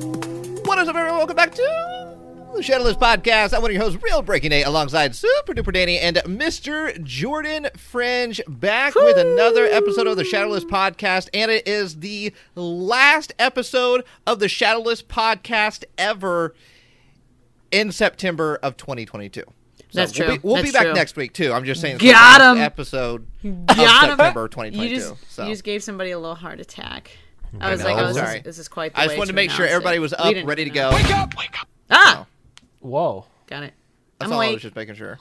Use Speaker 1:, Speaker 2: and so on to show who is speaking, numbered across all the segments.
Speaker 1: What's up, everyone? Welcome back to the Shadowless Podcast. I'm one of your hosts, Real Breaking Eight, alongside Super Duper Danny and Mr. Jordan Fringe, back with another episode of the Shadowless Podcast, and it is the last episode of the Shadowless Podcast ever in September of 2022. So
Speaker 2: That's
Speaker 1: we'll
Speaker 2: true.
Speaker 1: Be, we'll be
Speaker 2: That's
Speaker 1: back
Speaker 2: true.
Speaker 1: next week too. I'm just saying, it's
Speaker 2: Got
Speaker 1: the last
Speaker 2: 'em.
Speaker 1: episode
Speaker 2: Got 'em.
Speaker 1: of September 2022.
Speaker 2: You just,
Speaker 1: so. Hmm.
Speaker 2: you just gave somebody a little heart attack. I was
Speaker 1: know,
Speaker 2: like,
Speaker 1: I'm
Speaker 2: oh, this
Speaker 1: sorry.
Speaker 2: is, this is quite. The
Speaker 1: I
Speaker 2: way
Speaker 1: just wanted to make sure
Speaker 2: announce it.
Speaker 1: everybody was
Speaker 2: We
Speaker 1: up,
Speaker 2: didn't
Speaker 1: ready to go.
Speaker 2: announce. Ah,
Speaker 3: Whoa.
Speaker 2: got it.
Speaker 1: That's
Speaker 2: I'm
Speaker 1: all I was
Speaker 2: awake.
Speaker 1: just making sure.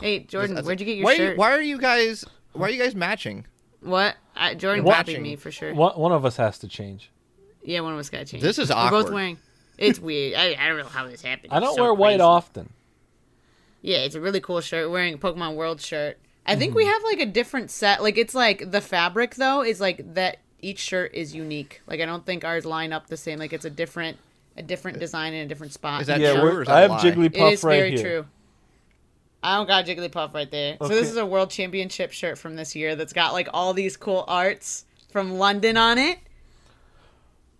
Speaker 2: Hey, Jordan,
Speaker 1: That's-
Speaker 2: where'd you get your
Speaker 1: why Are you,
Speaker 2: shirt?
Speaker 1: why are you guys? Why are you guys matching?
Speaker 2: What? I, Jordan
Speaker 1: What?
Speaker 2: copied me for sure.
Speaker 3: One, one of us has to change.
Speaker 2: Yeah, one of us got changed.
Speaker 1: This is
Speaker 2: We're
Speaker 1: awkward.
Speaker 2: both wearing. It's weird. I, I don't know how this happened.
Speaker 3: I
Speaker 2: It's
Speaker 3: don't
Speaker 2: so
Speaker 3: wear white
Speaker 2: crazy.
Speaker 3: often.
Speaker 2: Yeah, it's a really cool shirt. We're Wearing a Pokemon World shirt. I think
Speaker 1: Mm-hmm.
Speaker 2: we have like a different set. Like it's like the fabric though is like that. Each shirt is unique. Like I don't think ours line up the same. Like it's a different, a different design in a different spot.
Speaker 1: Uh, Is that
Speaker 3: yeah,
Speaker 1: true
Speaker 3: we're-
Speaker 1: or is that
Speaker 3: I have
Speaker 1: a lie?
Speaker 3: Jigglypuff
Speaker 2: it is
Speaker 3: right
Speaker 2: very
Speaker 3: here.
Speaker 2: true. I don't got Jigglypuff right there. So
Speaker 3: Okay.
Speaker 2: this is a World Championship shirt from this year that's got like all these cool arts from London on it.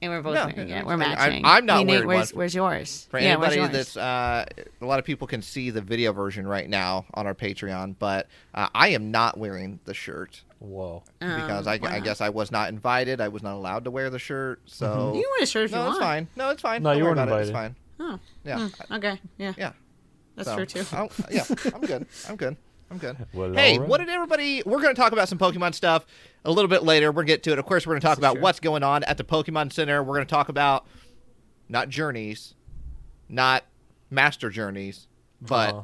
Speaker 2: And we're both
Speaker 1: No,
Speaker 2: wearing
Speaker 1: I-
Speaker 2: it. We're
Speaker 1: I-
Speaker 2: matching.
Speaker 1: I'm not
Speaker 2: Hey, Nate,
Speaker 1: wearing one.
Speaker 2: where's, where's yours?
Speaker 1: For
Speaker 2: yeah, where's
Speaker 1: anybody
Speaker 2: yours?
Speaker 1: that's uh, a lot of people can see the video version right now on our Patreon, but uh, I am not wearing the shirt
Speaker 3: Whoa.
Speaker 2: Oh,
Speaker 1: because I, I guess I was not invited. I was not allowed to wear the shirt, so
Speaker 2: Mm-hmm. You can wear a shirt if you
Speaker 1: no, it's
Speaker 2: want.
Speaker 1: fine. No, it's fine.
Speaker 3: No,
Speaker 1: Don't
Speaker 3: you
Speaker 1: worry
Speaker 3: weren't
Speaker 1: about it. It's
Speaker 3: invited.
Speaker 1: fine.
Speaker 2: Oh,
Speaker 1: Yeah,
Speaker 2: okay. Yeah,
Speaker 1: yeah.
Speaker 2: that's
Speaker 1: so, uh,
Speaker 2: true too.
Speaker 1: I don't- yeah, I'm good. I'm good. I'm good.
Speaker 3: Well,
Speaker 1: hey,
Speaker 3: all right.
Speaker 1: what did everybody? We're going to talk about some Pokemon stuff a little bit later. We're going to get to it. Of course, we're going to talk about what's going on at the Pokemon Center. We're going to talk about not journeys, not master journeys, but
Speaker 3: Uh,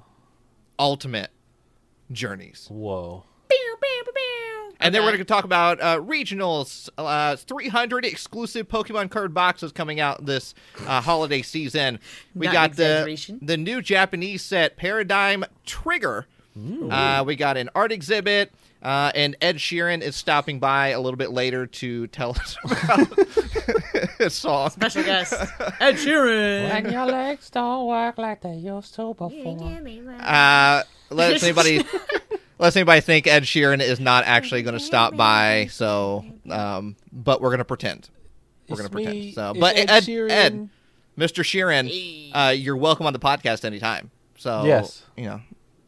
Speaker 1: ultimate journeys.
Speaker 3: whoa.
Speaker 1: And then we're
Speaker 2: Okay.
Speaker 1: going to talk about uh, regionals. Uh, 300 exclusive Pokemon card boxes coming out this uh, holiday season. We
Speaker 2: Not an
Speaker 1: got the
Speaker 2: exaggeration.
Speaker 1: the new Japanese set Paradigm Trigger. Uh, we got an art exhibit. Uh, and Ed Sheeran is stopping by a little bit later to tell us about his song.
Speaker 2: Special guest Ed Sheeran.
Speaker 3: And your legs don't work like they used to before.
Speaker 1: Uh, let anybody let anybody think Ed Sheeran is not actually going to stop by. So, um, but we're going to pretend. We're going to
Speaker 3: It's
Speaker 1: pretend.
Speaker 3: me,
Speaker 1: So,
Speaker 3: it's
Speaker 1: but
Speaker 3: Ed
Speaker 1: Ed, Ed,
Speaker 3: Sheeran.
Speaker 1: Mr. Sheeran, uh, you're welcome on the podcast anytime. So,
Speaker 3: Yes.
Speaker 1: you know,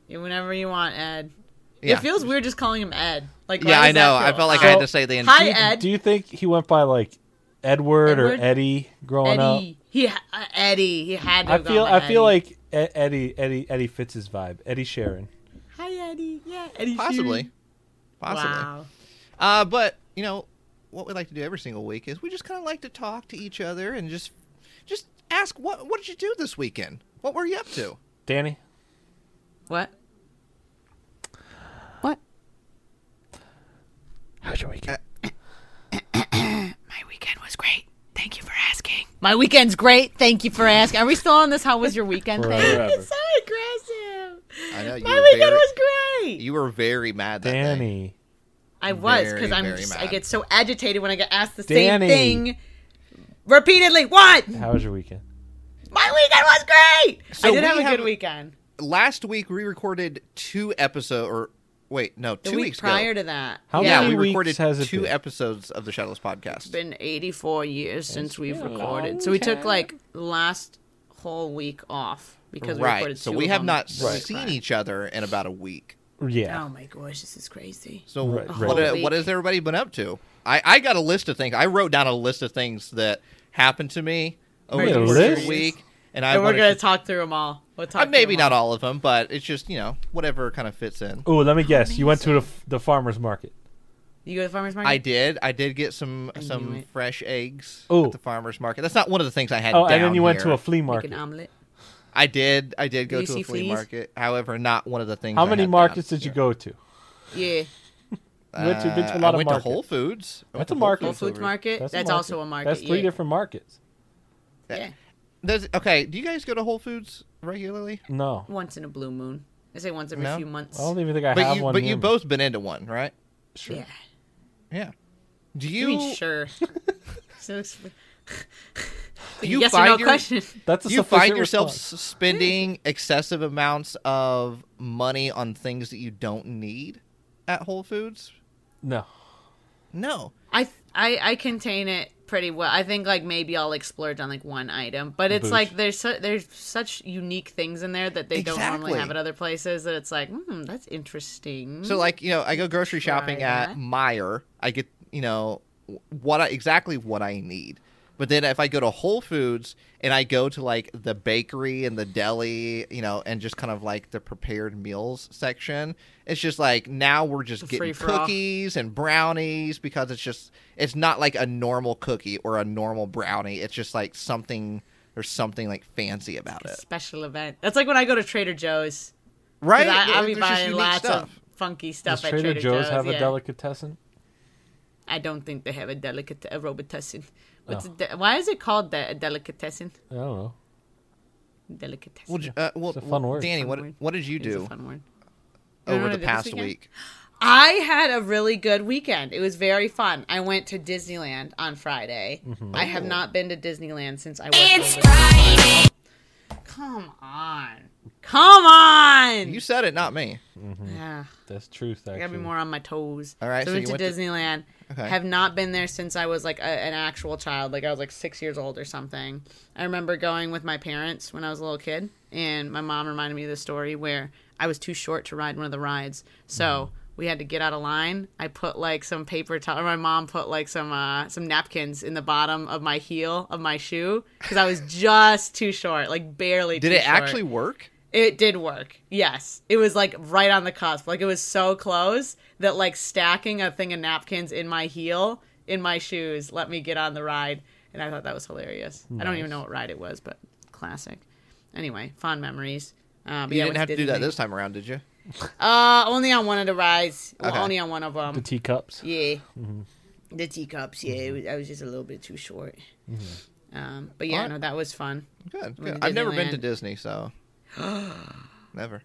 Speaker 2: Yeah, Whenever you want, Ed.
Speaker 1: Yeah.
Speaker 2: It feels weird just calling him Ed. Like why
Speaker 1: yeah, I
Speaker 2: does that
Speaker 1: know. I
Speaker 2: feel
Speaker 1: felt like I
Speaker 2: odd?
Speaker 1: had to say the.
Speaker 2: Hi,
Speaker 3: Do you-
Speaker 2: Ed.
Speaker 3: Do you think he went by like Edward, or
Speaker 2: Edward?
Speaker 3: Eddie growing
Speaker 2: Eddie. He ha- uh, Eddie. He had
Speaker 3: up? I
Speaker 2: to. have
Speaker 3: feel
Speaker 2: Gone by
Speaker 3: I feel
Speaker 2: Eddie.
Speaker 3: like E- Eddie Eddie Eddie fits his vibe. Eddie Sharon.
Speaker 2: Hi, Eddie. Yeah, Eddie.
Speaker 1: possibly,
Speaker 2: Sheeran.
Speaker 1: possibly.
Speaker 2: Wow.
Speaker 1: Uh, but you know, what we like to do every single week is we just kind of like to talk to each other and just just ask what what did you do this weekend? What were you up to?
Speaker 3: Danny.
Speaker 2: What? What?
Speaker 3: How's your weekend?
Speaker 2: My weekend was great. Thank you for asking. My weekend's great. Thank you for asking. Are we still on this? How was your weekend thing?
Speaker 3: Forever.
Speaker 2: It's so aggressive.
Speaker 1: I know, you
Speaker 2: My
Speaker 1: were
Speaker 2: weekend
Speaker 1: very-
Speaker 2: was great.
Speaker 1: You were very mad that day.
Speaker 3: Danny.
Speaker 2: I was because
Speaker 1: very,
Speaker 2: I'm
Speaker 1: very
Speaker 2: just,
Speaker 1: mad.
Speaker 2: I get so agitated when I get asked the
Speaker 3: Danny.
Speaker 2: same thing repeatedly. What?
Speaker 3: How was your weekend?
Speaker 2: My weekend was great.
Speaker 1: So
Speaker 2: I did
Speaker 1: we
Speaker 2: have a
Speaker 1: have-
Speaker 2: good weekend.
Speaker 1: Last week we recorded two episodes, or wait, no,
Speaker 2: The
Speaker 1: two
Speaker 2: week
Speaker 1: weeks
Speaker 2: prior
Speaker 1: ago.
Speaker 2: to that.
Speaker 3: How
Speaker 2: yeah,
Speaker 1: yeah, we
Speaker 3: many weeks
Speaker 1: recorded
Speaker 3: has it
Speaker 1: two
Speaker 3: been?
Speaker 1: episodes of the Shadowless podcast.
Speaker 2: It's been 84 years since we've
Speaker 3: been a
Speaker 2: recorded.
Speaker 3: long
Speaker 2: So we took
Speaker 3: time.
Speaker 2: like last whole week off because we
Speaker 1: right,
Speaker 2: recorded
Speaker 1: so
Speaker 2: two
Speaker 1: we
Speaker 2: of
Speaker 1: have
Speaker 2: them.
Speaker 1: not
Speaker 3: Right.
Speaker 1: seen each other in about a week.
Speaker 3: Yeah.
Speaker 2: Oh my gosh, this is crazy.
Speaker 1: So
Speaker 3: Right,
Speaker 1: what,
Speaker 3: right.
Speaker 1: uh,
Speaker 2: Week.
Speaker 1: what has everybody been up to? I, I got a list of things. I wrote down a list of things that happened to me over
Speaker 3: Made
Speaker 1: the
Speaker 3: a
Speaker 1: course of the
Speaker 3: list?
Speaker 1: week, and I
Speaker 2: And we're
Speaker 1: wanted
Speaker 2: gonna
Speaker 1: to-
Speaker 2: talk through them all. We'll
Speaker 1: uh,
Speaker 2: talk.
Speaker 1: maybe not all of them, but it's just you know whatever kind of fits in.
Speaker 3: Oh, let me guess. You went to the, f- the farmer's market.
Speaker 2: You go to the farmers market.
Speaker 1: I did. I did get some some
Speaker 2: it.
Speaker 1: fresh eggs
Speaker 3: Ooh.
Speaker 1: at the farmers market. That's not one of the things I had.
Speaker 3: Oh,
Speaker 1: down
Speaker 3: and then you went
Speaker 1: here.
Speaker 3: to a flea
Speaker 2: Make
Speaker 3: market.
Speaker 2: an omelet.
Speaker 1: I did. I did go
Speaker 2: you
Speaker 1: to a flea
Speaker 2: see fleas?
Speaker 1: market. However, not one of the things.
Speaker 3: How
Speaker 1: I
Speaker 3: many
Speaker 1: had
Speaker 3: markets
Speaker 1: down.
Speaker 3: did you go to?
Speaker 2: Yeah,
Speaker 1: Uh,
Speaker 3: went to, been to a
Speaker 1: I
Speaker 3: lot of
Speaker 1: went
Speaker 3: markets.
Speaker 1: to Whole Foods. I went
Speaker 3: That's
Speaker 1: to
Speaker 3: a market.
Speaker 2: Whole Foods
Speaker 1: over-
Speaker 2: market. That's,
Speaker 3: a
Speaker 2: also a market.
Speaker 3: That's three
Speaker 2: yeah.
Speaker 3: different markets.
Speaker 2: Yeah,
Speaker 1: Does, okay, do you guys go to Whole Foods regularly?
Speaker 3: No,
Speaker 2: once in a blue moon. I say once every
Speaker 1: No?
Speaker 2: few months.
Speaker 3: I don't even think I
Speaker 1: But
Speaker 3: have
Speaker 1: you,
Speaker 3: one.
Speaker 1: but
Speaker 3: near
Speaker 1: you
Speaker 3: me.
Speaker 1: both been into one, right?
Speaker 3: Sure.
Speaker 2: yeah.
Speaker 1: Yeah. Do
Speaker 2: You
Speaker 1: you
Speaker 2: mean sure? so it's-
Speaker 1: you
Speaker 2: yes
Speaker 1: find
Speaker 2: or no
Speaker 1: your-
Speaker 2: question.
Speaker 3: That's a
Speaker 1: do you find
Speaker 3: sufficient
Speaker 1: yourself
Speaker 3: response.
Speaker 1: s- spending excessive amounts of money on things that you don't need at Whole Foods?
Speaker 3: No,
Speaker 1: No.
Speaker 2: I I I contain it pretty well. I think like maybe I'll explode on like one item, but it's
Speaker 1: Boots.
Speaker 2: like there's su- there's such unique things in there that they don't normally
Speaker 1: Exactly.
Speaker 2: have at other places that it's like, hmm, that's interesting.
Speaker 1: So like you know, I go grocery shopping at
Speaker 2: that.
Speaker 1: Meijer. I get you know what I, exactly what I need. But then if I go to Whole Foods and I go to like the bakery and the deli, you know, and just kind of like the prepared meals section, it's just like now we're just getting
Speaker 2: free-for-all.
Speaker 1: cookies and brownies because it's just it's not like a normal cookie or a normal brownie. It's just like something there's something like fancy about it,
Speaker 2: special event. That's like when I go to Trader Joe's. 'Cause
Speaker 1: right?
Speaker 2: I,
Speaker 1: Yeah,
Speaker 2: I'll be
Speaker 1: there's just
Speaker 2: buying
Speaker 1: unique
Speaker 2: lots
Speaker 1: stuff.
Speaker 2: of funky
Speaker 4: Does
Speaker 2: stuff at
Speaker 4: Trader, Joe's, have
Speaker 2: yeah.
Speaker 4: a delicatessen?
Speaker 2: I don't think they have a delicate a robitussin.
Speaker 1: Oh.
Speaker 2: What's a de- why is it called that a delicatessen?
Speaker 4: I don't know.
Speaker 2: Delicatessen.
Speaker 1: Well, j- uh, well,
Speaker 4: a fun
Speaker 1: well,
Speaker 4: word.
Speaker 1: Danny,
Speaker 2: Fun
Speaker 1: what
Speaker 2: word.
Speaker 1: what did you
Speaker 2: It's a
Speaker 1: do?
Speaker 2: fun word. You know
Speaker 1: over
Speaker 2: what I
Speaker 1: the
Speaker 2: did this
Speaker 1: past
Speaker 2: weekend?
Speaker 1: week.
Speaker 2: I had a really good weekend. It was very fun. I went to Disneyland on Friday. I have not been to Disneyland since I was. It's Friday. Come on, come on.
Speaker 1: You said it,
Speaker 2: Mm.
Speaker 1: not me.
Speaker 2: Yeah,
Speaker 4: That's truth,
Speaker 2: I
Speaker 4: actually.
Speaker 2: gotta be more on my toes.
Speaker 1: All right,
Speaker 2: so,
Speaker 1: so
Speaker 2: I went
Speaker 1: you
Speaker 2: to
Speaker 1: went
Speaker 2: Disneyland.
Speaker 1: Okay.
Speaker 2: Have not been there since I was like a, an actual child. Like I was like six years old or something. I remember going with my parents when I was a little kid, and my mom reminded me of the story where I was too short to ride one of the rides, so
Speaker 1: Hmm.
Speaker 2: we had to get out of line. I put like some paper towel. or My mom put like some uh, some napkins in the bottom of my heel of my shoe because I was just too short, like barely.
Speaker 1: Did
Speaker 2: too
Speaker 1: it
Speaker 2: short.
Speaker 1: actually work?
Speaker 2: It did work. Yes. It was like right on the cusp. Like it was so close that like stacking a thing of napkins in my heel, in my shoes, let me get on the ride. And I thought that was hilarious. I don't even know what ride it was, but classic. Anyway, fond memories. Um,
Speaker 1: You didn't have to do that this time around, did you?
Speaker 2: Uh, only on one of the rides. Well,
Speaker 1: Okay. Mm-hmm.
Speaker 2: only on one of them.
Speaker 4: The teacups.
Speaker 2: Yeah. The teacups, yeah. It was, I was just a little bit too short.
Speaker 1: Mm-hmm.
Speaker 2: Um, but yeah,
Speaker 1: Alright.
Speaker 2: no, that was fun.
Speaker 1: Good.
Speaker 2: Went
Speaker 1: good.
Speaker 2: to
Speaker 1: I've never been to
Speaker 2: Disneyland.
Speaker 1: Disney, so never.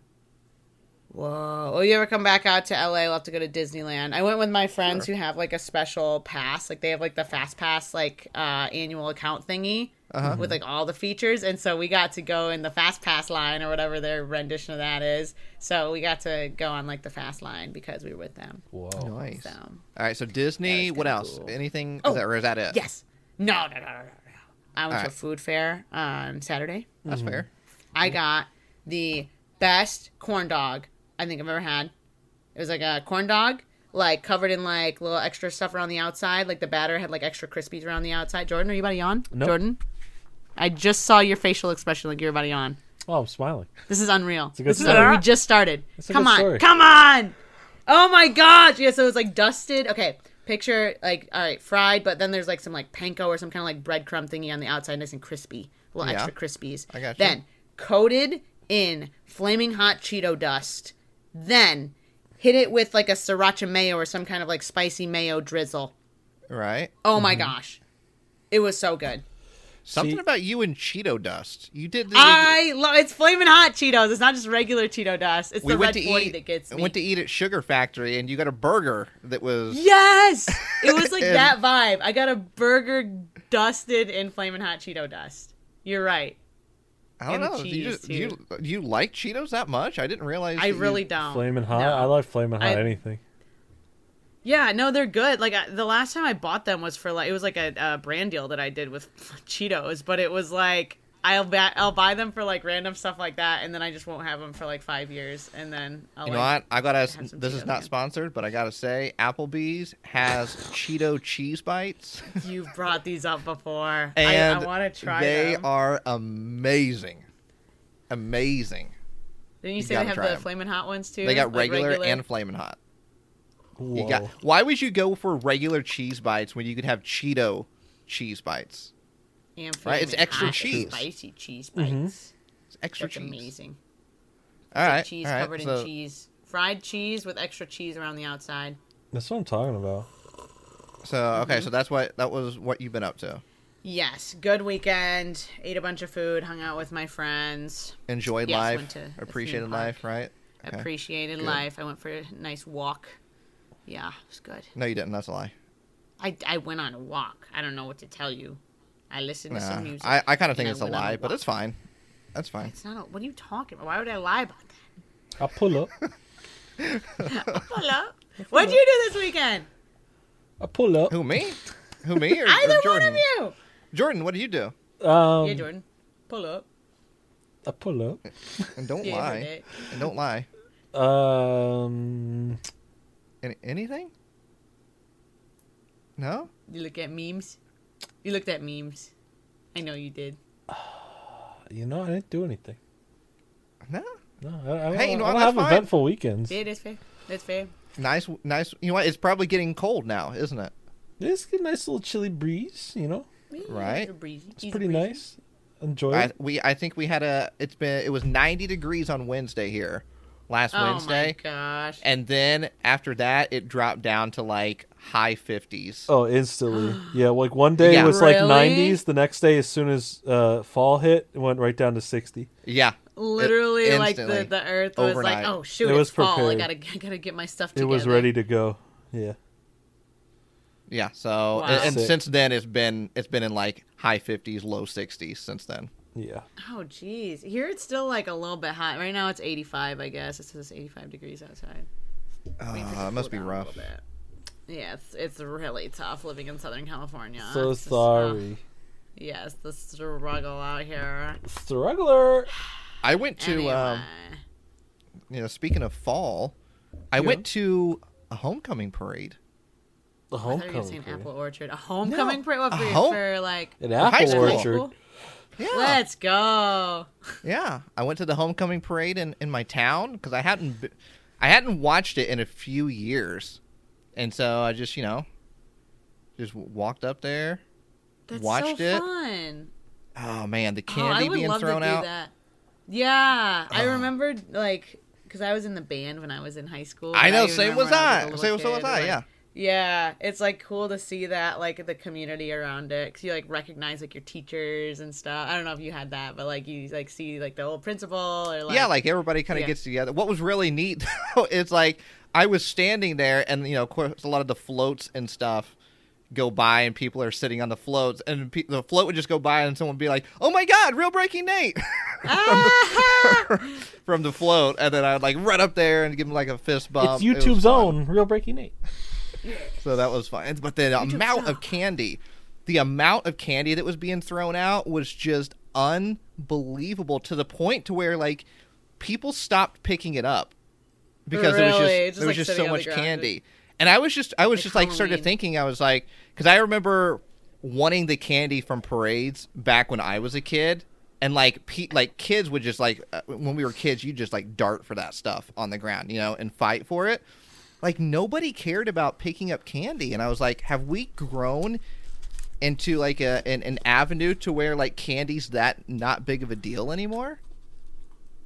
Speaker 2: Whoa. Oh, you ever come back out to LA, we'll have to go to Disneyland. I went with my friends who have like a special pass. Like they have like the fast pass like uh annual account thingy with like all the features. And so we got to go in the fast pass line or whatever their rendition of that is. So we got to go on like the fast line because we were with them.
Speaker 4: Whoa.
Speaker 1: Nice.
Speaker 2: So
Speaker 1: All right, so Disney.
Speaker 2: That was
Speaker 1: What
Speaker 2: kinda
Speaker 1: else?
Speaker 2: cool.
Speaker 1: Anything?
Speaker 2: Oh,
Speaker 1: is that, or is that it?
Speaker 2: Yes. No, no, no, no, no, no. I went to
Speaker 1: Alright.
Speaker 2: a food fair on Saturday.
Speaker 1: that's fair.
Speaker 2: I got the best corn dog I think I've ever had. It was like a corn dog, like covered in like little extra stuff around the outside. Like the batter had like extra crispies around the outside. Jordan, are you about to yawn?
Speaker 4: Nope.
Speaker 2: Jordan, I just saw your facial expression like you're about to yawn.
Speaker 4: Oh, I'm smiling.
Speaker 2: This is unreal.
Speaker 4: a good
Speaker 2: this is
Speaker 4: story.
Speaker 2: we just started.
Speaker 4: a
Speaker 2: Come
Speaker 4: good
Speaker 2: on,
Speaker 4: story.
Speaker 2: come on. Oh my gosh! Yeah, so it was like dusted. Okay, picture like all right, fried, but then there's like some like panko or some kind of like breadcrumb thingy on the outside, nice and crispy, little
Speaker 1: Yeah.
Speaker 2: extra crispies. I
Speaker 1: gotcha.
Speaker 2: Then coated in flaming hot Cheeto dust. Then hit it with like a sriracha mayo or some kind of like spicy mayo drizzle.
Speaker 1: Right.
Speaker 2: Oh my
Speaker 1: Mm-hmm.
Speaker 2: gosh, it was so good.
Speaker 1: Something
Speaker 4: See-
Speaker 1: about you and Cheeto dust. You did. The,
Speaker 2: I love it's flaming hot Cheetos. It's not just regular Cheeto dust. It's
Speaker 1: we
Speaker 2: the
Speaker 1: went
Speaker 2: red
Speaker 1: to
Speaker 2: forty
Speaker 1: eat.
Speaker 2: that gets me.
Speaker 1: Went to eat at Sugar Factory, and you got a burger that was.
Speaker 2: Yes, it was like
Speaker 1: And-
Speaker 2: that vibe. I got a burger dusted in flaming hot Cheeto dust. You're right.
Speaker 1: I don't
Speaker 2: and
Speaker 1: know. do you
Speaker 2: cheese,
Speaker 1: just- do you do you like Cheetos that much? I didn't realize.
Speaker 2: I
Speaker 1: that you-
Speaker 2: really don't.
Speaker 4: Flamin' hot.
Speaker 2: No.
Speaker 4: I like flamin' hot
Speaker 2: I-
Speaker 4: anything.
Speaker 2: Yeah, no, they're good. Like I, the last time I bought them was for like it was like a, a brand deal that I did with Cheetos, but it was like I'll ba- I'll buy them for like random stuff like that, and then I just won't have them for like five years, and then I'll
Speaker 1: You know
Speaker 2: like,
Speaker 1: what? I gotta.
Speaker 2: have some
Speaker 1: This is
Speaker 2: Cheetos,
Speaker 1: not
Speaker 2: yeah.
Speaker 1: sponsored, but I gotta say, Applebee's has Cheeto cheese bites,
Speaker 2: you've brought these up before.
Speaker 1: and
Speaker 2: I, I want to try
Speaker 1: They
Speaker 2: them.
Speaker 1: are amazing, amazing.
Speaker 2: Didn't you
Speaker 1: you
Speaker 2: say they
Speaker 1: gotta
Speaker 2: have
Speaker 1: try
Speaker 2: the
Speaker 1: 'em.
Speaker 2: flaming hot ones too?
Speaker 1: They got
Speaker 2: Like,
Speaker 1: regular, and flaming hot.
Speaker 4: Whoa.
Speaker 1: You got, why would you go for regular cheese bites when you could have Cheeto cheese bites?
Speaker 2: and
Speaker 1: Right, it's
Speaker 2: Flamin'
Speaker 1: extra
Speaker 2: Hot,
Speaker 1: cheese.
Speaker 2: spicy cheese bites.
Speaker 4: Mm-hmm.
Speaker 1: It's extra
Speaker 2: That's
Speaker 1: cheese.
Speaker 2: amazing.
Speaker 1: All right,
Speaker 2: cheese
Speaker 1: all right,
Speaker 2: covered
Speaker 1: so-
Speaker 2: in cheese, fried cheese with extra cheese around the outside.
Speaker 4: That's what I'm talking about.
Speaker 1: So okay,
Speaker 2: Mm-hmm.
Speaker 1: so that's what that was what you've been up to.
Speaker 2: Yes, good weekend. Ate a bunch of food, hung out with my friends,
Speaker 1: Enjoyed
Speaker 2: Yes, went
Speaker 1: life,
Speaker 2: to the
Speaker 1: appreciated
Speaker 2: theme
Speaker 1: life,
Speaker 2: park.
Speaker 1: right? Okay.
Speaker 2: appreciated
Speaker 1: good.
Speaker 2: life. I went for a nice walk. Yeah, it was good.
Speaker 1: no, you didn't. That's a lie.
Speaker 2: I, I went on a walk. I don't know what to tell you. I listened to
Speaker 1: Nah,
Speaker 2: some music.
Speaker 1: I, I kind of think
Speaker 2: and I
Speaker 1: it's a
Speaker 2: went on a
Speaker 1: lie, but
Speaker 2: walk.
Speaker 1: it's fine. That's fine.
Speaker 2: It's not. A, what are you talking about? Why would I lie about that?
Speaker 4: I'll pull up.
Speaker 2: Hello. What'd you do this weekend?
Speaker 4: I pull up.
Speaker 1: Who me? Who me or, or
Speaker 2: Either one
Speaker 1: Jordan?
Speaker 2: of you.
Speaker 1: Jordan, what do you do?
Speaker 4: Um,
Speaker 2: yeah, Jordan. Pull up.
Speaker 4: I pull up.
Speaker 1: And don't
Speaker 2: Yeah,
Speaker 1: lie.
Speaker 2: right.
Speaker 1: And don't lie.
Speaker 4: Um,
Speaker 1: Any, anything? No.
Speaker 2: You look at memes. You looked at memes. I know you did.
Speaker 4: you know, I didn't do anything.
Speaker 1: No.
Speaker 4: No, I, I,
Speaker 1: Hey,
Speaker 4: hey,
Speaker 1: you know what?
Speaker 4: I don't have
Speaker 1: That's fine.
Speaker 4: eventful weekends.
Speaker 2: Yeah, that's fair. That's fair.
Speaker 1: Nice, nice. You know what? It's probably getting cold now, isn't it?
Speaker 4: It's a nice little chilly breeze, you know.
Speaker 2: Yeah,
Speaker 1: Right.
Speaker 2: he's a breezy.
Speaker 4: It's
Speaker 2: He's a
Speaker 4: pretty
Speaker 2: breezy.
Speaker 4: nice. Enjoy
Speaker 1: I,
Speaker 4: it.
Speaker 1: we, I think we had a. It's been. It was 90 degrees on Wednesday here, last
Speaker 2: Oh
Speaker 1: Wednesday,
Speaker 2: my gosh.
Speaker 1: and then after that, it dropped down to like high 50s.
Speaker 4: Oh, instantly. yeah, like one day
Speaker 1: Yeah.
Speaker 4: it was like
Speaker 2: Really?
Speaker 4: 90s. The next day, as soon as uh, fall hit, it went right down to 60.
Speaker 1: Yeah. It-
Speaker 2: Literally, like the,
Speaker 1: instantly.
Speaker 2: the earth was
Speaker 1: Overnight.
Speaker 2: like, oh shoot,
Speaker 4: It was
Speaker 2: it's fall. I
Speaker 4: prepared.
Speaker 2: gotta I gotta get my stuff
Speaker 4: It
Speaker 2: together.
Speaker 4: was ready to go. Yeah.
Speaker 1: Yeah. So
Speaker 2: Wow.
Speaker 1: and, and
Speaker 4: Sick.
Speaker 1: since then, it's been it's been in like high 50s, low 60s since then.
Speaker 4: Yeah.
Speaker 2: Oh jeez, here it's still like a little bit hot. Right now it's 85, I guess. It says 85 degrees outside.
Speaker 1: Uh,
Speaker 2: mean,
Speaker 1: it must be
Speaker 2: cool down a
Speaker 1: rough.
Speaker 2: little bit. Yeah, it's it's really tough living in Southern California.
Speaker 4: Ah, so
Speaker 2: It's just, uh,
Speaker 4: sorry.
Speaker 2: yes, the struggle out here.
Speaker 4: Struggler.
Speaker 1: I went to
Speaker 2: Anyway.
Speaker 1: um, you know, speaking of fall, I
Speaker 4: Yeah.
Speaker 1: went to a homecoming parade.
Speaker 4: The
Speaker 2: I thought you were
Speaker 4: homecoming.
Speaker 2: saying
Speaker 4: parade.
Speaker 2: apple orchard, a homecoming parade what,
Speaker 1: a
Speaker 2: for,
Speaker 1: home-
Speaker 2: for like
Speaker 4: An
Speaker 1: high
Speaker 4: apple
Speaker 1: school.
Speaker 4: orchard.
Speaker 2: Cool.
Speaker 1: Yeah.
Speaker 2: Let's go.
Speaker 1: Yeah, I went to the homecoming parade in, in my town because I hadn't, be- I hadn't watched it in a few years, and so I just you know, just w- walked up there.
Speaker 2: That's
Speaker 1: Watched
Speaker 2: so
Speaker 1: it.
Speaker 2: fun.
Speaker 1: Oh man, the
Speaker 2: Oh, I
Speaker 1: candy
Speaker 2: would
Speaker 1: being
Speaker 2: love
Speaker 1: thrown
Speaker 2: to do
Speaker 1: out.
Speaker 2: that. Yeah, I remembered like because I was in the band when I was in high school.
Speaker 1: I
Speaker 2: and
Speaker 1: know,
Speaker 2: even
Speaker 1: same
Speaker 2: remember
Speaker 1: was
Speaker 2: when
Speaker 1: I.
Speaker 2: was a
Speaker 1: Same
Speaker 2: little
Speaker 1: was- so was
Speaker 2: kid,
Speaker 1: I.
Speaker 2: like-
Speaker 1: Yeah,
Speaker 2: Yeah, it's like cool to see that like the community around it because you like recognize like your teachers and stuff. I don't know if you had that, but like you like see like the old principal or like
Speaker 1: yeah, like everybody kind of
Speaker 2: Yeah.
Speaker 1: gets together. What was really neat though is like I was standing there, and you know, of course, a lot of the floats and stuff go by, and people are sitting on the floats, and pe- the float would just go by, and someone would be like, "Oh my God, real breaking Nate!"
Speaker 2: Ah!
Speaker 1: from the float, and then I would like run up there and give him like a fist bump.
Speaker 4: It's
Speaker 1: It was
Speaker 4: YouTube's
Speaker 1: fun.
Speaker 4: own Real Breaking Eight.
Speaker 1: So that was fun. But the amount of candy, the amount of candy that was being thrown out was just unbelievable to the point to where like people stopped picking it up because there was just,
Speaker 2: Really?
Speaker 1: there
Speaker 2: Just,
Speaker 1: was
Speaker 2: like,
Speaker 1: just
Speaker 2: sitting
Speaker 1: so
Speaker 2: on
Speaker 1: much
Speaker 2: the ground.
Speaker 1: candy, and I was just I was
Speaker 2: Like
Speaker 1: just like started
Speaker 2: Halloween.
Speaker 1: thinking I was like because I remember wanting the candy from parades back when I was a kid. And like, pe- like kids would just like uh, when we were kids, you just like dart for that stuff on the ground, you know, and fight for it like nobody cared about picking up candy and i was like have we grown into like a an, an avenue to where like candy's that not big of a deal anymore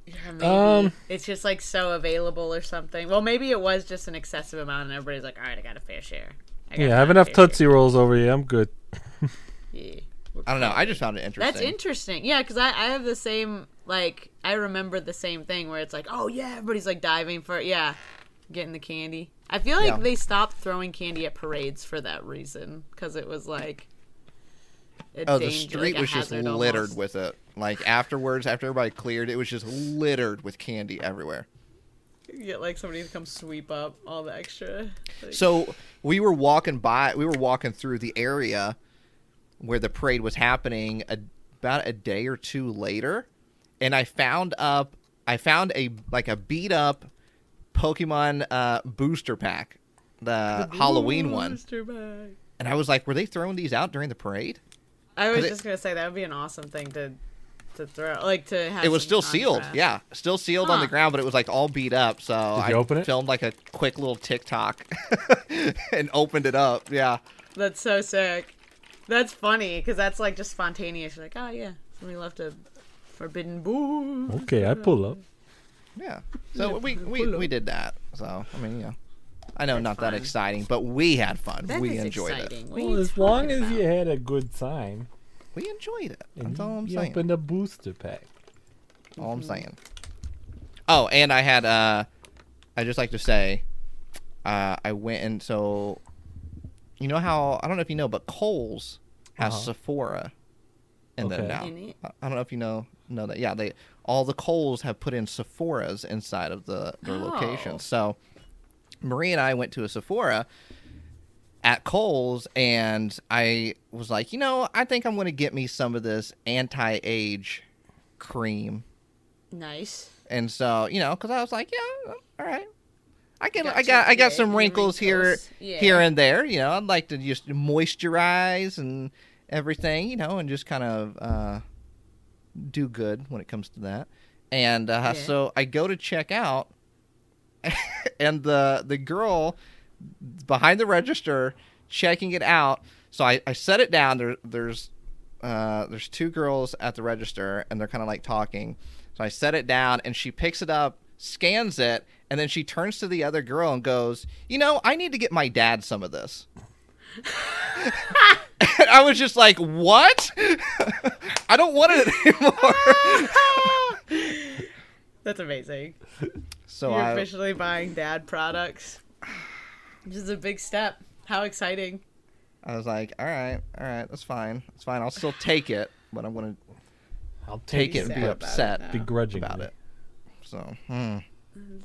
Speaker 2: Yeah, maybe.
Speaker 4: Um,
Speaker 2: it's just like so available or something. Well, maybe it was just an excessive amount, and everybody's like, "All right, I got a fair share." got
Speaker 4: Yeah, I
Speaker 2: my
Speaker 4: have enough
Speaker 2: fair
Speaker 4: Tootsie Rolls over here. I'm good.
Speaker 2: share." Yeah.
Speaker 1: i don't know i just found it interesting
Speaker 2: That's interesting. Yeah, because I, I have the same, like, I remember the same thing where it's like, oh, yeah, everybody's like diving for, yeah, getting the candy. I feel like
Speaker 1: Yeah.
Speaker 2: they stopped throwing candy at parades for that reason because it was like. a
Speaker 1: oh the
Speaker 2: danger,
Speaker 1: street
Speaker 2: like, a
Speaker 1: was just
Speaker 2: hazard
Speaker 1: littered
Speaker 2: almost.
Speaker 1: with it like afterwards after everybody cleared it was just littered with candy everywhere
Speaker 2: You Get like somebody to come sweep up all the extra. Like,
Speaker 1: So we were walking by, we were walking through the area where the parade was happening a, about a day or two later, and I found up, I found a like a beat up Pokemon uh, booster pack, the Halloween one,
Speaker 2: Booster bag.
Speaker 1: and I was like, were they throwing these out during the parade?
Speaker 2: I
Speaker 1: Cause
Speaker 2: was
Speaker 1: it-
Speaker 2: just gonna say that would be an awesome thing to to throw, like to have.
Speaker 1: it was
Speaker 2: some
Speaker 1: still sealed,
Speaker 2: contrast.
Speaker 1: yeah, still sealed on the
Speaker 2: Huh.
Speaker 1: ground, but it was like all beat up. So
Speaker 4: Did you
Speaker 1: I
Speaker 4: open it?
Speaker 1: filmed like a quick little TikTok and opened it up. Yeah.
Speaker 2: That's so sick. That's funny because that's like just spontaneous. You're like, oh yeah, somebody left a forbidden boo.
Speaker 4: Okay, I pull up.
Speaker 1: Yeah. So we we,
Speaker 2: pull up.
Speaker 1: we did that. So I mean, you know, I know not
Speaker 2: fun.
Speaker 1: that exciting, but we had fun.
Speaker 2: That
Speaker 1: we
Speaker 2: is
Speaker 1: enjoyed it.
Speaker 2: exciting. What are
Speaker 4: Well,
Speaker 2: you
Speaker 4: as long
Speaker 2: talking
Speaker 4: as you
Speaker 2: about?
Speaker 4: had a good time,
Speaker 1: We enjoyed it.
Speaker 4: and
Speaker 1: That's all I'm
Speaker 4: you
Speaker 1: saying.
Speaker 4: opened a booster pack.
Speaker 1: All
Speaker 4: Mm-hmm.
Speaker 1: I'm saying. Oh, and I had uh, I just like to say, uh, I went and so, you know how I don't know if you know, but Kohl's has
Speaker 4: Uh-huh.
Speaker 1: Sephora, in them
Speaker 4: Okay.
Speaker 1: now.
Speaker 2: In it.
Speaker 1: I- I don't know if you know know that. Yeah, they all the Kohl's have put in Sephora's inside of the their
Speaker 2: Oh.
Speaker 1: locations. So, Marie and I went to a Sephora at Kohl's, and I was like, you know, I think I'm going to get me some of this anti-age cream.
Speaker 2: Nice.
Speaker 1: And so, you know, because I was like, yeah, all right. I get,
Speaker 2: Got
Speaker 1: I got,
Speaker 2: your-
Speaker 1: I got
Speaker 2: yeah,
Speaker 1: some
Speaker 2: your
Speaker 1: wrinkles, here,
Speaker 2: wrinkles. Yeah.
Speaker 1: here and there. You know, I'd like to just moisturize and everything. You know, and just kind of uh, do good when it comes to that. And uh,
Speaker 2: Yeah.
Speaker 1: so I go to check out, and the the girl behind the register checking it out. So I, I set it down. There, there's uh, there's two girls at the register, and they're kind of like talking. So I set it down, and she picks it up, scans it, and then she turns to the other girl and goes, "You know, I need to get my dad some of this." and I was just like, "What? I don't want it anymore."
Speaker 2: That's amazing.
Speaker 1: so
Speaker 2: You're
Speaker 1: I,
Speaker 2: officially buying dad products. This is a big step. How exciting.
Speaker 1: I was like, "All right, all right, that's fine, that's fine. I'll still take it, but I'm gonna
Speaker 4: I'll
Speaker 1: take it and
Speaker 2: sad
Speaker 1: be
Speaker 2: about it
Speaker 1: upset."
Speaker 2: now. Mm-hmm.
Speaker 4: begrudging
Speaker 1: about it. So, hmm.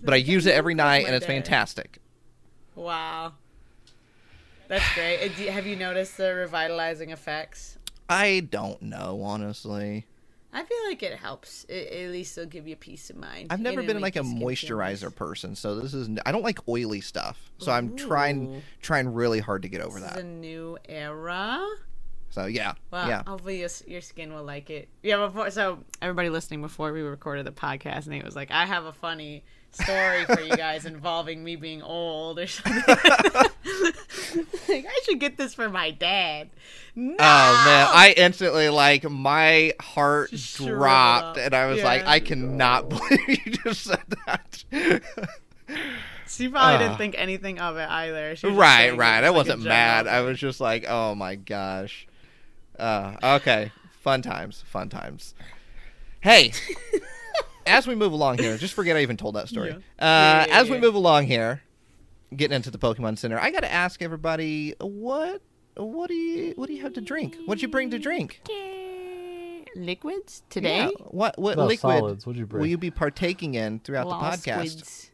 Speaker 1: but I use it every night, and it's
Speaker 2: day.
Speaker 1: fantastic.
Speaker 2: Wow. That's great. And do- Have you noticed the revitalizing effects?
Speaker 1: I don't know, honestly.
Speaker 2: I feel like it helps. It, at least it'll give you peace of mind.
Speaker 1: I've never
Speaker 2: It'll
Speaker 1: been like
Speaker 2: make
Speaker 1: a
Speaker 2: your skin feel nice.
Speaker 1: moisturizer person, so this is. I don't like oily stuff, so I'm trying
Speaker 2: Ooh.
Speaker 1: trying really hard to get over
Speaker 2: This is a
Speaker 1: that.
Speaker 2: new era.
Speaker 1: So yeah,
Speaker 2: Well,
Speaker 1: yeah.
Speaker 2: hopefully your, s- your skin will like it. Yeah, before so everybody listening before we recorded the podcast, Nate was like, "I have a funny story for you guys involving me being old or something." like, I should get this for my dad. No,
Speaker 1: Oh man, I instantly like my heart
Speaker 2: Ah! Just shriveled
Speaker 1: dropped,
Speaker 2: up.
Speaker 1: and I was like,
Speaker 2: Yeah.
Speaker 1: I cannot believe you just said that.
Speaker 2: she probably
Speaker 1: Ah.
Speaker 2: didn't think anything of it either. She was just
Speaker 1: right,
Speaker 2: saying it
Speaker 1: right. I
Speaker 2: was like a
Speaker 1: wasn't mad.
Speaker 2: general-
Speaker 1: I was just like, oh my gosh. Uh, okay, fun times, fun times. Hey, as we move along here, just forget I even told that story.
Speaker 2: Yeah.
Speaker 1: Uh,
Speaker 2: Yeah, yeah,
Speaker 1: as we
Speaker 2: yeah.
Speaker 1: move along here, getting into the Pokemon Center, I got to ask everybody what what do you what do you have to drink? What would you bring to drink
Speaker 2: liquids today.
Speaker 1: Yeah, what what
Speaker 4: No,
Speaker 1: liquid
Speaker 4: solids. What'd you
Speaker 1: will
Speaker 4: bring?
Speaker 1: you be partaking in throughout
Speaker 2: Law
Speaker 1: the podcast?
Speaker 2: squids.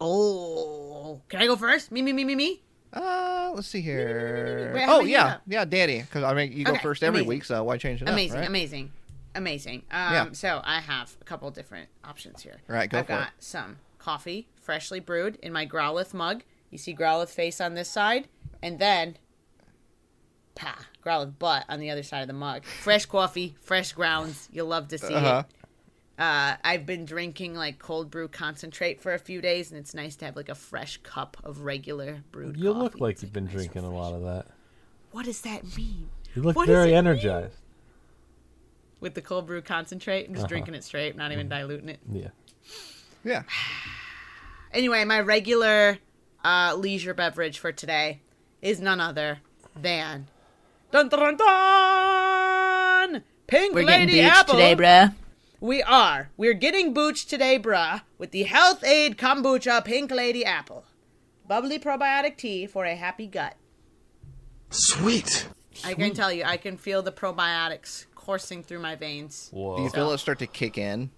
Speaker 2: Oh, can I go first? Me, me, me, me, me.
Speaker 1: Uh, let's see here.
Speaker 2: Wait, how
Speaker 1: oh
Speaker 2: many you
Speaker 1: yeah,
Speaker 2: got?
Speaker 1: yeah, Danny. Because I mean, you go
Speaker 2: Okay,
Speaker 1: first every
Speaker 2: amazing.
Speaker 1: week, so why change it
Speaker 2: amazing,
Speaker 1: up? right?
Speaker 2: amazing, amazing. Um,
Speaker 1: Yeah.
Speaker 2: So I have a couple different options here.
Speaker 1: Right, go
Speaker 2: I've
Speaker 1: for it.
Speaker 2: got some coffee, freshly brewed, in my Growlithe mug. You see Growlithe face on this side, and then, pah, Growlithe butt on the other side of the mug. Fresh coffee, fresh grounds. You'll love to see
Speaker 1: Uh-huh.
Speaker 2: it. Uh, I've been drinking like cold brew concentrate for a few days, and it's nice to have like a fresh cup of regular brewed.
Speaker 4: You look
Speaker 2: coffee.
Speaker 4: like
Speaker 2: It's,
Speaker 4: you've been
Speaker 2: nice
Speaker 4: drinking a
Speaker 2: refresh-
Speaker 4: lot of that.
Speaker 2: What does that mean?
Speaker 4: You look
Speaker 2: What does it
Speaker 4: very
Speaker 2: mean?
Speaker 4: energized.
Speaker 2: with the cold brew concentrate. I'm
Speaker 4: Uh-huh.
Speaker 2: just drinking it straight, not
Speaker 4: Mm-hmm.
Speaker 2: even diluting it.
Speaker 4: Yeah.
Speaker 1: Yeah.
Speaker 2: Anyway, my regular uh, leisure beverage for today is none other than dun dun dun, dun! Pink
Speaker 5: We're
Speaker 2: Lady
Speaker 5: getting beached
Speaker 2: Apple.
Speaker 5: today, bruh.
Speaker 2: We are. We're getting booched today, bruh, with the Health Aid Kombucha Pink Lady Apple. Bubbly probiotic tea for a happy gut.
Speaker 6: Sweet.
Speaker 2: I can tell you, I can feel the probiotics coursing through my veins.
Speaker 1: Do
Speaker 4: Whoa.
Speaker 1: you feel it start to kick in?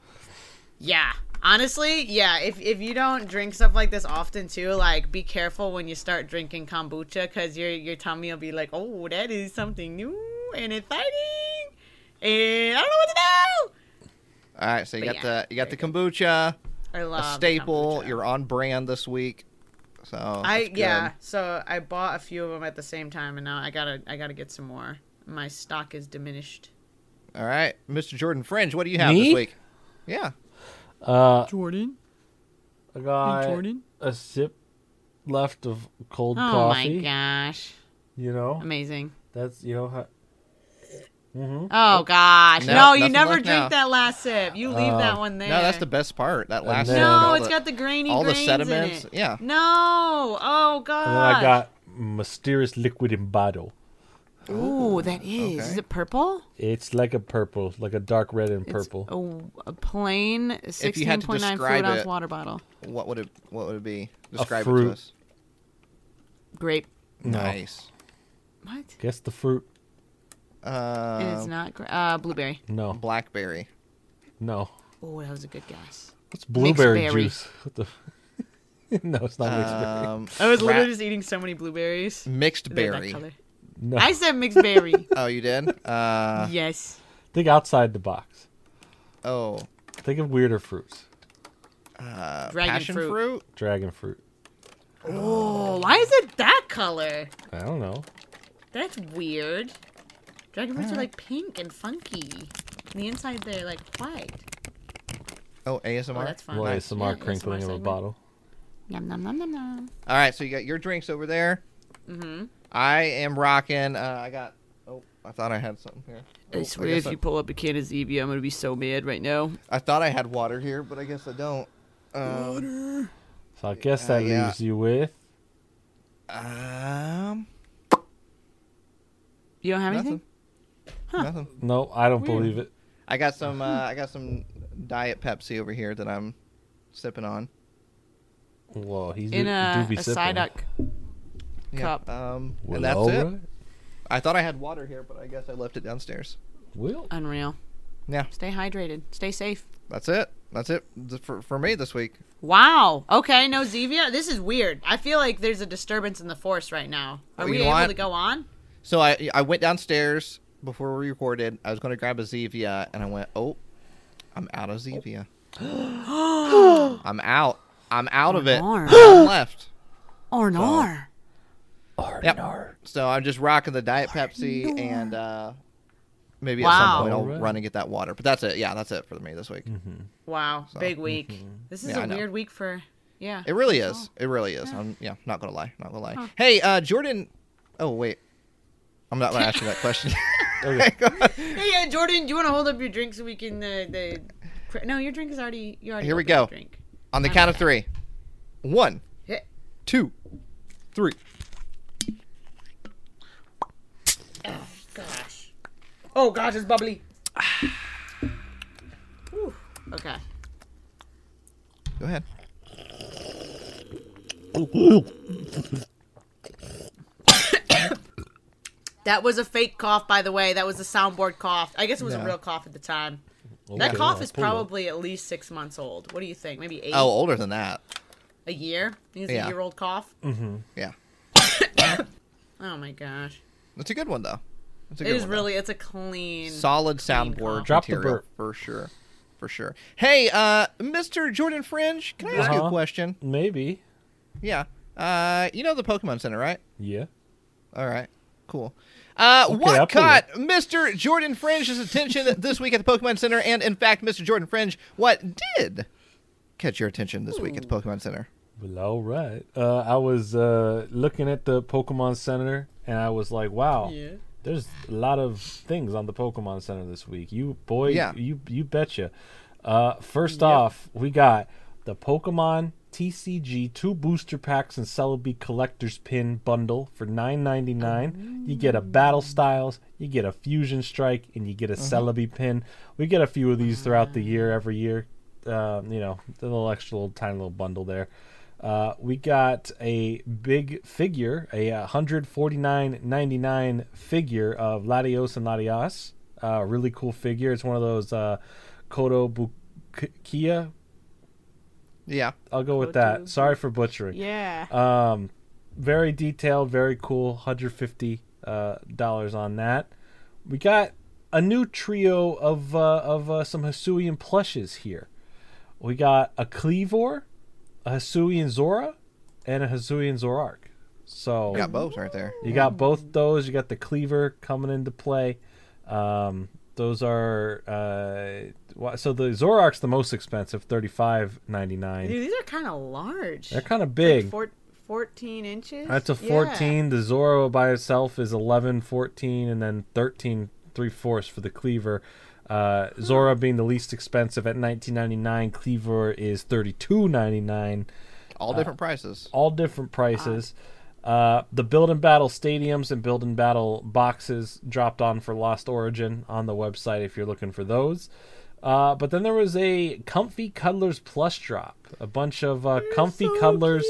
Speaker 2: Yeah. Honestly, yeah, if if you don't drink stuff like this often too, like be careful when you start drinking kombucha cuz your your tummy will be like, "Oh, that is something new and exciting." And I don't know what
Speaker 1: All right, so you
Speaker 2: But
Speaker 1: got
Speaker 2: yeah,
Speaker 1: the you got the kombucha,
Speaker 2: to do. I
Speaker 1: a
Speaker 2: love
Speaker 1: staple.
Speaker 2: kombucha.
Speaker 1: You're on brand this week. So
Speaker 2: I
Speaker 1: Oh, that's
Speaker 2: yeah,
Speaker 1: good.
Speaker 2: so I bought a few of them at the same time and now I got to I got to get some more. My stock is diminished.
Speaker 1: All right, Mr. Jordan Fringe, what do you have
Speaker 4: Me?
Speaker 1: this week? Yeah.
Speaker 4: Uh,
Speaker 2: Jordan?
Speaker 4: I got
Speaker 2: Jordan?
Speaker 4: a sip left of cold
Speaker 2: Oh
Speaker 4: coffee.
Speaker 2: my gosh.
Speaker 4: You know,
Speaker 2: Amazing.
Speaker 4: that's you know. How,
Speaker 2: Oh gosh.
Speaker 1: No,
Speaker 2: No, you
Speaker 1: nothing
Speaker 2: never
Speaker 1: left
Speaker 2: drink
Speaker 1: now.
Speaker 2: that last sip. You leave
Speaker 4: Oh.
Speaker 2: that one there.
Speaker 1: No, that's the best part. That last.
Speaker 4: then-
Speaker 1: sip,
Speaker 2: No,
Speaker 1: all
Speaker 2: it's got the grainy
Speaker 1: all the
Speaker 2: grains
Speaker 1: sediments.
Speaker 2: In it.
Speaker 1: Yeah.
Speaker 2: No. Oh god.
Speaker 4: and then I got mysterious liquid in bottle.
Speaker 2: Ooh, that
Speaker 1: okay.
Speaker 2: is. Is it purple?
Speaker 4: It's like a purple, like a dark red and purple.
Speaker 2: A, a plain
Speaker 1: you
Speaker 2: sixteen
Speaker 1: had to
Speaker 2: point nine
Speaker 1: describe
Speaker 2: fluid ounce
Speaker 1: it-
Speaker 2: water bottle.
Speaker 1: What would it What would it be? Describe it
Speaker 4: fruit.
Speaker 1: to us.
Speaker 2: Grape.
Speaker 4: No.
Speaker 1: Nice.
Speaker 2: What?
Speaker 4: Guess the fruit.
Speaker 1: Uh,
Speaker 2: it is not gra- uh, blueberry.
Speaker 4: No,
Speaker 1: Um, blackberry.
Speaker 4: no.
Speaker 2: Oh, that was a good guess.
Speaker 4: It's blueberry
Speaker 2: berry.
Speaker 4: juice. What the? no, it's not mixed berry.
Speaker 1: Um,
Speaker 2: I was literally
Speaker 1: ra-
Speaker 2: just eating so many blueberries.
Speaker 1: mixed
Speaker 2: They're that
Speaker 1: berry.
Speaker 2: color.
Speaker 4: No,
Speaker 2: I said mixed berry.
Speaker 1: Oh, you did? Uh,
Speaker 2: yes.
Speaker 4: think outside the box.
Speaker 1: oh,
Speaker 4: Think of weirder fruits.
Speaker 1: uh,
Speaker 2: Dragon
Speaker 1: passion fruit.
Speaker 2: fruit.
Speaker 4: Dragon fruit.
Speaker 2: Oh, why is it that color?
Speaker 4: I don't know.
Speaker 2: That's weird. Dragon fruits are like pink and funky. And the inside they're like white.
Speaker 1: Oh, ASMR.
Speaker 2: Oh, that's fine.
Speaker 4: Well,
Speaker 1: Nice.
Speaker 4: ASMR
Speaker 2: Yeah,
Speaker 4: crinkling
Speaker 2: ASMR
Speaker 4: of a
Speaker 2: segment.
Speaker 4: bottle.
Speaker 2: Yum nom nom nom nom.
Speaker 1: All right, so you got your drinks over there.
Speaker 2: Mm-hmm.
Speaker 1: I am rocking. Uh, I got. Oh, I thought I had something here. Oh,
Speaker 2: I swear,
Speaker 1: guess
Speaker 2: if
Speaker 1: I-
Speaker 2: you pull up a can of Zevia, I'm gonna be so mad right now.
Speaker 1: I thought I had water here, but I guess I don't. Um,
Speaker 4: So I guess
Speaker 1: Uh,
Speaker 4: that
Speaker 1: yeah.
Speaker 4: leaves you with
Speaker 1: um
Speaker 2: You don't have
Speaker 1: nothing.
Speaker 2: anything?
Speaker 1: Nothing.
Speaker 4: no. I don't believe it.
Speaker 1: I got some. Uh, I got some diet Pepsi over here that I'm sipping on.
Speaker 4: Whoa, he's
Speaker 2: In a,
Speaker 4: do
Speaker 2: a
Speaker 4: be sipping.
Speaker 2: Psyduck cup.
Speaker 1: Um,
Speaker 4: Well,
Speaker 1: and that's
Speaker 4: all
Speaker 1: it.
Speaker 4: right.
Speaker 1: I thought I had water here, but I guess I left it downstairs.
Speaker 4: Well,
Speaker 2: Unreal.
Speaker 1: Yeah,
Speaker 2: Stay hydrated. Stay safe.
Speaker 1: that's it. That's it th- for for me this week.
Speaker 2: Wow. Okay, no Zevia. This is weird. I feel like there's a disturbance in the force right now. Are
Speaker 1: Oh, You
Speaker 2: we
Speaker 1: know
Speaker 2: able
Speaker 1: what?
Speaker 2: to go on?
Speaker 1: So I I went downstairs before we recorded. I was going to grab a Zevia, and I went, oh, I'm out of Zevia. I'm out. I'm out of it.
Speaker 2: Darn.
Speaker 1: I'm left.
Speaker 2: Or nor.
Speaker 1: Yep. So I'm just rocking the diet Pepsi, and uh, maybe at
Speaker 2: Wow.
Speaker 1: some point I'll
Speaker 4: Alright.
Speaker 1: run and get that water. But that's it. Yeah, that's it for me this week.
Speaker 2: Wow. Big week. This is
Speaker 1: mm-hmm. Yeah, I
Speaker 2: a
Speaker 1: know.
Speaker 2: weird week for. Yeah.
Speaker 1: It really is. It really is. I'm yeah, not gonna lie. Not gonna lie. Hey, uh, Jordan. Oh wait, I'm not gonna ask you that question.
Speaker 4: okay.
Speaker 2: Hey, uh, Jordan, do you want to hold up your drink so we can uh, the? cr- No, your drink is already. You already.
Speaker 1: Here we
Speaker 2: opened
Speaker 1: go.
Speaker 2: your Drink.
Speaker 1: On the count of three. One,
Speaker 2: Yeah.
Speaker 1: two, three.
Speaker 2: Gosh. Oh gosh, it's bubbly. Whew. okay.
Speaker 1: Go ahead.
Speaker 2: That was a fake cough, by the way. That was a soundboard cough. I guess it was
Speaker 1: No.
Speaker 2: a real cough at the time.
Speaker 4: Okay,
Speaker 2: That cough
Speaker 4: I'll
Speaker 2: is
Speaker 4: pull it.
Speaker 2: probably at least six months old. What do you think? Maybe eight?
Speaker 1: Oh, older than that.
Speaker 2: A year? It's
Speaker 1: Yeah.
Speaker 2: a year old cough?
Speaker 4: Mm.
Speaker 1: Yeah,
Speaker 2: Oh my gosh.
Speaker 1: that's a good one though. That's a
Speaker 2: It
Speaker 1: good
Speaker 2: is
Speaker 1: one, though.
Speaker 2: really, it's a clean.
Speaker 1: solid
Speaker 2: call.
Speaker 1: soundboard
Speaker 4: Drop the
Speaker 1: material
Speaker 4: burp.
Speaker 1: for sure, for sure. Hey, uh, Mr. Jordan Fringe, can I ask you a
Speaker 4: Uh-huh.
Speaker 1: question?
Speaker 4: Maybe.
Speaker 1: Yeah. Uh, you know the Pokemon Center, right?
Speaker 4: Yeah.
Speaker 1: All right. Cool. Uh,
Speaker 4: I'll
Speaker 1: what
Speaker 4: pull
Speaker 1: caught Mr. Jordan Fringe's attention this week at the Pokemon Center? And in fact, Mr. Jordan Fringe, what did catch your attention this week at the Pokemon Center?
Speaker 4: Well, all right. Uh, I was uh, looking at the Pokemon Center, and I was like, "Wow,
Speaker 2: Yeah.
Speaker 4: there's a lot of things on the Pokemon Center this week." You boy,
Speaker 1: Yeah.
Speaker 4: you you betcha. Uh, first off, we got the Pokemon TCG two booster packs and Celebi collector's pin bundle for nine ninety nine. You get a Battle Styles, you get a Fusion Strike, and you get a Celebi pin. We get a few of these throughout the year, every year. Um, you know, the little extra little tiny little bundle there. Uh, we got a big figure, a uh, 149.99 figure of Latios and Latias. Uh, really cool figure. It's one of those uh, Kodo Bukia.
Speaker 1: Yeah.
Speaker 4: I'll go with that. Sorry for butchering.
Speaker 2: Yeah.
Speaker 4: Um, very detailed, very cool. 150 uh, dollars on that. We got a new trio of uh, of uh, some Hisuian plushes here. We got a Cleavor, a Hisuian Zora, and a Hisuian Zorark. So
Speaker 1: Got both right there.
Speaker 4: you got both those. You got the cleaver coming into play. Um, those are uh, wha- so the Zorark's the most expensive, thirty five ninety nine.
Speaker 2: Dude, these are kind of large.
Speaker 4: They're kind of big.
Speaker 2: Four, 14 inches?
Speaker 4: That's a
Speaker 2: Yeah.
Speaker 4: 14. The Zoro by itself is 11, 14, and then 13, 3 fourths for the Cleaver. Uh, Zora being the least expensive at 19.99. Cleaver is 32.99.
Speaker 1: All different prices.
Speaker 4: All different prices. Uh, the build and battle stadiums and build and battle boxes dropped on for Lost Origin on the website if you're looking for those. Uh, but then there was a Comfy Cuddlers plush drop, a bunch of uh, Comfy Cuddlers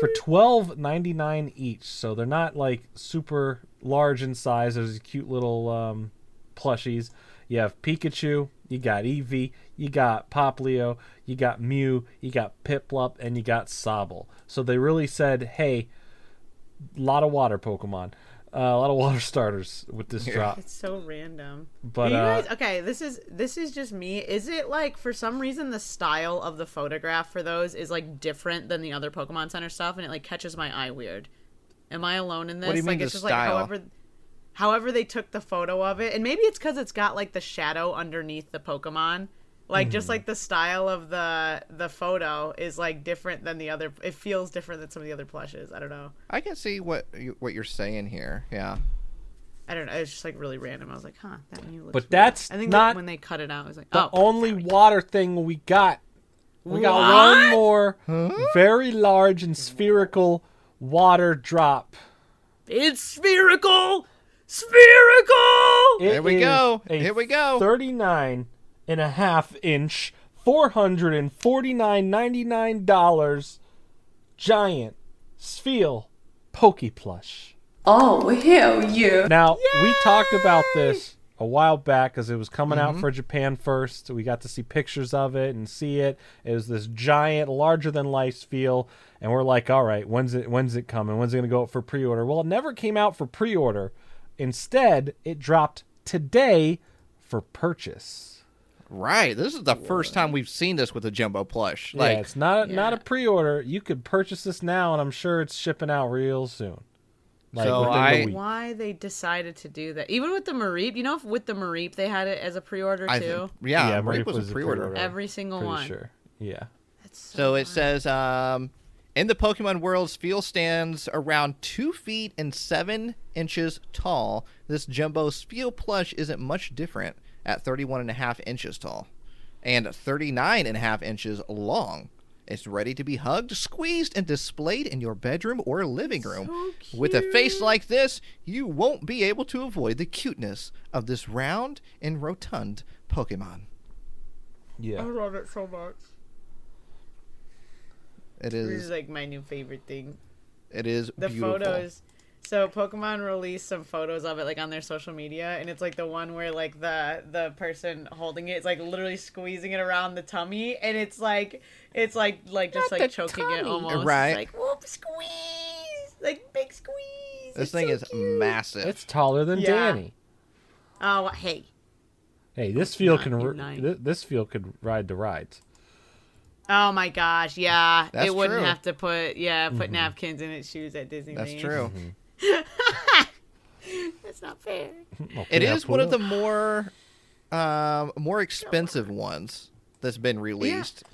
Speaker 4: for twelve ninety nine each. So they're not like super large in size. There's cute little um, plushies. You have Pikachu, you got Eevee, you got Poplio, you got Mew, you got Piplup, and you got Sobble. So they really said, hey, a lot of water Pokemon, uh, a lot of water starters with this drop.
Speaker 2: It's so random.
Speaker 4: But,
Speaker 2: Do you
Speaker 4: uh,
Speaker 2: guys, okay, this is this is just me. Is it like for some reason the style of the photograph for those is like different than the other Pokemon Center stuff, and it like catches my eye weird? Am I alone in this?
Speaker 1: do you
Speaker 2: like
Speaker 1: mean
Speaker 2: it's
Speaker 1: the
Speaker 2: just
Speaker 1: style?
Speaker 2: like however however they took the photo of it, and maybe it's because it's got like the shadow underneath the Pokemon. Like
Speaker 4: Mm.
Speaker 2: just like the style of the the photo is like different than the other. It feels different than some of the other plushes. I don't know.
Speaker 1: I can see what you, what you're saying here. Yeah.
Speaker 2: I don't know. It's just like really random. I was like, huh, that new looks.
Speaker 4: But
Speaker 2: weird.
Speaker 4: that's
Speaker 2: I think
Speaker 4: not
Speaker 2: that when they cut it out, I was like,
Speaker 4: the
Speaker 2: oh,
Speaker 4: only water thing we got. We got one more very large and spherical water drop.
Speaker 2: it's spherical, spherical.
Speaker 4: It
Speaker 1: There we
Speaker 4: is
Speaker 1: go.
Speaker 4: a
Speaker 1: Here we go.
Speaker 4: 39 and a half inch, $449.99 giant Spheel Pokey Plush.
Speaker 5: Oh, hell yeah.
Speaker 4: Now, we talked about this a while back because it was coming out for Japan first. We got to see pictures of it and see it. It was this giant, larger than life feel, and we're like, all right, when's it when's it coming? When's it gonna go up for pre order? Well, it never came out for pre order. Instead, it dropped today for purchase.
Speaker 1: Right. This is the first time we've seen this with a jumbo plush. Like
Speaker 4: yeah, it's not a, not a pre order. You could purchase this now, and I'm sure it's shipping out real soon. Like
Speaker 1: So
Speaker 4: within the
Speaker 1: I-
Speaker 4: week.
Speaker 2: Why they decided to do that? Even with the Mareep, you know, if with the Mareep they had it as a pre-order
Speaker 1: I
Speaker 2: too.
Speaker 1: think, yeah,
Speaker 4: Yeah,
Speaker 1: Mareep
Speaker 4: Mareep
Speaker 1: was,
Speaker 4: was
Speaker 1: a
Speaker 4: a
Speaker 1: pre-order.
Speaker 4: pre-order.
Speaker 2: Every single
Speaker 4: Pretty
Speaker 2: one.
Speaker 4: sure. Yeah.
Speaker 2: That's so
Speaker 1: So it says, um, in the Pokemon world, Spheel stands around two feet and seven inches tall. This jumbo Spheel plush isn't much different at 31 and a half inches tall and 39 and a half inches long. It's ready to be hugged, squeezed, and displayed in your bedroom or living room. With a face like this, you won't be able to avoid the cuteness of this round and rotund Pokemon.
Speaker 4: Yeah.
Speaker 2: love it so much.
Speaker 1: It
Speaker 2: This is
Speaker 1: is.
Speaker 2: like my new favorite thing.
Speaker 1: It is
Speaker 2: the
Speaker 1: beautiful.
Speaker 2: photos so pokemon released some photos of it like on their social media and it's like the one where like the the person holding it is like literally squeezing it around the tummy and it's like it's like like just like choking it almost It's
Speaker 1: Right.
Speaker 2: like whoop squeeze like big squeeze
Speaker 1: This
Speaker 2: It's
Speaker 1: thing
Speaker 2: so
Speaker 1: is
Speaker 2: cute.
Speaker 1: massive.
Speaker 4: It's taller than
Speaker 2: Yeah.
Speaker 4: Danny.
Speaker 2: oh hey
Speaker 4: Hey, this field can
Speaker 2: not
Speaker 4: r-
Speaker 2: nine.
Speaker 4: thi- this field could ride the rides.
Speaker 2: oh my gosh yeah
Speaker 1: That's
Speaker 2: it wouldn't
Speaker 1: true. Mm-hmm.
Speaker 2: have to put yeah put napkins in its shoes at disneyland
Speaker 1: That's true.
Speaker 2: that's not fair
Speaker 1: It is
Speaker 4: Yeah,
Speaker 1: one of the
Speaker 4: Pluto.
Speaker 1: more um, more expensive ones that's been released.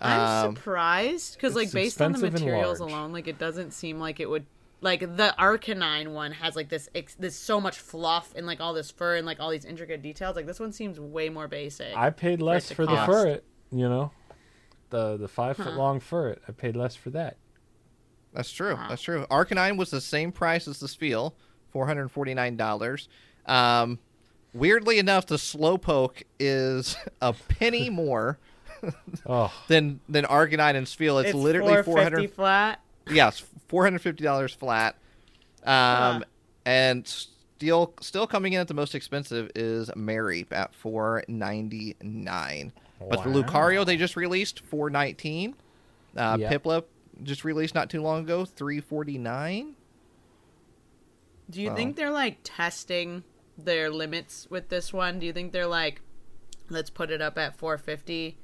Speaker 2: I'm
Speaker 1: Um,
Speaker 2: surprised because, like,
Speaker 4: it's
Speaker 2: based on the
Speaker 4: expensive and
Speaker 2: materials
Speaker 4: large.
Speaker 2: alone, like, it doesn't seem like it would. Like the Arcanine one has like this, ex- this so much fluff and like all this fur and like all these intricate details. Like this one seems way more basic.
Speaker 4: I paid less
Speaker 2: to
Speaker 4: for the
Speaker 2: cost.
Speaker 4: ferret, you know, the the five foot long ferret. I paid less for that.
Speaker 1: That's true. That's true. Arcanine was the same price as the Spiel, four hundred forty nine dollars. Um, weirdly enough, the Slowpoke is a penny more
Speaker 4: Oh,
Speaker 1: than than Arcanine and Spiel. It's,
Speaker 2: it's
Speaker 1: literally four
Speaker 2: 450
Speaker 1: hundred.
Speaker 2: flat.
Speaker 1: Yes, four hundred fifty dollars flat. Um, and still still coming in at the most expensive is Mary at four ninety nine. But the
Speaker 4: Wow.
Speaker 1: Lucario they just released four nineteen. Uh,
Speaker 4: Yeah.
Speaker 1: Piplup just released not too long ago three forty nine.
Speaker 2: Do you think they're like testing their limits with this one? Do you think they're like, let's put it up at 450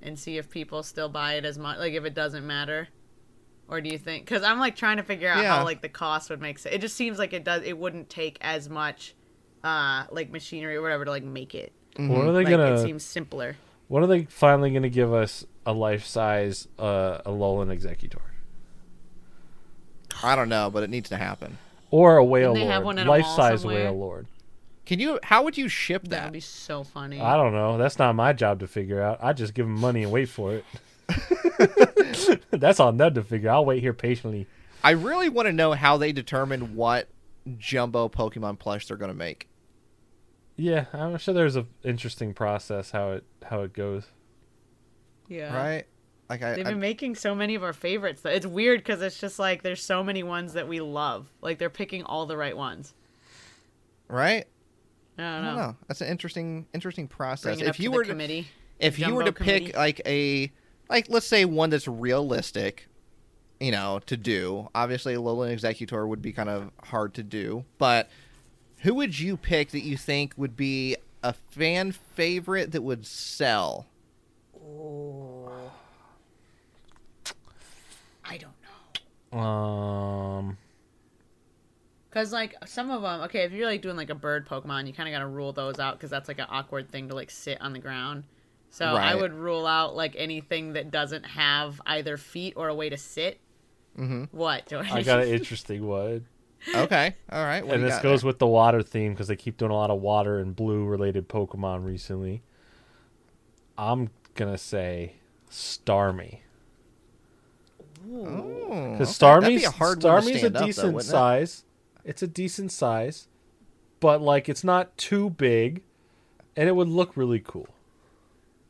Speaker 2: and see if people still buy it as much, like if it doesn't matter? Or do you think? Because I'm like trying to figure out
Speaker 1: Yeah.
Speaker 2: how like the cost would make sense. It just seems like it does. It wouldn't take as much, uh, like machinery or whatever to like make it.
Speaker 1: Mm.
Speaker 4: what are they
Speaker 2: Mm-hmm. Like
Speaker 4: gonna?
Speaker 2: it seems simpler.
Speaker 4: What are they finally gonna give us a life size uh, Alolan Executor
Speaker 1: I don't know, but it needs to happen.
Speaker 4: or a whale
Speaker 2: they have
Speaker 4: lord?
Speaker 2: one at a mall
Speaker 4: Life size
Speaker 2: somewhere?
Speaker 4: whale lord.
Speaker 1: Can you? How would you ship
Speaker 2: That
Speaker 1: that?
Speaker 2: would be so funny.
Speaker 4: I don't know. That's not my job to figure out. I just give them money and wait for it. That's on them to figure. I'll wait here patiently.
Speaker 1: I really want to know how they determine what jumbo Pokemon plush they're going to make.
Speaker 4: Yeah, I'm sure there's a interesting process how it how it goes.
Speaker 2: yeah.
Speaker 1: Right? Like I,
Speaker 2: Uh, They've
Speaker 1: I-
Speaker 2: been making so many of our favorites. Though. It's weird because it's just like there's so many ones that we love. Like they're picking all the right ones.
Speaker 1: right?
Speaker 2: I don't
Speaker 1: I
Speaker 2: know.
Speaker 1: don't know. That's an interesting interesting process.
Speaker 2: Bring it up
Speaker 1: If you
Speaker 2: to
Speaker 1: were
Speaker 2: the
Speaker 1: to,
Speaker 2: committee.
Speaker 1: if you were
Speaker 2: Jumbo
Speaker 1: to
Speaker 2: committee.
Speaker 1: pick like a like let's say one that's realistic, you know, to do. Obviously, Lowland Executor would be kind of hard to do, but who would you pick that you think would be a fan favorite that would sell?
Speaker 2: I don't know.
Speaker 4: Um,
Speaker 2: Cause like some of them, okay, if you're like doing like a bird Pokemon, you kind of gotta rule those out because that's like an awkward thing to like sit on the ground. So I
Speaker 1: Right.
Speaker 2: would rule out like anything that doesn't have either feet or a way to sit. Mm-hmm. What? Jordan?
Speaker 4: I got an interesting one,
Speaker 1: Okay, all right. What
Speaker 4: and
Speaker 1: do you
Speaker 4: this
Speaker 1: got
Speaker 4: goes with the water theme because they keep doing a lot of water and blue related Pokemon recently. I'm gonna say Starmie.
Speaker 1: there? Ooh,
Speaker 4: Because
Speaker 1: Oh, okay, that'd
Speaker 4: Starmie's,
Speaker 1: be a hard one to
Speaker 4: Starmie's a
Speaker 1: stand up, though,
Speaker 4: decent
Speaker 1: wouldn't it?
Speaker 4: size. It's a decent size, but like it's not too big, and it would look really cool.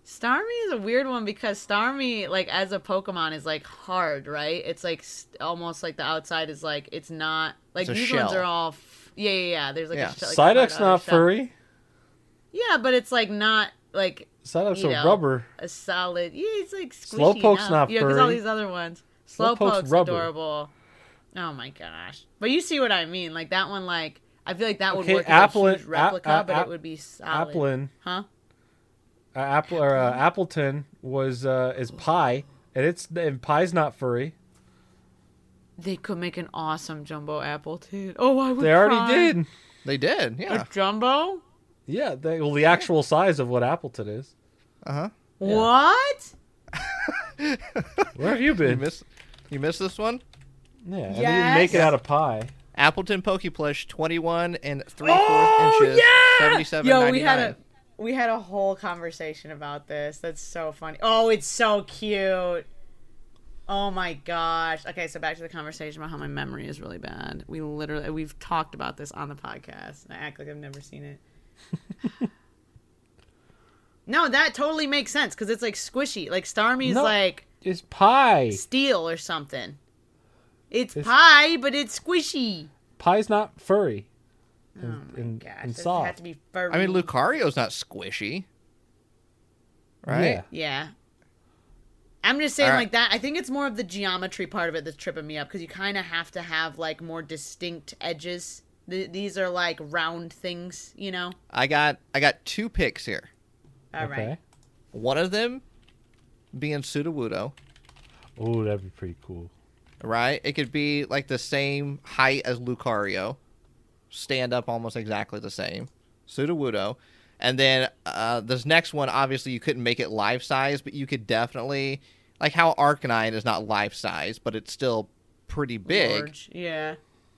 Speaker 2: Starmie is a weird one because Starmie, like as a Pokemon, is like hard, right? It's like st- almost like the outside is like it's not like
Speaker 1: It's a
Speaker 2: these ones
Speaker 1: shell.
Speaker 2: are all. F- yeah, yeah, yeah. There's like
Speaker 1: Yeah.
Speaker 2: a shell. like, a hard
Speaker 4: Psyduck's
Speaker 2: outer
Speaker 4: not
Speaker 2: shell.
Speaker 4: furry.
Speaker 2: Yeah, but it's like not like
Speaker 4: Psyduck's
Speaker 2: You
Speaker 4: a
Speaker 2: know.
Speaker 4: rubber.
Speaker 2: a solid. Yeah, it's like squishy.
Speaker 4: Slowpoke's
Speaker 2: now.
Speaker 4: not
Speaker 2: Yeah, because all
Speaker 4: furry.
Speaker 2: these other ones.
Speaker 4: Slowpoke's
Speaker 2: Slowpoke's
Speaker 4: rubber.
Speaker 2: adorable. Oh my gosh! But you see what I mean? Like that one. Like I feel like that would
Speaker 4: Okay,
Speaker 2: work
Speaker 4: Applin-
Speaker 2: as a huge replica,
Speaker 4: Ap- Ap-
Speaker 2: but
Speaker 4: Ap-
Speaker 2: it would be solid.
Speaker 4: Applin,
Speaker 2: Huh?
Speaker 4: uh, Apple or uh, Appleton was uh, is pie, and it's and pie's not furry.
Speaker 2: They could make an awesome jumbo apple too. Oh, I would.
Speaker 4: They already
Speaker 2: cry.
Speaker 4: did.
Speaker 1: They did, yeah.
Speaker 2: A jumbo?
Speaker 4: Yeah, they, well, the actual size of what Appleton is.
Speaker 2: What?
Speaker 4: Where have you
Speaker 1: You
Speaker 4: been?
Speaker 1: miss, you miss this one.
Speaker 4: Yeah, and then you make it
Speaker 2: Yes.
Speaker 4: out of pie.
Speaker 1: Appleton Pokeplush, twenty-one and three-fourth inches, seventy-seven
Speaker 2: Oh, Yo, we had a we had a whole conversation about this. That's so funny. Oh, it's so cute. Oh my gosh. Okay, so back to the conversation about how my memory is really bad. We literally we've talked about this on the podcast. And I act like I've never seen it. no, that totally makes sense because it's like squishy. Like Starmie's
Speaker 4: No.
Speaker 2: like
Speaker 4: It's pie.
Speaker 2: steel or something. It's,
Speaker 4: It's-
Speaker 2: pie, but it's squishy.
Speaker 4: Pie's not furry. And, and,
Speaker 2: Oh Gosh,
Speaker 4: and
Speaker 2: does it have
Speaker 4: soft.
Speaker 2: to be furry?
Speaker 1: I mean, Lucario's not squishy, right?
Speaker 4: Yeah.
Speaker 2: Yeah. I'm just saying
Speaker 1: All right.
Speaker 2: like that. I think it's more of the geometry part of it that's tripping me up because you kind of have to have like more distinct edges. Th- these are like round things, you know.
Speaker 1: I got I got two picks here.
Speaker 2: All right.
Speaker 4: okay.
Speaker 1: One of them being Sudowoodo,
Speaker 4: Oh, that'd be pretty cool.
Speaker 1: right? It could be like the same height as Lucario, stand up almost exactly the same. Sudowoodo. And then uh, this next one, obviously, you couldn't make it life size, but you could definitely, like how Arcanine is not life size, but it's still pretty big.
Speaker 2: Large. Yeah.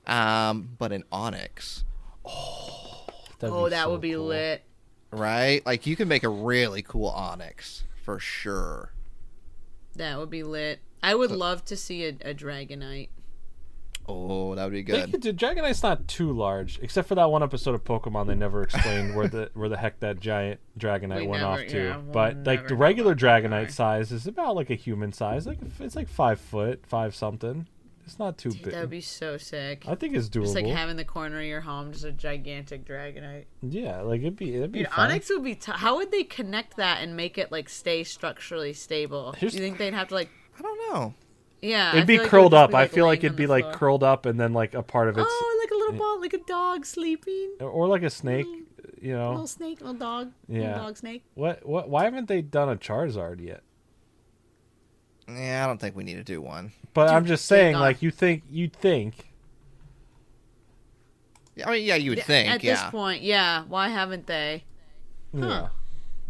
Speaker 1: Um, but an Onyx,
Speaker 4: That'd
Speaker 2: Oh, that
Speaker 4: so
Speaker 2: would be
Speaker 4: cool.
Speaker 2: lit.
Speaker 1: right? Like you can make a really cool Onyx for sure.
Speaker 2: That would be lit. I would love to see a, a Dragonite.
Speaker 1: Oh, that would be
Speaker 4: They
Speaker 1: good.
Speaker 4: could do, Dragonite's not too large, except for that one episode of Pokemon. They never explained where the where the heck that giant Dragonite
Speaker 2: We
Speaker 4: went
Speaker 2: never-
Speaker 4: off to.
Speaker 2: yeah, we'll
Speaker 4: but like
Speaker 2: never
Speaker 4: the
Speaker 2: know
Speaker 4: regular Dragonite size is about like a human size. Like it's like five foot, five something. It's not too
Speaker 2: That
Speaker 4: big.
Speaker 2: would be so sick.
Speaker 4: I think it's doable.
Speaker 2: Just like having the corner of your home just a gigantic Dragonite.
Speaker 4: yeah, like it'd be it'd be
Speaker 2: Dude,
Speaker 4: fun.
Speaker 2: Onyx would be. T- how would they connect that and make it like stay structurally stable?
Speaker 4: Here's-
Speaker 2: Do you think they'd have to like?
Speaker 1: I don't know.
Speaker 2: Yeah, I
Speaker 4: it'd be
Speaker 2: feel like it would
Speaker 4: curled
Speaker 2: just
Speaker 4: up. I feel
Speaker 2: laying
Speaker 4: like
Speaker 2: on
Speaker 4: it'd be
Speaker 2: the
Speaker 4: like
Speaker 2: floor.
Speaker 4: curled up, and then like a part of it's
Speaker 2: Oh, like a little ball, like a dog sleeping.
Speaker 4: or like a snake.
Speaker 2: Mm.
Speaker 4: You know
Speaker 2: Little snake, little dog,
Speaker 4: Oh. Yeah.
Speaker 2: little dog snake.
Speaker 4: what? What? Why haven't they done a Charizard yet?
Speaker 1: Yeah, I don't think we need to do one.
Speaker 4: But I'm just saying,
Speaker 2: God.
Speaker 4: like you think you think
Speaker 1: I mean, yeah, you would think.
Speaker 2: At
Speaker 1: yeah.
Speaker 2: this point, yeah. Why haven't they?
Speaker 4: yeah.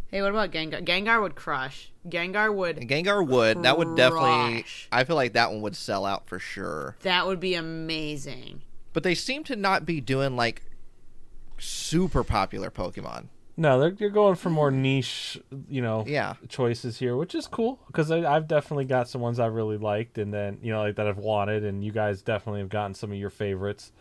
Speaker 2: Hey, what about Gengar? Gengar would crush. Gengar would.
Speaker 1: And Gengar would. That would definitely.
Speaker 2: Crush.
Speaker 1: I feel like that one would sell out for sure.
Speaker 2: That would be amazing.
Speaker 1: But they seem to not be doing like super popular Pokemon.
Speaker 4: No, they're, they're going for more niche, you know,
Speaker 1: Yeah.
Speaker 4: choices here, which is cool because I've definitely got some ones I really liked, and then you know, like that I've wanted, and you guys definitely have gotten some of your favorites,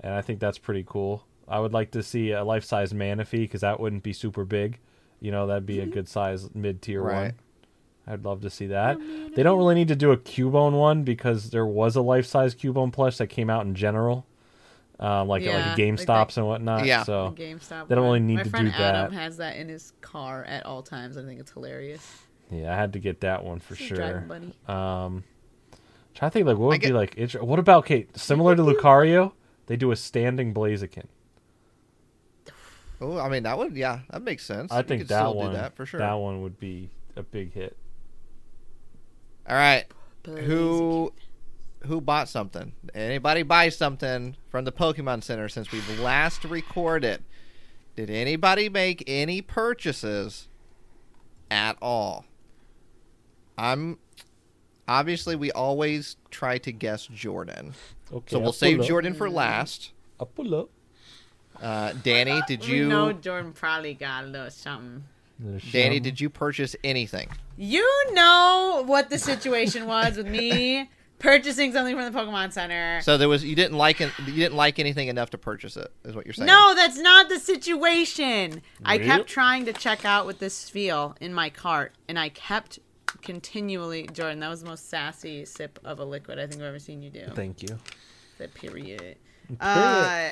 Speaker 4: and I think that's pretty cool. I would like to see a life size Manaphy because that wouldn't be super big, you know, that'd
Speaker 2: Mm-hmm.
Speaker 4: be a good size mid tier
Speaker 1: Right.
Speaker 4: one. I'd love to see that. They don't really need to do a Cubone one because there was a life size Cubone plush that came out in general. um, like
Speaker 2: Yeah,
Speaker 4: at like
Speaker 2: like
Speaker 4: GameStops
Speaker 2: that-
Speaker 4: and whatnot.
Speaker 1: Yeah.
Speaker 4: So
Speaker 2: GameStop.
Speaker 4: Oh. they don't
Speaker 2: one.
Speaker 4: really need
Speaker 2: My
Speaker 4: to
Speaker 2: friend
Speaker 4: do
Speaker 2: Adam
Speaker 4: that.
Speaker 2: has that in his car at all times. I think it's hilarious.
Speaker 4: yeah, I had to get that one for
Speaker 2: He's
Speaker 4: sure.
Speaker 2: driving buddy.
Speaker 4: Um, trying to think like what would
Speaker 1: get-
Speaker 4: be like. inter- What about okay? Similar to Lucario, they do a standing Blaziken.
Speaker 1: Oh, I mean that would yeah, that makes sense.
Speaker 4: I
Speaker 1: You
Speaker 4: think
Speaker 1: could
Speaker 4: that
Speaker 1: still
Speaker 4: one,
Speaker 1: do that for sure.
Speaker 4: that one would be a big hit.
Speaker 1: All right, who who bought something? Anybody buy something from the Pokemon Center since we last recorded? Did anybody make any purchases at all? I'm obviously we always try to guess Jordan,
Speaker 4: Okay,
Speaker 1: so
Speaker 4: I'll
Speaker 1: we'll save
Speaker 4: pull up.
Speaker 1: Jordan for last.
Speaker 4: I'll pull up.
Speaker 1: Uh, Danny, did
Speaker 2: We know
Speaker 1: you?
Speaker 2: Jordan probably got a little something.
Speaker 1: Danny, did you purchase anything?
Speaker 2: You know what the situation was with me purchasing something from the Pokemon Center.
Speaker 1: So there was you didn't like it, you didn't like anything enough to purchase it is what you're saying.
Speaker 2: No, that's not the situation. I
Speaker 4: Really?
Speaker 2: kept trying to check out with this feel in my cart, and I kept continually. Jordan, that was the most sassy sip of a liquid I think I've ever seen you do.
Speaker 4: Thank you.
Speaker 2: The period. Uh,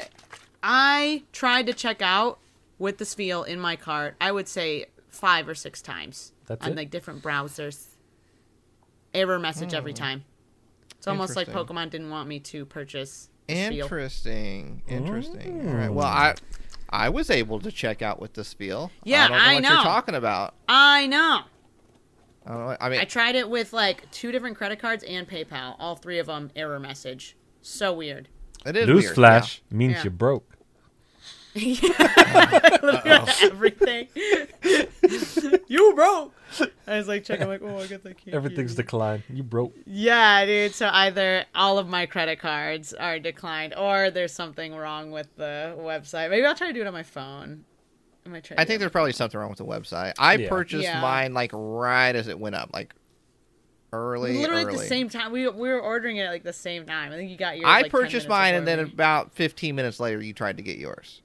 Speaker 2: I tried to check out with this feel in my cart. I would say five or six times
Speaker 4: That's
Speaker 2: on
Speaker 4: it?
Speaker 2: like different browsers. Error message every
Speaker 4: Hmm.
Speaker 2: time. It's almost like
Speaker 1: Interesting.
Speaker 2: Pokemon didn't want me to purchase. this feel.
Speaker 1: Interesting. Interesting. All right. Well, I I was able to check out with the spiel.
Speaker 2: Mm. Yeah,
Speaker 1: I don't know
Speaker 2: I
Speaker 1: what
Speaker 2: know.
Speaker 1: you're talking about.
Speaker 2: I know.
Speaker 1: I, don't know, I mean,
Speaker 2: I tried it with like two different credit cards and PayPal. All three of them error message. So weird.
Speaker 1: it is weird,
Speaker 4: Newsflash means
Speaker 2: Yeah.
Speaker 4: you broke.
Speaker 2: Everything. you broke. I was like checking. I'm like, oh, I guess I can't.
Speaker 4: Everything's declined. You broke.
Speaker 2: Yeah, dude. So either all of my credit cards are declined, or there's something wrong with the website. Maybe I'll try to do it on my phone. I might try.
Speaker 1: Yeah. I think
Speaker 2: to do it
Speaker 1: there's probably something wrong with the website. I
Speaker 4: Yeah.
Speaker 1: purchased
Speaker 2: Yeah.
Speaker 1: mine like right as it went up, like early.
Speaker 2: literally
Speaker 1: early.
Speaker 2: at the same time. We, we were ordering it at like the same time. I think you got yours.
Speaker 1: I
Speaker 2: like, 10 minutes
Speaker 1: purchased mine, and
Speaker 2: before
Speaker 1: then
Speaker 2: me.
Speaker 1: about 15 minutes later, you tried to get yours.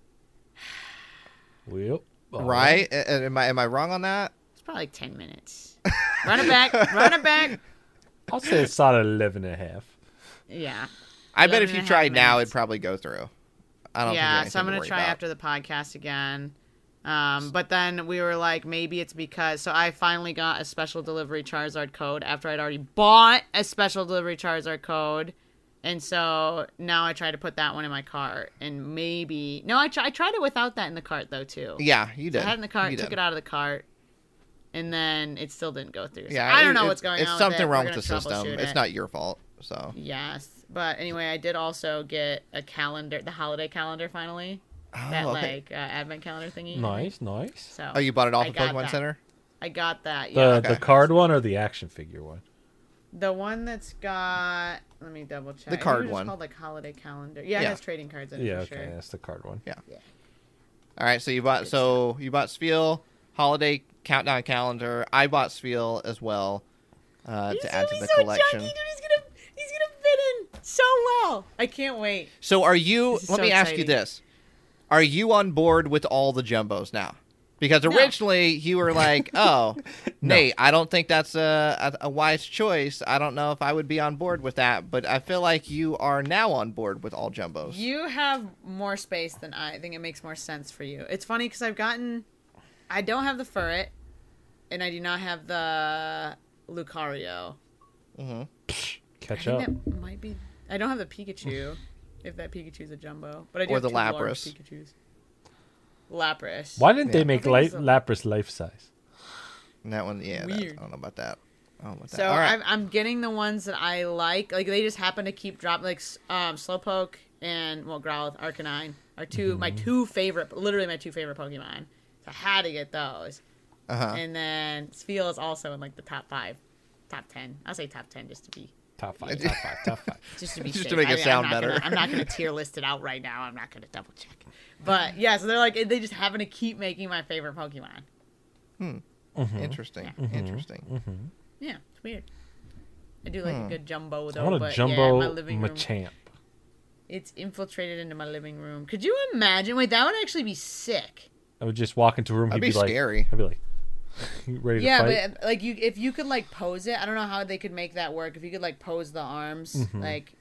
Speaker 4: Well, all
Speaker 1: Right? A- a- Am I am I wrong on that?
Speaker 2: it's probably like ten minutes. run it back. Run it back.
Speaker 4: I'll say it's not 11 and a half.
Speaker 2: Yeah.
Speaker 1: I bet
Speaker 2: 11
Speaker 1: if
Speaker 2: and
Speaker 1: you
Speaker 2: a half
Speaker 1: tried now,
Speaker 2: minutes.
Speaker 1: it'd probably go through. I don't.
Speaker 2: yeah
Speaker 1: think
Speaker 2: so i'm gonna
Speaker 1: to
Speaker 2: try after the podcast again um, but then we were like maybe it's because so i finally got a special delivery charizard code after i'd already bought a special delivery charizard code and so now i try to put that one in my cart and maybe no i, tr- I tried it without that in the cart though too
Speaker 1: Yeah, you did.
Speaker 2: i had it in the cart
Speaker 1: You
Speaker 2: took
Speaker 1: did.
Speaker 2: it out of the cart and then it still didn't go through So
Speaker 1: Yeah,
Speaker 2: i
Speaker 1: it-
Speaker 2: don't know
Speaker 1: it-
Speaker 2: what's going
Speaker 1: it's
Speaker 2: on
Speaker 1: It's something
Speaker 2: with it. We're
Speaker 1: wrong with
Speaker 2: gonna
Speaker 1: the system.
Speaker 2: troubleshoot
Speaker 1: It's
Speaker 2: it.
Speaker 1: not your fault. So
Speaker 2: Yes, but anyway, I did also get a calendar, the holiday calendar, finally. that
Speaker 1: Oh, okay.
Speaker 2: like uh, advent calendar thingy.
Speaker 4: Nice, nice.
Speaker 2: So
Speaker 1: oh, you bought it off
Speaker 2: I
Speaker 1: of
Speaker 2: got
Speaker 1: Pokemon
Speaker 2: that.
Speaker 1: Center.
Speaker 2: I got that.
Speaker 4: The
Speaker 2: Yeah,
Speaker 1: Okay.
Speaker 4: the card one or the action figure one?
Speaker 2: the one that's got. Let me double check. I think
Speaker 1: card
Speaker 2: it was just
Speaker 1: one.
Speaker 2: Called like holiday calendar. Yeah,
Speaker 1: Yeah.
Speaker 2: it has trading cards in it
Speaker 4: Yeah,
Speaker 2: for
Speaker 4: okay,
Speaker 2: sure.
Speaker 4: that's the card one.
Speaker 1: Yeah. All right, so you bought so you bought Spiel holiday countdown calendar. I bought Spiel as well uh,
Speaker 2: He's
Speaker 1: to add to
Speaker 2: he's
Speaker 1: the
Speaker 2: so
Speaker 1: collection.
Speaker 2: chunky, dude. He's gonna he's gonna fit in so well. I can't wait.
Speaker 1: So are you?
Speaker 2: This
Speaker 1: Let
Speaker 2: is so
Speaker 1: me ask you
Speaker 2: exciting.
Speaker 1: this: Are you on board with all the jumbos now? Because originally you were like, "Oh, Nate, I don't think that's a, a a wise choice. I don't know if I would be on board with that." But I feel like you are now on board with all jumbos.
Speaker 2: You have more space than I. I think it makes more sense for you. It's funny because I've gotten, I don't have the Furret, and I do not have the Lucario.
Speaker 4: Catch
Speaker 2: I
Speaker 4: up.
Speaker 2: think that might be. I don't have the Pikachu, if that Pikachu's a jumbo, but I do
Speaker 1: Or
Speaker 2: have
Speaker 1: the
Speaker 2: two large
Speaker 1: Lapras.
Speaker 2: Pikachu's. Lapras.
Speaker 4: Why didn't
Speaker 1: Yeah.
Speaker 4: they make
Speaker 2: think
Speaker 4: li-
Speaker 2: it's a-
Speaker 4: Lapras life size?
Speaker 1: And that one, yeah, that-
Speaker 2: Weird.
Speaker 1: I don't know about that. I don't know about that.
Speaker 2: So
Speaker 1: all right.
Speaker 2: I'm, I'm getting the ones that I like. Like they just happen to keep dropping. Like s- um, Slowpoke and well, Growlithe, Arcanine are 2 my two favorite, literally my two favorite Pokemon. So I had to get those.
Speaker 1: Uh-huh.
Speaker 2: And then Spheal is also in like the top five, top ten. I'll say top ten just to be
Speaker 4: Top five, top five, top five.
Speaker 2: just to be
Speaker 1: Just to
Speaker 2: safe.
Speaker 1: make it
Speaker 2: I mean,
Speaker 1: sound
Speaker 2: I'm not
Speaker 1: better.
Speaker 2: Gonna, I'm not going to tier list it out right now. I'm not going to double check. But yeah, so they're like they just happen to keep making my favorite Pokemon.
Speaker 1: Interesting. Interesting.
Speaker 2: Yeah, it's weird. I do
Speaker 1: Hmm.
Speaker 2: like a good jumbo though.
Speaker 4: I want a
Speaker 2: but yeah, my
Speaker 4: jumbo
Speaker 2: living room.
Speaker 4: Machamp.
Speaker 2: It's infiltrated into my living room. Could you imagine? Wait, that would actually be sick.
Speaker 4: I would just walk into a room.
Speaker 1: That'd
Speaker 4: he'd
Speaker 1: be
Speaker 4: like,
Speaker 1: scary.
Speaker 4: I'd be like, ready
Speaker 2: Yeah,
Speaker 4: to fight.
Speaker 2: but like you, if you could like pose it, I don't know how they could
Speaker 4: Mm-hmm.
Speaker 2: make that work. If you could like pose the arms, like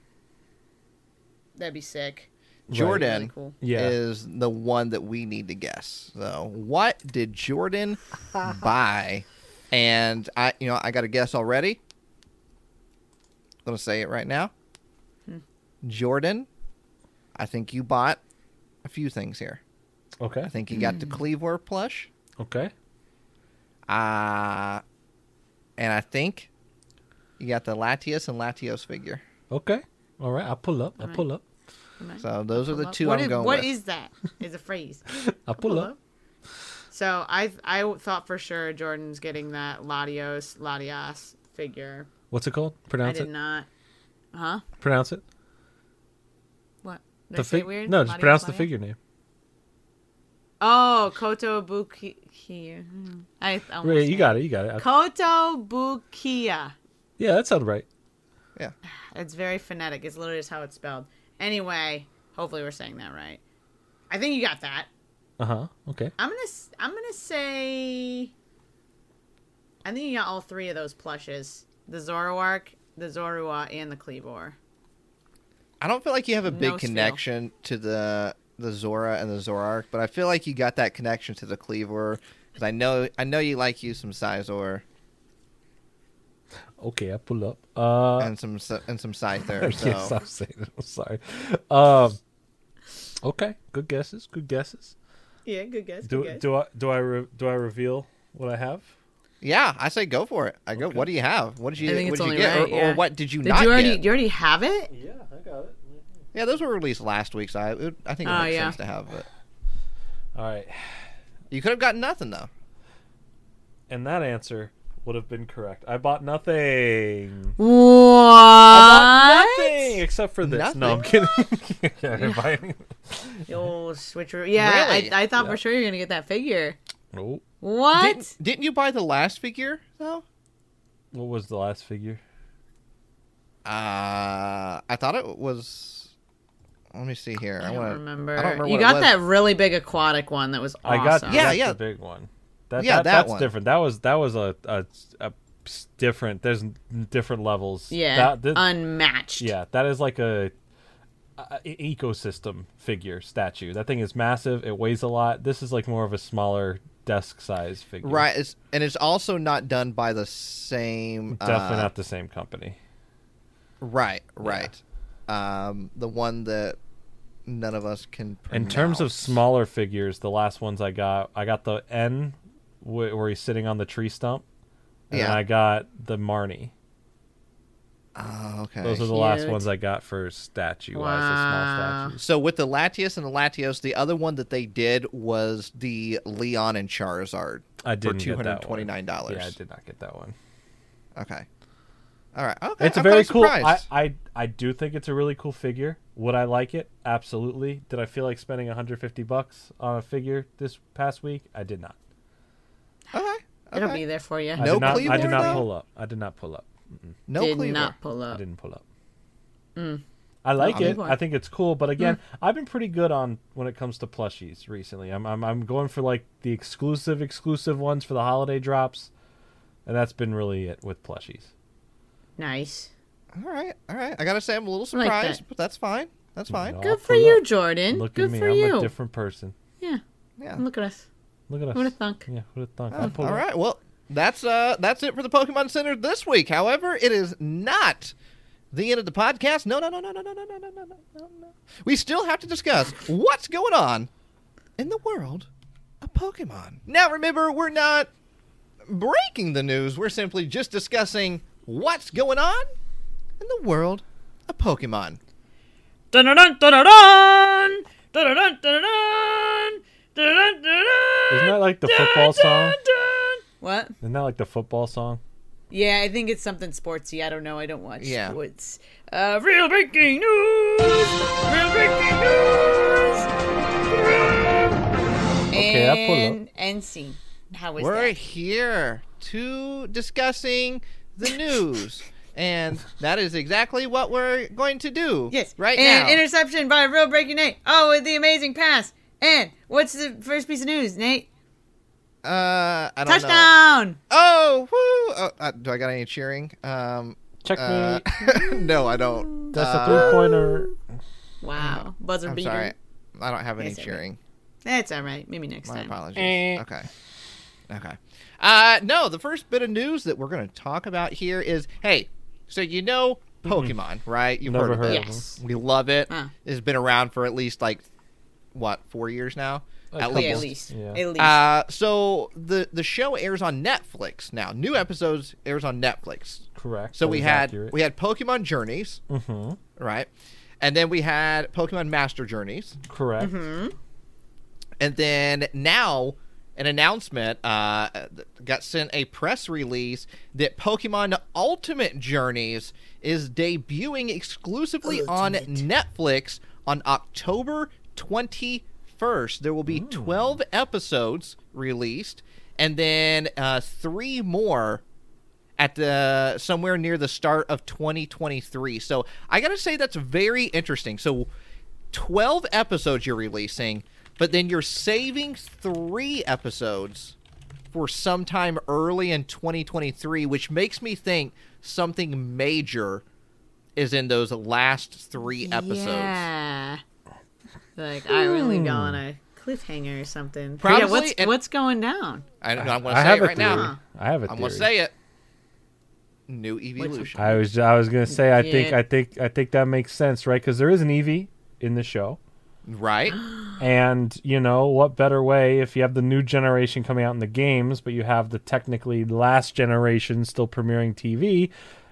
Speaker 2: that'd be sick.
Speaker 1: Jordan
Speaker 2: Really cool.
Speaker 4: Yeah.
Speaker 1: is the one that we need to guess. So, what did Jordan buy? And I, you know, I got a guess already. I'm gonna say it right now.
Speaker 2: Hmm.
Speaker 1: Jordan, I think you bought a few things here.
Speaker 4: Okay.
Speaker 1: I think you got
Speaker 2: Hmm.
Speaker 1: the Cleavor plush.
Speaker 4: Okay.
Speaker 1: Uh, and I think you got the Latius and Latios figure.
Speaker 4: Okay. All right. I'll pull up. I'll pull up.
Speaker 1: So those are the two
Speaker 2: What
Speaker 1: I'm
Speaker 2: is-
Speaker 1: going
Speaker 2: what
Speaker 1: with.
Speaker 2: is that? Is a phrase.
Speaker 4: I'll pull up.
Speaker 2: So I I thought for sure Jordan's getting that Latios Latias figure.
Speaker 4: What's it called?
Speaker 2: I
Speaker 4: Pronounce
Speaker 2: did
Speaker 4: it.
Speaker 2: not. Huh?
Speaker 4: Pronounce it.
Speaker 2: What? Did I
Speaker 4: The
Speaker 2: say it
Speaker 4: fig-
Speaker 2: weird?
Speaker 4: No, just
Speaker 2: Latios,
Speaker 4: pronounce the
Speaker 2: Latias?
Speaker 4: figure name.
Speaker 2: Oh, Kotobukiya. Hmm. I almost
Speaker 4: Ray,
Speaker 2: said
Speaker 4: you got it. You got it.
Speaker 2: Kotobukiya.
Speaker 4: Yeah, that sounds right.
Speaker 1: Yeah.
Speaker 2: It's very phonetic. It's literally just how it's spelled. Anyway, hopefully we're saying that right. I think you got that.
Speaker 4: Uh huh. Okay.
Speaker 2: I'm gonna s- I'm gonna say. I think you got all three of those plushes: the Zoroark, the Zorua, and the Cleavor.
Speaker 1: I don't feel like you have a big
Speaker 2: No spiel.
Speaker 1: connection to the the Zora and the Zorark, but I feel like you got that connection to the Cleaver because I know I know you like you some Sizor
Speaker 4: Okay. I'll pull up. Uh,
Speaker 1: and some Sy- and some Scyther.
Speaker 4: I can't
Speaker 1: So
Speaker 4: stop saying it. I'm sorry. Um, okay. Good guesses. Good guesses.
Speaker 2: Yeah, good guess.
Speaker 4: Do do I do I re- do I reveal what I have?
Speaker 1: yeah, I say go for it. I go. What do you have? What did you
Speaker 2: I think
Speaker 1: What
Speaker 2: it's
Speaker 1: did you get?
Speaker 2: only
Speaker 1: or,
Speaker 2: right, yeah.
Speaker 1: or what did you
Speaker 2: Did
Speaker 1: not
Speaker 2: you already
Speaker 1: get?
Speaker 2: you already have it?
Speaker 4: Yeah, I got it.
Speaker 1: Yeah, those were released last week, so I, it, I think it
Speaker 2: Oh,
Speaker 1: makes
Speaker 2: yeah.
Speaker 1: sense to have it.
Speaker 4: All right.
Speaker 1: You could have gotten nothing though.
Speaker 4: And that answer would have been correct. I bought nothing.
Speaker 2: What?
Speaker 4: Nothing except for this. No, I'm kidding. Yeah, everybody.
Speaker 2: Oh, switcheroo. Yeah,
Speaker 1: Really?
Speaker 2: I, I thought
Speaker 4: Yeah.
Speaker 2: for sure you were gonna get that figure.
Speaker 4: oh,
Speaker 2: What?
Speaker 1: Didn't, didn't you buy the last figure though?
Speaker 4: what was the last figure?
Speaker 1: Uh, I thought it was. Let me see here. I,
Speaker 2: I don't
Speaker 1: wanna,
Speaker 2: remember.
Speaker 1: I don't remember.
Speaker 2: you
Speaker 1: what it
Speaker 2: got
Speaker 1: was.
Speaker 2: that really big aquatic one that was awesome.
Speaker 4: I got
Speaker 1: Yeah,
Speaker 4: that's
Speaker 1: yeah.
Speaker 4: the big one. That,
Speaker 1: Yeah,
Speaker 4: that,
Speaker 1: that
Speaker 4: that's
Speaker 1: one.
Speaker 4: different. That was that was a, a, a s- different. There's n- different levels.
Speaker 2: Yeah,
Speaker 4: That, thi-
Speaker 2: unmatched.
Speaker 4: yeah. That is like a, a e- ecosystem figure statue. That thing is massive. It weighs a lot. This is like more of a smaller desk size figure.
Speaker 1: Right, it's, and it's also not done by the same. uh,
Speaker 4: Definitely not the same company.
Speaker 1: Right, right. Um, the one that none of us can.
Speaker 4: In terms of
Speaker 1: pronounce.
Speaker 4: smaller figures, the last ones I got, I got the N wh- where he's sitting on the tree stump, and
Speaker 1: Yeah.
Speaker 4: I got the Marnie.
Speaker 1: Oh, okay.
Speaker 4: Those are the last
Speaker 2: Cute.
Speaker 4: ones I got for statue wise,
Speaker 2: Wow.
Speaker 4: the small statues.
Speaker 1: So with the Latius and the Latios, the other one that they did was the Leon and Charizard
Speaker 4: I didn't
Speaker 1: for two
Speaker 4: get that
Speaker 1: hundred
Speaker 4: one.
Speaker 1: twenty-nine dollars.
Speaker 4: Yeah, I did not get that one.
Speaker 1: Okay. All right. Okay.
Speaker 4: It's a
Speaker 1: I'm
Speaker 4: very
Speaker 1: kinda
Speaker 4: cool. I,
Speaker 1: surprised.
Speaker 4: I I do think it's a really cool figure. Would I like it? Absolutely. Did I feel like spending 150 bucks on a figure this past week? I did not.
Speaker 1: okay.
Speaker 2: it'll
Speaker 1: okay.
Speaker 2: be there for you.
Speaker 4: I
Speaker 1: No
Speaker 4: did not, I
Speaker 1: Cleavor,
Speaker 4: did not
Speaker 1: though?
Speaker 4: pull up. I did not pull up.
Speaker 1: No
Speaker 2: Did
Speaker 1: Cleaver.
Speaker 2: not pull
Speaker 4: I
Speaker 2: up.
Speaker 4: didn't pull up.
Speaker 2: Mm.
Speaker 4: I like it.
Speaker 2: Cleavor.
Speaker 4: I think it's cool. But again,
Speaker 2: Mm.
Speaker 4: I've been pretty good on when it comes to plushies recently. I'm, I'm I'm going for like the exclusive exclusive ones for the holiday drops, and that's been really it with plushies.
Speaker 2: Nice.
Speaker 1: All right. All right. I gotta say, I'm a little
Speaker 2: like
Speaker 1: surprised,
Speaker 2: that.
Speaker 1: but that's fine. That's fine.
Speaker 4: No. I'll
Speaker 2: Good for
Speaker 4: pull
Speaker 2: you,
Speaker 4: up.
Speaker 2: Jordan.
Speaker 4: Look
Speaker 2: Mm, Good
Speaker 4: at me.
Speaker 2: for
Speaker 4: I'm
Speaker 2: you.
Speaker 4: a different person.
Speaker 2: yeah.
Speaker 1: Yeah.
Speaker 2: Look at us.
Speaker 4: Look at us.
Speaker 2: Who'da thunk?
Speaker 4: Yeah, who'da thunk? I
Speaker 1: Oh,
Speaker 4: pulled
Speaker 1: all
Speaker 4: up.
Speaker 1: right. Well, that's uh that's it for the Pokemon Center this week. However, it is not the end of the podcast. No, no, no, no, no, no, no, no, no, no, no, no, no. We still have to discuss what's going on in the world of Pokemon. Now, remember, we're not breaking the news. We're simply just discussing what's going on in the world of Pokemon.
Speaker 2: Dun-dun-dun, dun-dun-dun! Dun-dun-dun, dun-dun-dun! Dun-dun-dun-dun!
Speaker 4: Isn't that like the football song?
Speaker 2: What?
Speaker 4: Isn't that like the football song?
Speaker 2: Yeah, I think it's something sportsy. I don't know. I don't watch
Speaker 1: Yeah.
Speaker 2: sports. Uh, real breaking news. Real breaking news.
Speaker 4: Okay, I pull up.
Speaker 2: and, And scene. How is
Speaker 1: We're
Speaker 2: that?
Speaker 1: here to discussing the news. And that is exactly what we're going to do.
Speaker 2: Yes.
Speaker 1: Right
Speaker 2: and
Speaker 1: now.
Speaker 2: interception by real breaking Nate. Oh, with the amazing pass. And what's the first piece of news, Nate?
Speaker 1: uh, I don't know.
Speaker 2: Touchdown.
Speaker 1: Oh, woo! Oh, uh, do I got any cheering? Um,
Speaker 4: Check
Speaker 1: uh,
Speaker 4: me.
Speaker 1: no, I don't. Uh,
Speaker 4: That's a three pointer.
Speaker 2: Wow. Buzzer
Speaker 1: I'm
Speaker 2: beater.
Speaker 1: sorry. I don't have any
Speaker 2: Yes, I do.
Speaker 1: cheering.
Speaker 2: That's all right. Maybe next
Speaker 1: My
Speaker 2: time.
Speaker 1: apologies.
Speaker 4: Eh.
Speaker 1: Okay. Okay. Uh, no, the first bit of news that we're going to talk about here is hey, so you know Pokemon, right? You've
Speaker 4: Mm-hmm. Never
Speaker 1: heard of
Speaker 4: heard
Speaker 1: it.
Speaker 4: of
Speaker 2: Yes.
Speaker 1: We love it.
Speaker 2: Huh.
Speaker 1: It's been around for at least like, what, four years now? at
Speaker 2: Yeah, at least.
Speaker 4: Yeah.
Speaker 2: At least.
Speaker 1: Uh, so the the show airs on Netflix now. New episodes airs on Netflix.
Speaker 4: Correct.
Speaker 1: So
Speaker 4: That
Speaker 1: we
Speaker 4: is
Speaker 1: had
Speaker 4: accurate.
Speaker 1: we had Pokemon Journeys,
Speaker 4: Mhm.
Speaker 1: right? And then we had Pokemon Master Journeys,
Speaker 4: Correct.
Speaker 2: Mm-hmm.
Speaker 1: and then now an announcement uh, got sent a press release that Pokemon Ultimate Journeys is debuting exclusively on Netflix on October 21st. There will be 12 episodes released and then uh, three more at the somewhere near the start of 2023. So I gotta say that's very interesting. So 12 episodes you're releasing, but then you're saving three episodes for sometime early in 2023, which makes me think something major is in those last three episodes.
Speaker 2: Yeah. Like I really go on
Speaker 4: Hmm.
Speaker 2: a cliffhanger or something. But
Speaker 1: Probably,
Speaker 2: Yeah, what's
Speaker 1: and-
Speaker 2: what's going down?
Speaker 1: I, I'm gonna
Speaker 4: I
Speaker 1: say
Speaker 4: have
Speaker 1: it
Speaker 4: a
Speaker 1: right
Speaker 4: theory.
Speaker 1: now.
Speaker 4: I have a
Speaker 1: I'm
Speaker 4: theory.
Speaker 1: gonna say it. New evolution.
Speaker 4: I was I was gonna say I think
Speaker 2: Yeah.
Speaker 4: I think I think that makes sense, right? Because there is an Eevee in the show,
Speaker 1: Right?
Speaker 4: and you know what better way if you have the new generation coming out in the games, but you have the technically last generation still premiering TV.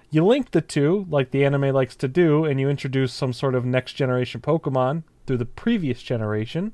Speaker 4: You link the two, like the anime likes to do, and you introduce some sort of next generation Pokemon through the previous generation.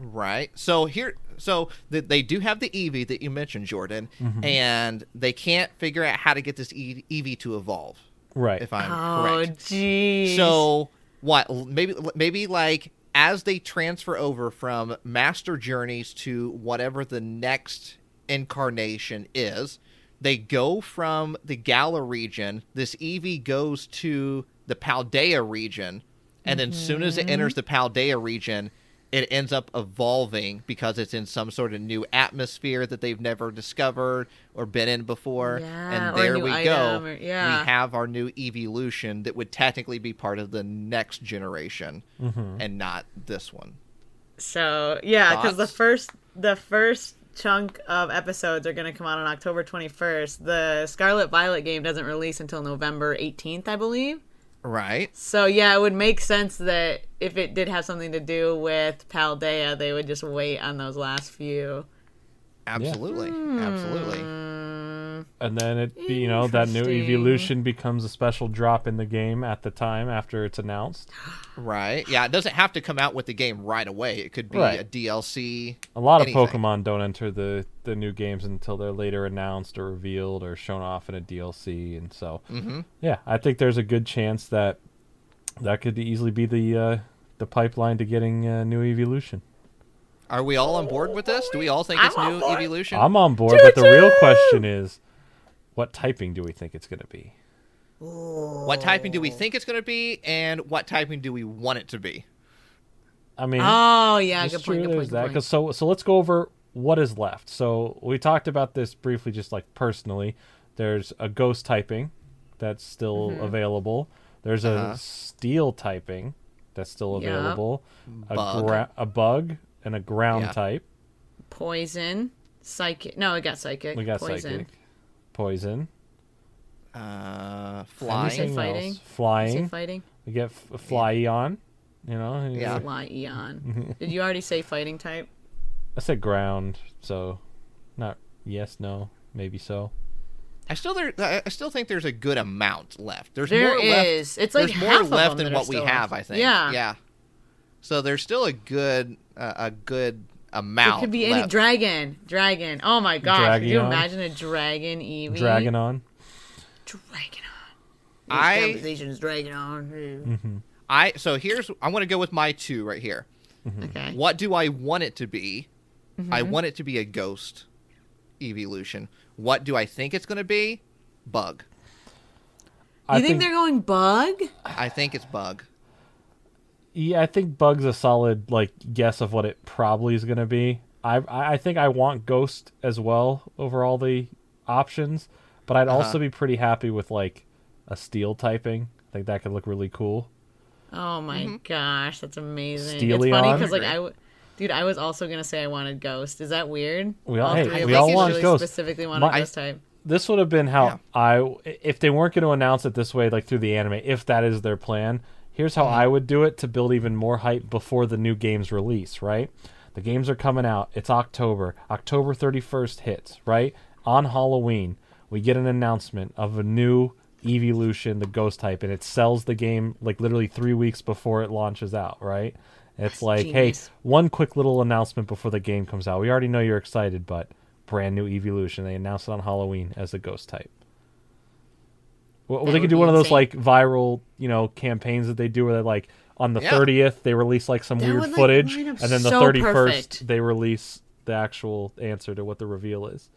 Speaker 1: Right. So here, so th- they do have the Eevee that you mentioned, Jordan, and they can't figure out how to get this e- Eevee to evolve.
Speaker 4: Right.
Speaker 1: If I'm
Speaker 2: Oh
Speaker 1: correct.
Speaker 2: geez.
Speaker 1: So what? l- Maybe maybe like as they transfer over from Master Journeys to whatever the next incarnation is, they go from the Gala region. This Eevee goes to the Paldea region, and then soon as it enters the Paldea region. It ends up evolving because it's in some sort of new atmosphere that they've never discovered or been in before.
Speaker 2: Yeah,
Speaker 1: and
Speaker 2: or a
Speaker 1: there
Speaker 2: new
Speaker 1: we
Speaker 2: item
Speaker 1: go.
Speaker 2: or-
Speaker 1: We
Speaker 2: yeah.
Speaker 1: have our new evolution that would technically be part of the next generation
Speaker 4: Mm-hmm.
Speaker 1: and not this one.
Speaker 2: So yeah, because the
Speaker 1: Thoughts?
Speaker 2: first the first chunk of episodes are going to come out on October 21st. The Scarlet Violet game doesn't release until November 18th, I believe.
Speaker 1: Right?
Speaker 2: So yeah, it would make sense that if it did have something to do with Paldea, they would just wait on those last few.
Speaker 1: Absolutely.
Speaker 2: Hmm.
Speaker 1: Absolutely.
Speaker 4: And then it, be- you know, that new
Speaker 2: Interesting.
Speaker 4: evolution becomes a special drop in the game at the time after it's announced.
Speaker 1: Right. Yeah, it doesn't have to come out with the game right away. It could be
Speaker 4: Right. Um,
Speaker 1: a DLC.
Speaker 4: A lot
Speaker 1: anything.
Speaker 4: of Pokemon don't enter the, the new games until they're later announced or revealed or shown off in a DLC, and so yeah, I think there's a good chance that that could easily be the uh, the pipeline to getting uh, new evolution.
Speaker 1: Are we all on board with this? Do we all think it's new evolution?
Speaker 4: I'm on board, but the real question is, what typing do we think it's going to be?
Speaker 1: What typing
Speaker 2: Oh.
Speaker 1: do we think it's going to be and what typing do we want it to be?
Speaker 4: I mean,
Speaker 2: Oh yeah,
Speaker 4: It's
Speaker 2: good point.
Speaker 4: true,
Speaker 2: Good
Speaker 4: there's
Speaker 2: point.
Speaker 4: that.
Speaker 2: Good
Speaker 4: 'Cause
Speaker 2: point.
Speaker 4: so so let's go over what is left. So we talked about this briefly, just like personally. There's a ghost typing that's still
Speaker 2: Mm-hmm.
Speaker 4: available. There's a
Speaker 2: Uh-huh.
Speaker 4: steel typing that's still
Speaker 2: Yeah.
Speaker 4: available. A
Speaker 1: Bug.
Speaker 4: gra- a bug and a ground
Speaker 1: Yeah.
Speaker 4: type.
Speaker 2: Poison, psychic. No, it got psychic.
Speaker 4: We got
Speaker 2: Poison.
Speaker 4: psychic, poison,
Speaker 1: Uh
Speaker 2: Anything.
Speaker 1: flying.
Speaker 2: Say
Speaker 4: Anything
Speaker 2: fighting?
Speaker 4: else?
Speaker 2: Is he
Speaker 4: flying.
Speaker 2: fighting?
Speaker 4: We get f- flyon. You know,
Speaker 1: Yeah.
Speaker 2: Fly Eon.
Speaker 4: Mhm.
Speaker 2: Did you already say fighting type?
Speaker 4: I said ground, so not yes, no, maybe so.
Speaker 1: I still there I I still think there's a good amount left. There's
Speaker 2: There
Speaker 1: more left
Speaker 2: is. It's like
Speaker 1: there's
Speaker 2: half
Speaker 1: more
Speaker 2: of
Speaker 1: left
Speaker 2: them
Speaker 1: than
Speaker 2: that are
Speaker 1: what we
Speaker 2: still
Speaker 1: have.
Speaker 2: off.
Speaker 1: I think.
Speaker 2: Yeah.
Speaker 1: Yeah. So there's still a good uh, a good
Speaker 2: It
Speaker 1: amount.
Speaker 2: could be any
Speaker 1: left.
Speaker 2: dragon. Dragon. Oh my gosh. Could you
Speaker 4: Dragonon.
Speaker 2: imagine a dragon Eevee?
Speaker 4: Dragon on.
Speaker 2: Dragon
Speaker 1: I
Speaker 2: Conversation is dragon
Speaker 4: Mm-hmm.
Speaker 2: on.
Speaker 1: I so here's I'm gonna go with my two right here.
Speaker 2: Okay. Mm-hmm.
Speaker 1: What do I want it to be? I want it to be a ghost evolution. What do I think it's gonna be? Bug.
Speaker 2: You
Speaker 4: I
Speaker 2: think, they're going bug?
Speaker 1: I think it's bug.
Speaker 4: Yeah, I think Bug's a solid like guess of what it probably is going to be. I I I think I want Ghost as well over all the options, but I'd also be pretty happy with like a Steel typing. I think that could look really cool.
Speaker 2: Oh my
Speaker 1: Mm-hmm.
Speaker 2: gosh, that's amazing.
Speaker 4: Steely
Speaker 2: it's funny
Speaker 4: on.
Speaker 2: because like I, w- dude, I was also gonna say I wanted Ghost. Is that weird?
Speaker 4: We all- hey,
Speaker 2: three of
Speaker 1: we
Speaker 2: us
Speaker 1: all want
Speaker 2: really
Speaker 4: Ghost.
Speaker 2: specifically wanted
Speaker 4: My-
Speaker 2: Ghost type.
Speaker 4: This would have been how I, if they weren't going to announce it this way, like through the anime, if that is their plan. Here's how I would do it to build even more hype before the new game's release. Right, the games are coming out. It's October. October 31st hits. Right on Halloween, we get an announcement of a new evolution, the Ghost type, and it sells the game like literally three weeks before it launches out. Right, it's like,
Speaker 2: genius.
Speaker 4: hey, one quick little announcement before the game comes out. We already know you're excited, but brand new evolution. They announced it on Halloween as a ghost type. Well,
Speaker 2: That
Speaker 4: they could
Speaker 2: would
Speaker 4: do
Speaker 2: be
Speaker 4: one of those
Speaker 2: insane.
Speaker 4: like viral, you know, campaigns that they do where they like on the
Speaker 1: Yeah.
Speaker 4: thirtieth they release like some
Speaker 2: That
Speaker 4: weird
Speaker 2: would, like,
Speaker 4: footage,
Speaker 2: line up
Speaker 4: and then the
Speaker 2: so
Speaker 4: thirty first
Speaker 2: perfect.
Speaker 4: they release the actual answer to what the reveal is.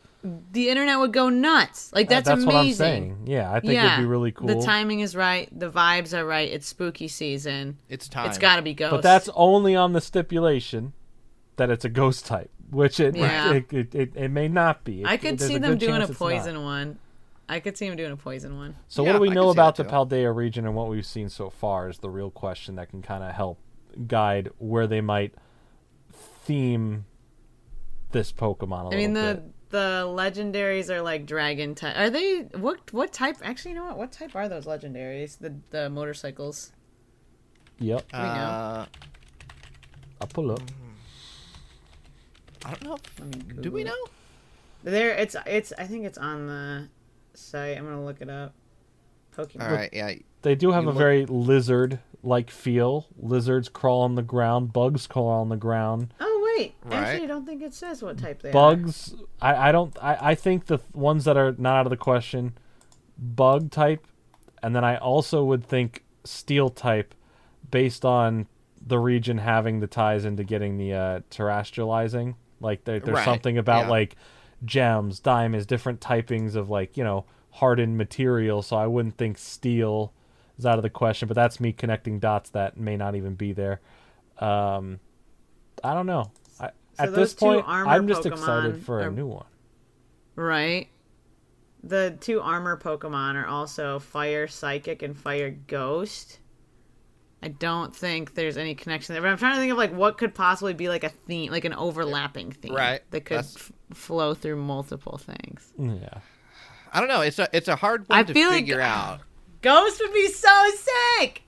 Speaker 2: The internet would go nuts. Like
Speaker 4: Uh,
Speaker 2: that's,
Speaker 4: what I'm
Speaker 2: amazing.
Speaker 4: saying. Yeah, I think
Speaker 2: yeah,
Speaker 4: it'd be really cool.
Speaker 2: The timing is right. The vibes are right. It's spooky season.
Speaker 1: It's time.
Speaker 2: It's got to be Ghost.
Speaker 4: but that's only on the stipulation that it's a ghost type, which it
Speaker 2: Yeah.
Speaker 4: it, it, it, it may not be.
Speaker 2: I
Speaker 4: It-
Speaker 2: could
Speaker 4: there's
Speaker 2: see
Speaker 4: a
Speaker 2: them
Speaker 4: good
Speaker 2: doing a
Speaker 4: chance it's not.
Speaker 2: poison one. I could see them doing a poison one.
Speaker 4: So
Speaker 1: Yeah,
Speaker 4: what do we
Speaker 1: I
Speaker 4: know
Speaker 1: can see
Speaker 4: about
Speaker 1: that
Speaker 4: the
Speaker 1: too.
Speaker 4: Paldea region and what we've seen so far is the real question that can kind of help guide where they might theme this Pokemon. I
Speaker 2: I mean the the legendaries are like dragon type. Are they what what type? Actually, you know what? What type are those legendaries? The the motorcycles.
Speaker 4: yep.
Speaker 2: We know.
Speaker 1: Uh,
Speaker 4: I'll pull
Speaker 1: Mm-hmm.
Speaker 4: up.
Speaker 1: I don't know. Do we know?
Speaker 2: There it's it's I think it's on the site. I'm gonna look it up. Pokemon.
Speaker 1: All right. Yeah.
Speaker 4: They do have
Speaker 1: You
Speaker 4: a
Speaker 1: look-
Speaker 4: very lizard-like feel. Lizards crawl on the ground. Bugs crawl on the ground.
Speaker 2: Oh wait,
Speaker 1: Right.
Speaker 2: actually, I don't think it says what type they are.
Speaker 4: Bugs. I, I don't. I, I think the th- ones that are not out of the question, bug type, and then I also would think steel type, based on the region having the ties into getting the uh, terrestrializing. Like there, there's
Speaker 1: Right,
Speaker 4: something about
Speaker 1: yeah.
Speaker 4: like gems, diamonds, different typings of like you know hardened material. So I wouldn't think steel is out of the question. But that's me connecting dots that may not even be there. Um, I don't know. I, at
Speaker 2: those
Speaker 4: this
Speaker 2: two
Speaker 4: point,
Speaker 2: armor
Speaker 4: I'm just
Speaker 2: Pokemon
Speaker 4: excited for a
Speaker 2: are-
Speaker 4: new one.
Speaker 2: Right. The two armor Pokemon are also Fire Psychic and Fire Ghost. I don't think there's any connection there, but I'm trying to think of like what could possibly be like a theme, like an overlapping theme,
Speaker 1: Right.
Speaker 2: That could
Speaker 1: That's-
Speaker 2: f- flow through multiple things.
Speaker 4: Yeah.
Speaker 1: I don't know. It's a it's a hard one
Speaker 2: I
Speaker 1: to
Speaker 2: feel like-
Speaker 1: figure out.
Speaker 2: Ghost would be so sick.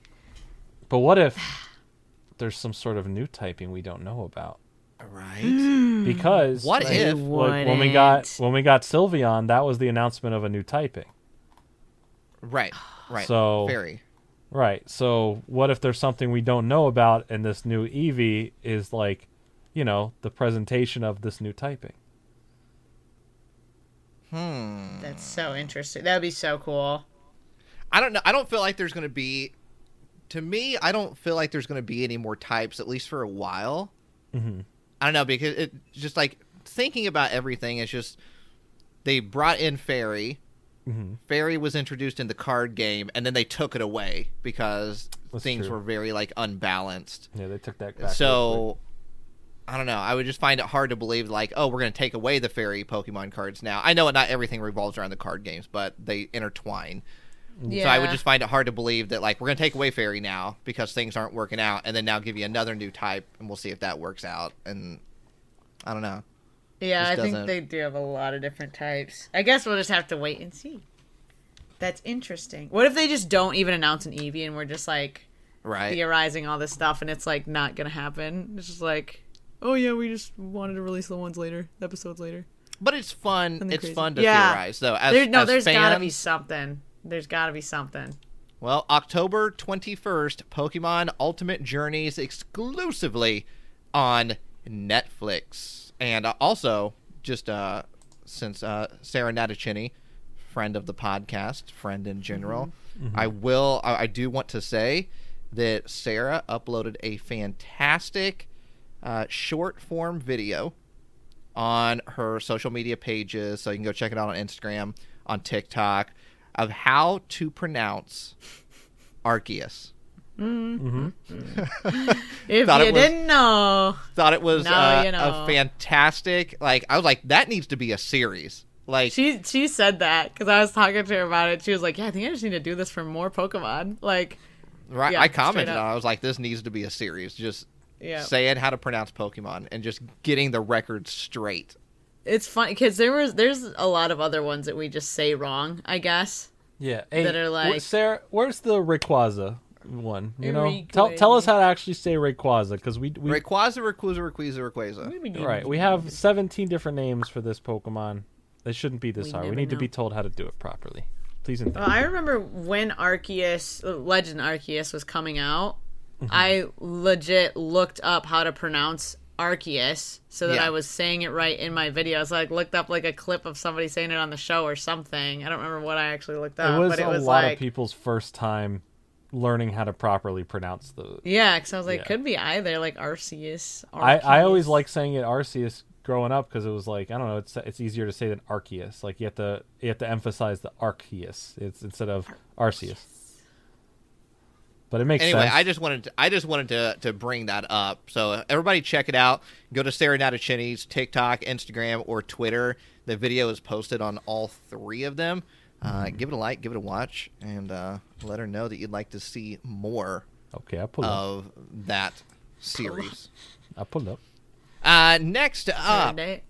Speaker 4: But what if there's some sort of new typing we don't know about?
Speaker 1: Right.
Speaker 4: Because
Speaker 1: What
Speaker 4: like,
Speaker 1: if?
Speaker 4: like, when we got when we got Sylveon, that was the announcement of a new typing.
Speaker 1: Right. Right.
Speaker 4: So-
Speaker 1: very.
Speaker 4: Right. So what if there's something we don't know about and this new Eevee is like, you know, the presentation of this new typing?
Speaker 2: That's so interesting. That'd be so cool.
Speaker 1: I don't know. I don't feel like there's going to be. To me, I don't feel like there's going to be any more types, at least for a while.
Speaker 4: Mm-hmm.
Speaker 1: I don't know because it just like thinking about everything. It's just they brought in fairy.
Speaker 4: Mm-hmm.
Speaker 1: Fairy was introduced in the card game, and then they took it away because
Speaker 4: That's
Speaker 1: things
Speaker 4: true.
Speaker 1: were very like unbalanced.
Speaker 4: Yeah, they took that back. real quick.
Speaker 1: so I don't know. I would just find it hard to believe, like, oh, we're going to take away the fairy Pokemon cards now. I know not everything revolves around the card games, but they intertwine.
Speaker 2: Yeah.
Speaker 1: So I would just find it hard to believe that, like, we're going to take away fairy now because things aren't working out, and then now give you another new type, and we'll see if that works out. And I don't know.
Speaker 2: Yeah,
Speaker 1: Just
Speaker 2: I
Speaker 1: doesn't-
Speaker 2: think they do have a lot of different types. I guess we'll just have to wait and see. That's interesting. What if they just don't even announce an Eevee and we're just like
Speaker 1: Right.
Speaker 2: theorizing all this stuff and it's like not gonna happen? It's just like, oh yeah, we just wanted to release the ones later, episodes later.
Speaker 1: But it's fun.
Speaker 2: Something
Speaker 1: It's
Speaker 2: crazy.
Speaker 1: fun to
Speaker 2: Yeah.
Speaker 1: theorize, though. As,
Speaker 2: There, no,
Speaker 1: as
Speaker 2: there's
Speaker 1: fans,
Speaker 2: gotta be something. There's gotta be something.
Speaker 1: Well, October 21st, Pokemon Ultimate Journeys exclusively on Netflix. And uh, also, just uh, since uh, Sarah Natachini, friend of the podcast, friend in general, I will, I, I do want to say that Sarah uploaded a fantastic uh, short form video on her social media pages. So you can go check it out on Instagram, on TikTok, of how to pronounce Arceus.
Speaker 2: If
Speaker 1: Thought
Speaker 2: you
Speaker 1: it was-
Speaker 2: didn't know,
Speaker 1: Thought it was
Speaker 2: Now
Speaker 1: uh,
Speaker 2: you know.
Speaker 1: a fantastic. Like I was like, that needs to be a series. Like
Speaker 2: she she said that because I was talking to her about it. She was like, "Yeah, I think I just need to do this for more Pokemon." Like,
Speaker 1: Right.
Speaker 2: Yeah,
Speaker 1: I
Speaker 2: straight
Speaker 1: commented
Speaker 2: up.
Speaker 1: on it. I was like, this needs to be a series. Just
Speaker 2: Yeah.
Speaker 1: saying how to pronounce Pokemon and just getting the record straight.
Speaker 2: It's funny because there was there's a lot of other ones that we just say wrong. I guess.
Speaker 4: Yeah. Hey,
Speaker 2: That are
Speaker 4: wh-
Speaker 2: like-
Speaker 4: Sarah, where's the Rayquaza one? You know,
Speaker 2: Rayquaza.
Speaker 4: tell, tell us how to actually say Rayquaza because we
Speaker 2: Mm.
Speaker 4: we
Speaker 1: Rayquaza, Rayquaza, Rayquaza, Rayquaza.
Speaker 4: right we have 17 different names for this Pokemon. They shouldn't be this
Speaker 2: We
Speaker 4: hard. We
Speaker 2: never
Speaker 4: need to
Speaker 2: know.
Speaker 4: be told how to do it properly. Please and
Speaker 2: Well,
Speaker 4: thank
Speaker 2: I
Speaker 4: you.
Speaker 2: remember when Arceus, uh, Legend Arceus, was coming out.
Speaker 4: Mm-hmm.
Speaker 2: I legit looked up how to pronounce Arceus so that
Speaker 1: Yeah.
Speaker 2: I was saying it right in my videos. I like, looked up like a clip of somebody saying it on the show or something. I don't remember what I actually looked up,
Speaker 4: It was
Speaker 2: Uh, but it
Speaker 4: a
Speaker 2: was
Speaker 4: lot
Speaker 2: like,
Speaker 4: of people's first time learning how to properly pronounce the.
Speaker 2: yeah, because I was like,
Speaker 4: Yeah.
Speaker 2: could be either like Arceus.
Speaker 4: I, I always
Speaker 2: Arceus.
Speaker 4: like saying it Arceus growing up because it was like I don't know it's it's easier to say than Arceus. Like you have to you have to emphasize the Arceus it's instead of Arceus. But it makes
Speaker 1: Anyway,
Speaker 4: sense.
Speaker 1: I just wanted to, I just wanted to, to bring that up. So everybody check it out. Go to Sarah Natachini's TikTok, Instagram, or Twitter. The video is posted on all three of them. Uh,
Speaker 4: Mm-hmm.
Speaker 1: give it a like, give it a watch, and uh, let her know that you'd like to see more
Speaker 4: okay, I pull up.
Speaker 1: of that series.
Speaker 4: I pull up.
Speaker 1: Uh, next up,
Speaker 2: Saturday.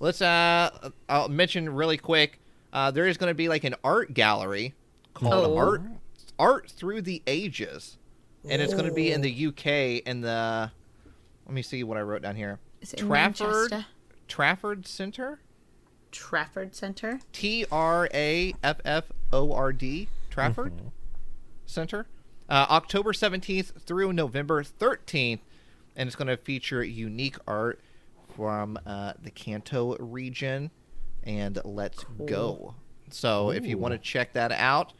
Speaker 1: let's uh, I'll mention really quick. Uh, there is going to be like an art gallery called
Speaker 2: Oh.
Speaker 1: Art Art Through the Ages, and it's going to be in the UK in the. Let me see what I wrote down here.
Speaker 2: Is it in
Speaker 1: Trafford
Speaker 2: Manchester?
Speaker 1: Trafford Center.
Speaker 2: Trafford Center.
Speaker 1: T R A F F O R D, Trafford Center, uh, October 17th through November 13th. And it's going to feature unique art from uh, the Kanto region. And let's go. So if you want to check that out,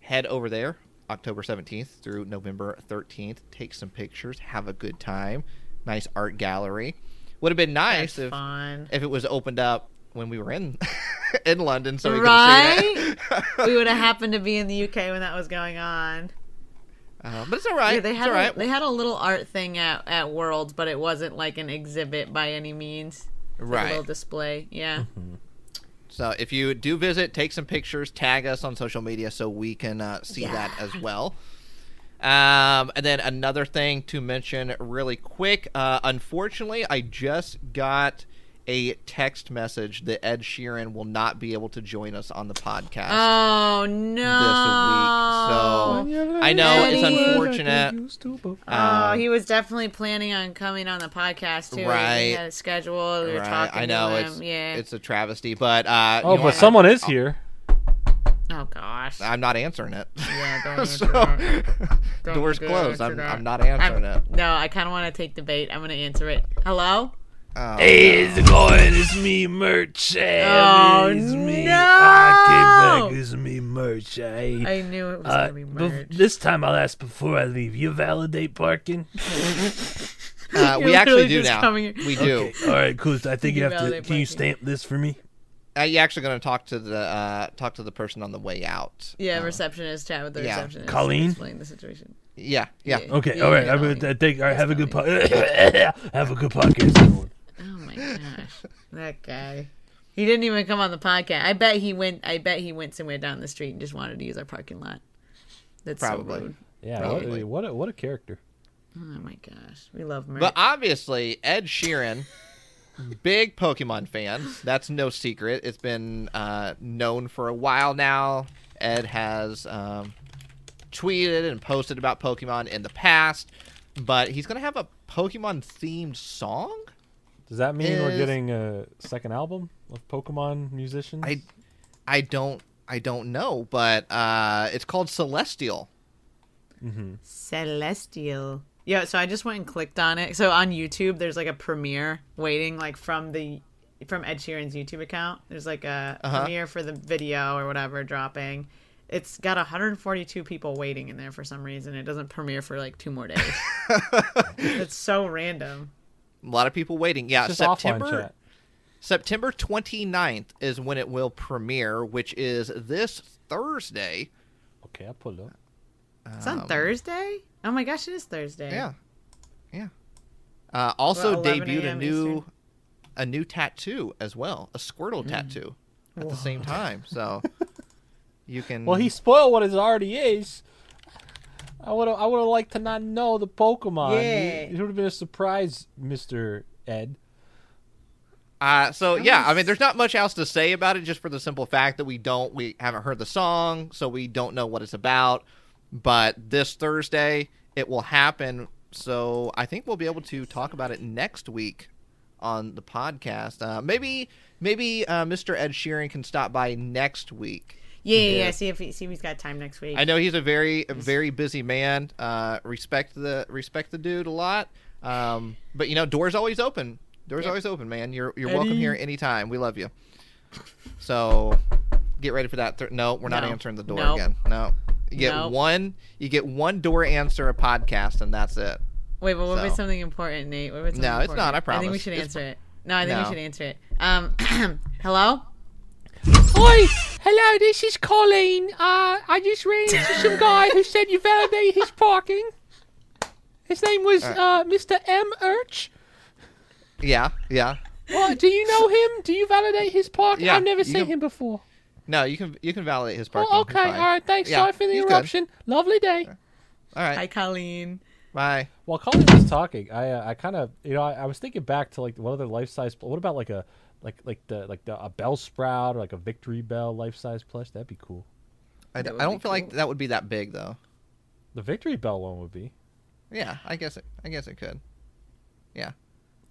Speaker 1: head over there October 17th through November 13th. Take some pictures, have a good time. Nice art gallery. Would have been nice
Speaker 2: That's
Speaker 1: if
Speaker 2: fun.
Speaker 1: if it was opened up when we were in in London, so we could see
Speaker 2: Right?
Speaker 1: that.
Speaker 2: we would have happened to be in the UK when that was going on.
Speaker 1: Uh, but it's all right.
Speaker 2: Yeah, they
Speaker 1: it's
Speaker 2: had
Speaker 1: all
Speaker 2: a,
Speaker 1: right.
Speaker 2: they had a little art thing at at Worlds, but it wasn't like an exhibit by any means. It was like a
Speaker 1: Right.
Speaker 2: little display. Yeah.
Speaker 4: Mm-hmm.
Speaker 1: So if you do visit, take some pictures, tag us on social media so we can uh, see that as well. Um, and then another thing to mention really quick. Uh, unfortunately, I just got a text message that Ed Sheeran will not be able to join us on the podcast.
Speaker 2: Oh
Speaker 1: This
Speaker 2: no.
Speaker 1: week, so I know it's
Speaker 2: Eddie.
Speaker 1: unfortunate.
Speaker 4: uh,
Speaker 2: Oh, he was definitely planning on coming on the podcast too.
Speaker 1: Right.
Speaker 2: He had a schedule. We were
Speaker 1: Right,
Speaker 2: talking
Speaker 1: I know
Speaker 2: to him.
Speaker 1: it's
Speaker 2: yeah.
Speaker 1: it's a travesty, but uh,
Speaker 4: Oh,
Speaker 1: you know,
Speaker 4: but someone is here.
Speaker 2: oh gosh.
Speaker 1: I'm not answering it.
Speaker 2: yeah, don't answer
Speaker 1: So,
Speaker 2: that. Don't
Speaker 1: doors
Speaker 2: do
Speaker 1: closed.
Speaker 2: that.
Speaker 1: I'm, I'm not
Speaker 2: I'm-
Speaker 1: answering it.
Speaker 2: no, I kind of want to take the bait. I'm going to answer it. Hello?
Speaker 1: Oh,
Speaker 4: Hey, it's going. It's me, merch. Hey,
Speaker 2: Oh,
Speaker 4: it's me.
Speaker 2: no!
Speaker 4: I came back. It's me, merch. Hey.
Speaker 2: I knew it was
Speaker 4: Uh,
Speaker 2: going to be
Speaker 4: bef-
Speaker 2: merch.
Speaker 4: this time I'll ask before I leave. You validate parking?
Speaker 1: Uh, we
Speaker 2: You're
Speaker 1: actually
Speaker 2: literally
Speaker 1: do
Speaker 2: just
Speaker 1: now.
Speaker 2: coming here.
Speaker 1: We do.
Speaker 4: Okay. All right, cool. I think you,
Speaker 2: You
Speaker 4: have to.
Speaker 2: validate
Speaker 4: Can
Speaker 2: parking.
Speaker 4: you stamp this for me?
Speaker 1: Are Uh, you actually going to talk to the uh, talk to the person on the way out?
Speaker 2: Yeah, receptionist chat with the
Speaker 1: yeah.
Speaker 2: receptionist. and
Speaker 4: Colleen?
Speaker 2: Explain the situation.
Speaker 1: Yeah, yeah.
Speaker 4: Okay.
Speaker 2: Yeah, Oh
Speaker 4: all right.
Speaker 2: yeah,
Speaker 4: I'm
Speaker 2: I'll-
Speaker 4: gonna take. All right. Have a good. Po- have a good podcast. everyone.
Speaker 2: Oh my gosh, that guy. He didn't even come on the podcast. I bet he went. I bet he went somewhere down the street and just wanted to use our parking lot. That's
Speaker 1: Probably.
Speaker 2: so rude.
Speaker 4: Yeah.
Speaker 1: Probably.
Speaker 4: What? A, what a character.
Speaker 2: Oh my gosh, we love merch.
Speaker 1: But obviously, Ed Sheeran, big Pokemon fan. That's no secret. It's been uh, known for a while now. Ed has um, tweeted and posted about Pokemon in the past, but he's going to have a Pokemon themed song.
Speaker 4: Does that mean
Speaker 1: Is-
Speaker 4: we're getting a second album of Pokemon musicians?
Speaker 1: I, I don't, I don't know, but uh, it's called Celestial.
Speaker 2: Celestial. Yeah, so I just went and clicked on it. So on YouTube, there's like a premiere waiting, like from the from Ed Sheeran's YouTube account. There's like a
Speaker 1: Uh-huh.
Speaker 2: premiere for the video or whatever dropping. It's got 142 people waiting in there for some reason. It doesn't premiere for like two more days. it's so random.
Speaker 1: A lot of people waiting.
Speaker 2: uh,
Speaker 1: Yeah,
Speaker 4: Just
Speaker 1: September.
Speaker 4: offline chat.
Speaker 1: September 29th is when it will premiere, which is this Thursday.
Speaker 4: Okay, I pulled up.
Speaker 2: It's on Thursday. Oh my gosh, it is Thursday.
Speaker 1: Um, Yeah. Yeah. Uh, also
Speaker 2: Well, 11
Speaker 1: debuted a
Speaker 2: a.m.
Speaker 1: new
Speaker 2: Eastern.
Speaker 1: a new tattoo as well, a
Speaker 4: Mm.
Speaker 1: Squirtle tattoo at the same time. So you can Mm.
Speaker 4: Well, he spoiled what it already is. I would have I would have liked to not know the Pokemon.
Speaker 2: Yeah.
Speaker 4: It would have been a surprise, Mister Ed.
Speaker 1: Uh, so yeah, I mean, there's not much else to say about it, just for the simple fact that we don't, we haven't heard the song, so we don't know what it's about. But this Thursday, it will happen. So I think we'll be able to talk about it next week on the podcast. Uh, maybe, maybe uh, Mr. Ed Sheeran can stop by next week.
Speaker 2: Yeah, yeah, yeah. See if he, see if he's got time next week.
Speaker 1: I know he's a very a very busy man. Uh, respect the respect the dude a lot. Um, but you know, doors always open. Doors always open, man. You're you're welcome
Speaker 4: Eddie.
Speaker 1: here anytime. We love you. So get ready for that. Th- no, we're not
Speaker 2: No.
Speaker 1: answering the door
Speaker 2: Nope.
Speaker 1: again. No. You get
Speaker 2: Nope.
Speaker 1: one you get one door answer a podcast and that's it.
Speaker 2: Wait, but what
Speaker 1: So.
Speaker 2: was something important, Nate? What was something
Speaker 1: No, it's not,
Speaker 2: important?
Speaker 1: I
Speaker 2: I think we
Speaker 1: promise.
Speaker 2: should
Speaker 1: It's-
Speaker 2: answer it. No, I think
Speaker 1: No.
Speaker 2: we should answer it. Um, hello.
Speaker 3: Oi! Hello, this is Colleen. Uh, I just ran into some guy who said you validate his parking. His name was uh, Mr. M. Urch.
Speaker 1: Yeah, yeah.
Speaker 3: What, do you know him? Do you validate his parking?
Speaker 1: Yeah,
Speaker 3: I've never
Speaker 1: you
Speaker 3: seen
Speaker 1: can-
Speaker 3: him before.
Speaker 1: No, you can you can validate his parking.
Speaker 3: Oh,
Speaker 1: He's
Speaker 3: okay. All
Speaker 1: fine.
Speaker 3: right. Thanks.
Speaker 1: Yeah,
Speaker 3: Sorry for the
Speaker 1: he's good.
Speaker 3: interruption. Lovely day.
Speaker 1: All right.
Speaker 2: Hi, Colleen.
Speaker 1: Bye.
Speaker 4: While Colin was talking, I uh, I kind of you know I, I was thinking back to like what other life size. What about like a like like the like the, a bell sprout or like a victory bell life size plush? That'd be cool.
Speaker 1: I, d- I don't feel like that would be that big though.
Speaker 4: The victory bell one would be.
Speaker 1: Yeah, I guess it I guess it could. Yeah.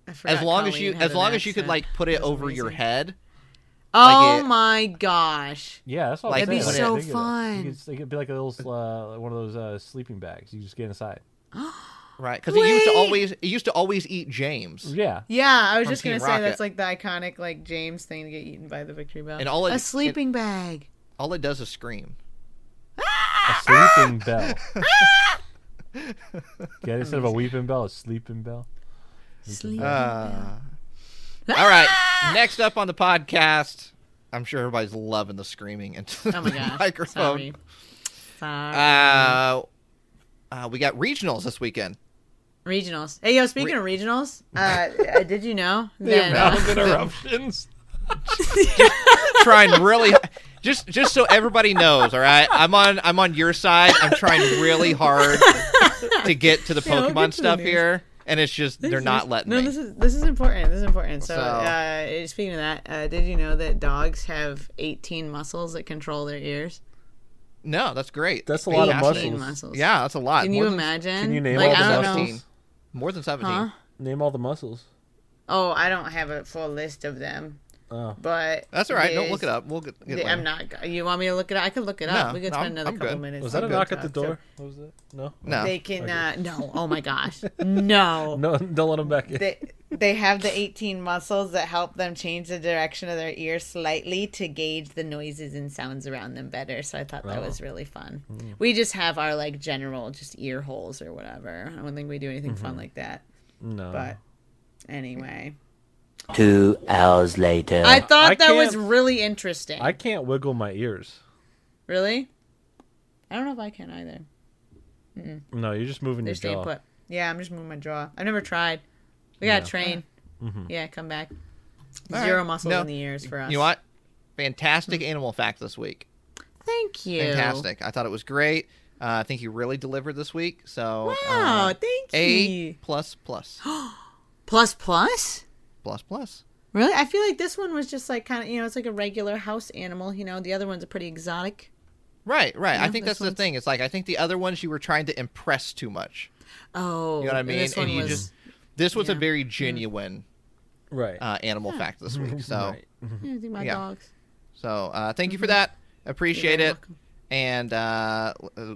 Speaker 2: I
Speaker 1: as
Speaker 2: forgot
Speaker 1: long as
Speaker 2: Colleen
Speaker 1: you
Speaker 2: had
Speaker 1: as
Speaker 2: an
Speaker 1: long as you could
Speaker 2: accent.
Speaker 1: like put it
Speaker 2: That was
Speaker 1: over your
Speaker 2: amazing.
Speaker 1: head
Speaker 2: Oh
Speaker 1: it-
Speaker 2: my gosh!
Speaker 4: Yeah, that's what
Speaker 1: Like,
Speaker 4: I'm
Speaker 1: That'd
Speaker 4: saying.
Speaker 1: be
Speaker 4: Like,
Speaker 1: so
Speaker 4: think of it.
Speaker 2: fun.
Speaker 4: You could, s- it could be like a little uh, one of those uh, sleeping bags. You just get inside.
Speaker 1: right because he used to
Speaker 2: Wait.
Speaker 1: always he used to always eat james
Speaker 4: Yeah,
Speaker 2: Yeah, I was
Speaker 1: From
Speaker 2: just gonna
Speaker 1: Team
Speaker 2: say
Speaker 1: Rocket.
Speaker 2: that's like the iconic like James thing to get eaten by the victory bell.
Speaker 1: And all it-
Speaker 2: a sleeping bag.
Speaker 1: all it does is scream
Speaker 4: a sleeping bell. Get instead of a weeping bell, a sleeping bell.
Speaker 2: Sleep.
Speaker 1: uh, all right next up on the podcast i'm sure everybody's loving the screaming into
Speaker 2: oh my
Speaker 1: the
Speaker 2: gosh!
Speaker 1: microphone
Speaker 2: Sorry. Sorry.
Speaker 1: uh, uh, we got regionals this weekend
Speaker 2: regionals. Hey, yo! Speaking of regionals, uh, uh, did you know that? uh,
Speaker 4: Round interruptions.
Speaker 1: trying really just just so everybody knows all right i'm on i'm on your side i'm trying really hard to get to the
Speaker 2: we'll
Speaker 1: pokemon
Speaker 2: get to the
Speaker 1: stuff
Speaker 2: news.
Speaker 1: here and it's just they're not letting
Speaker 2: no,
Speaker 1: me
Speaker 2: this is this is important. This is important. So,
Speaker 1: So-
Speaker 2: Uh, speaking of that, uh, did you know that dogs have 18 muscles that control their ears?
Speaker 1: no that's great
Speaker 4: That's a lot of
Speaker 2: 18
Speaker 4: muscles.
Speaker 2: muscles.
Speaker 1: Yeah, that's a lot.
Speaker 2: Can
Speaker 1: More
Speaker 2: you
Speaker 1: than-
Speaker 2: imagine?
Speaker 4: Can you name
Speaker 2: like,
Speaker 4: all
Speaker 2: I
Speaker 4: the
Speaker 2: don't
Speaker 4: muscles?
Speaker 2: know.
Speaker 1: More than 17.
Speaker 2: Huh?
Speaker 4: Name all the muscles.
Speaker 2: Oh, I don't have a full list of them.
Speaker 4: Oh.
Speaker 2: But
Speaker 1: That's all right. Don't
Speaker 2: there's-
Speaker 1: look it up. We'll get, get
Speaker 2: the-
Speaker 1: it
Speaker 2: I'm
Speaker 1: later.
Speaker 2: not. You want me to look it up? I could look it
Speaker 1: No,
Speaker 2: up. We could
Speaker 1: no,
Speaker 2: spend another
Speaker 1: I'm
Speaker 2: couple
Speaker 1: good.
Speaker 2: minutes.
Speaker 4: Was that a
Speaker 2: on
Speaker 4: knock at the
Speaker 2: talk,
Speaker 4: door? What was that? No.
Speaker 2: so
Speaker 1: No.
Speaker 2: They can. Uh, no. Oh my gosh. No.
Speaker 4: No, don't let them back in.
Speaker 2: They they have the 18 muscles that help them change the direction of their ear slightly to gauge the noises and sounds around them better. So I thought that
Speaker 4: Wow.
Speaker 2: was really fun.
Speaker 1: Hmm.
Speaker 2: We just have our like general just ear holes or whatever. I don't think we do anything
Speaker 1: Mm-hmm.
Speaker 2: fun like that.
Speaker 4: no.
Speaker 2: But anyway,
Speaker 7: Two hours later.
Speaker 2: I thought
Speaker 4: I
Speaker 2: that was
Speaker 4: can't-
Speaker 2: really interesting.
Speaker 4: I can't wiggle my ears.
Speaker 2: Really? I don't know if I can either.
Speaker 4: No, you're just moving
Speaker 2: They're
Speaker 4: your
Speaker 2: staying
Speaker 4: jaw.
Speaker 2: put. Yeah, I'm just moving my jaw. I've never tried. We got to train. Yeah, come back.
Speaker 1: All
Speaker 2: Zero
Speaker 1: right.
Speaker 2: muscles
Speaker 1: No.
Speaker 2: in the ears for us.
Speaker 1: You know what? Fantastic animal fact this week.
Speaker 2: Thank you.
Speaker 1: Fantastic. I thought it was great. Uh, I think you really delivered this week. So
Speaker 2: Wow,
Speaker 1: uh,
Speaker 2: Oh, thank
Speaker 1: A
Speaker 2: you.
Speaker 1: plus plus
Speaker 2: Plus plus?
Speaker 1: plus plus.
Speaker 2: Really? I feel like this one was just like kind of, you know, it's like a regular house animal, you know. The other one's a pretty exotic.
Speaker 1: Right, right. I
Speaker 2: Yeah,
Speaker 1: think
Speaker 2: this
Speaker 1: that's the
Speaker 2: one's-
Speaker 1: thing. It's like I think the other ones you were trying to impress too much.
Speaker 2: Oh.
Speaker 1: You know what I mean?
Speaker 2: This one
Speaker 1: and you
Speaker 2: was
Speaker 1: just this was a
Speaker 2: yeah.
Speaker 1: very genuine
Speaker 4: Right.
Speaker 1: uh, animal fact this week. So
Speaker 4: Right.
Speaker 2: Yeah, I think my
Speaker 1: yeah.
Speaker 2: dogs.
Speaker 1: So uh, thank you for that. Appreciate
Speaker 2: Mm-hmm. very
Speaker 1: it.
Speaker 2: welcome.
Speaker 1: And uh, uh,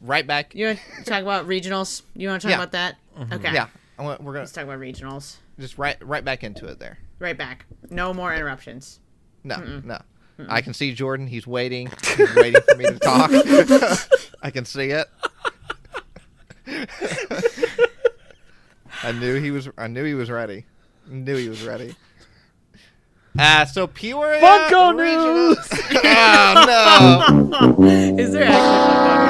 Speaker 1: right back.
Speaker 2: You want to talk about regionals? You want to talk
Speaker 1: Yeah.
Speaker 2: about that? Okay.
Speaker 1: Yeah, I want, we're gonna
Speaker 2: Let's talk about regionals.
Speaker 1: just right right back into it there.
Speaker 2: Right back. No more interruptions.
Speaker 1: No, no. I can see Jordan. He's waiting. He's waiting for me to talk. I can see it. I knew he was. I knew he was ready. Knew he was ready. Uh, so Peoria
Speaker 4: Funko
Speaker 1: Regional- oh no!
Speaker 2: Is there actually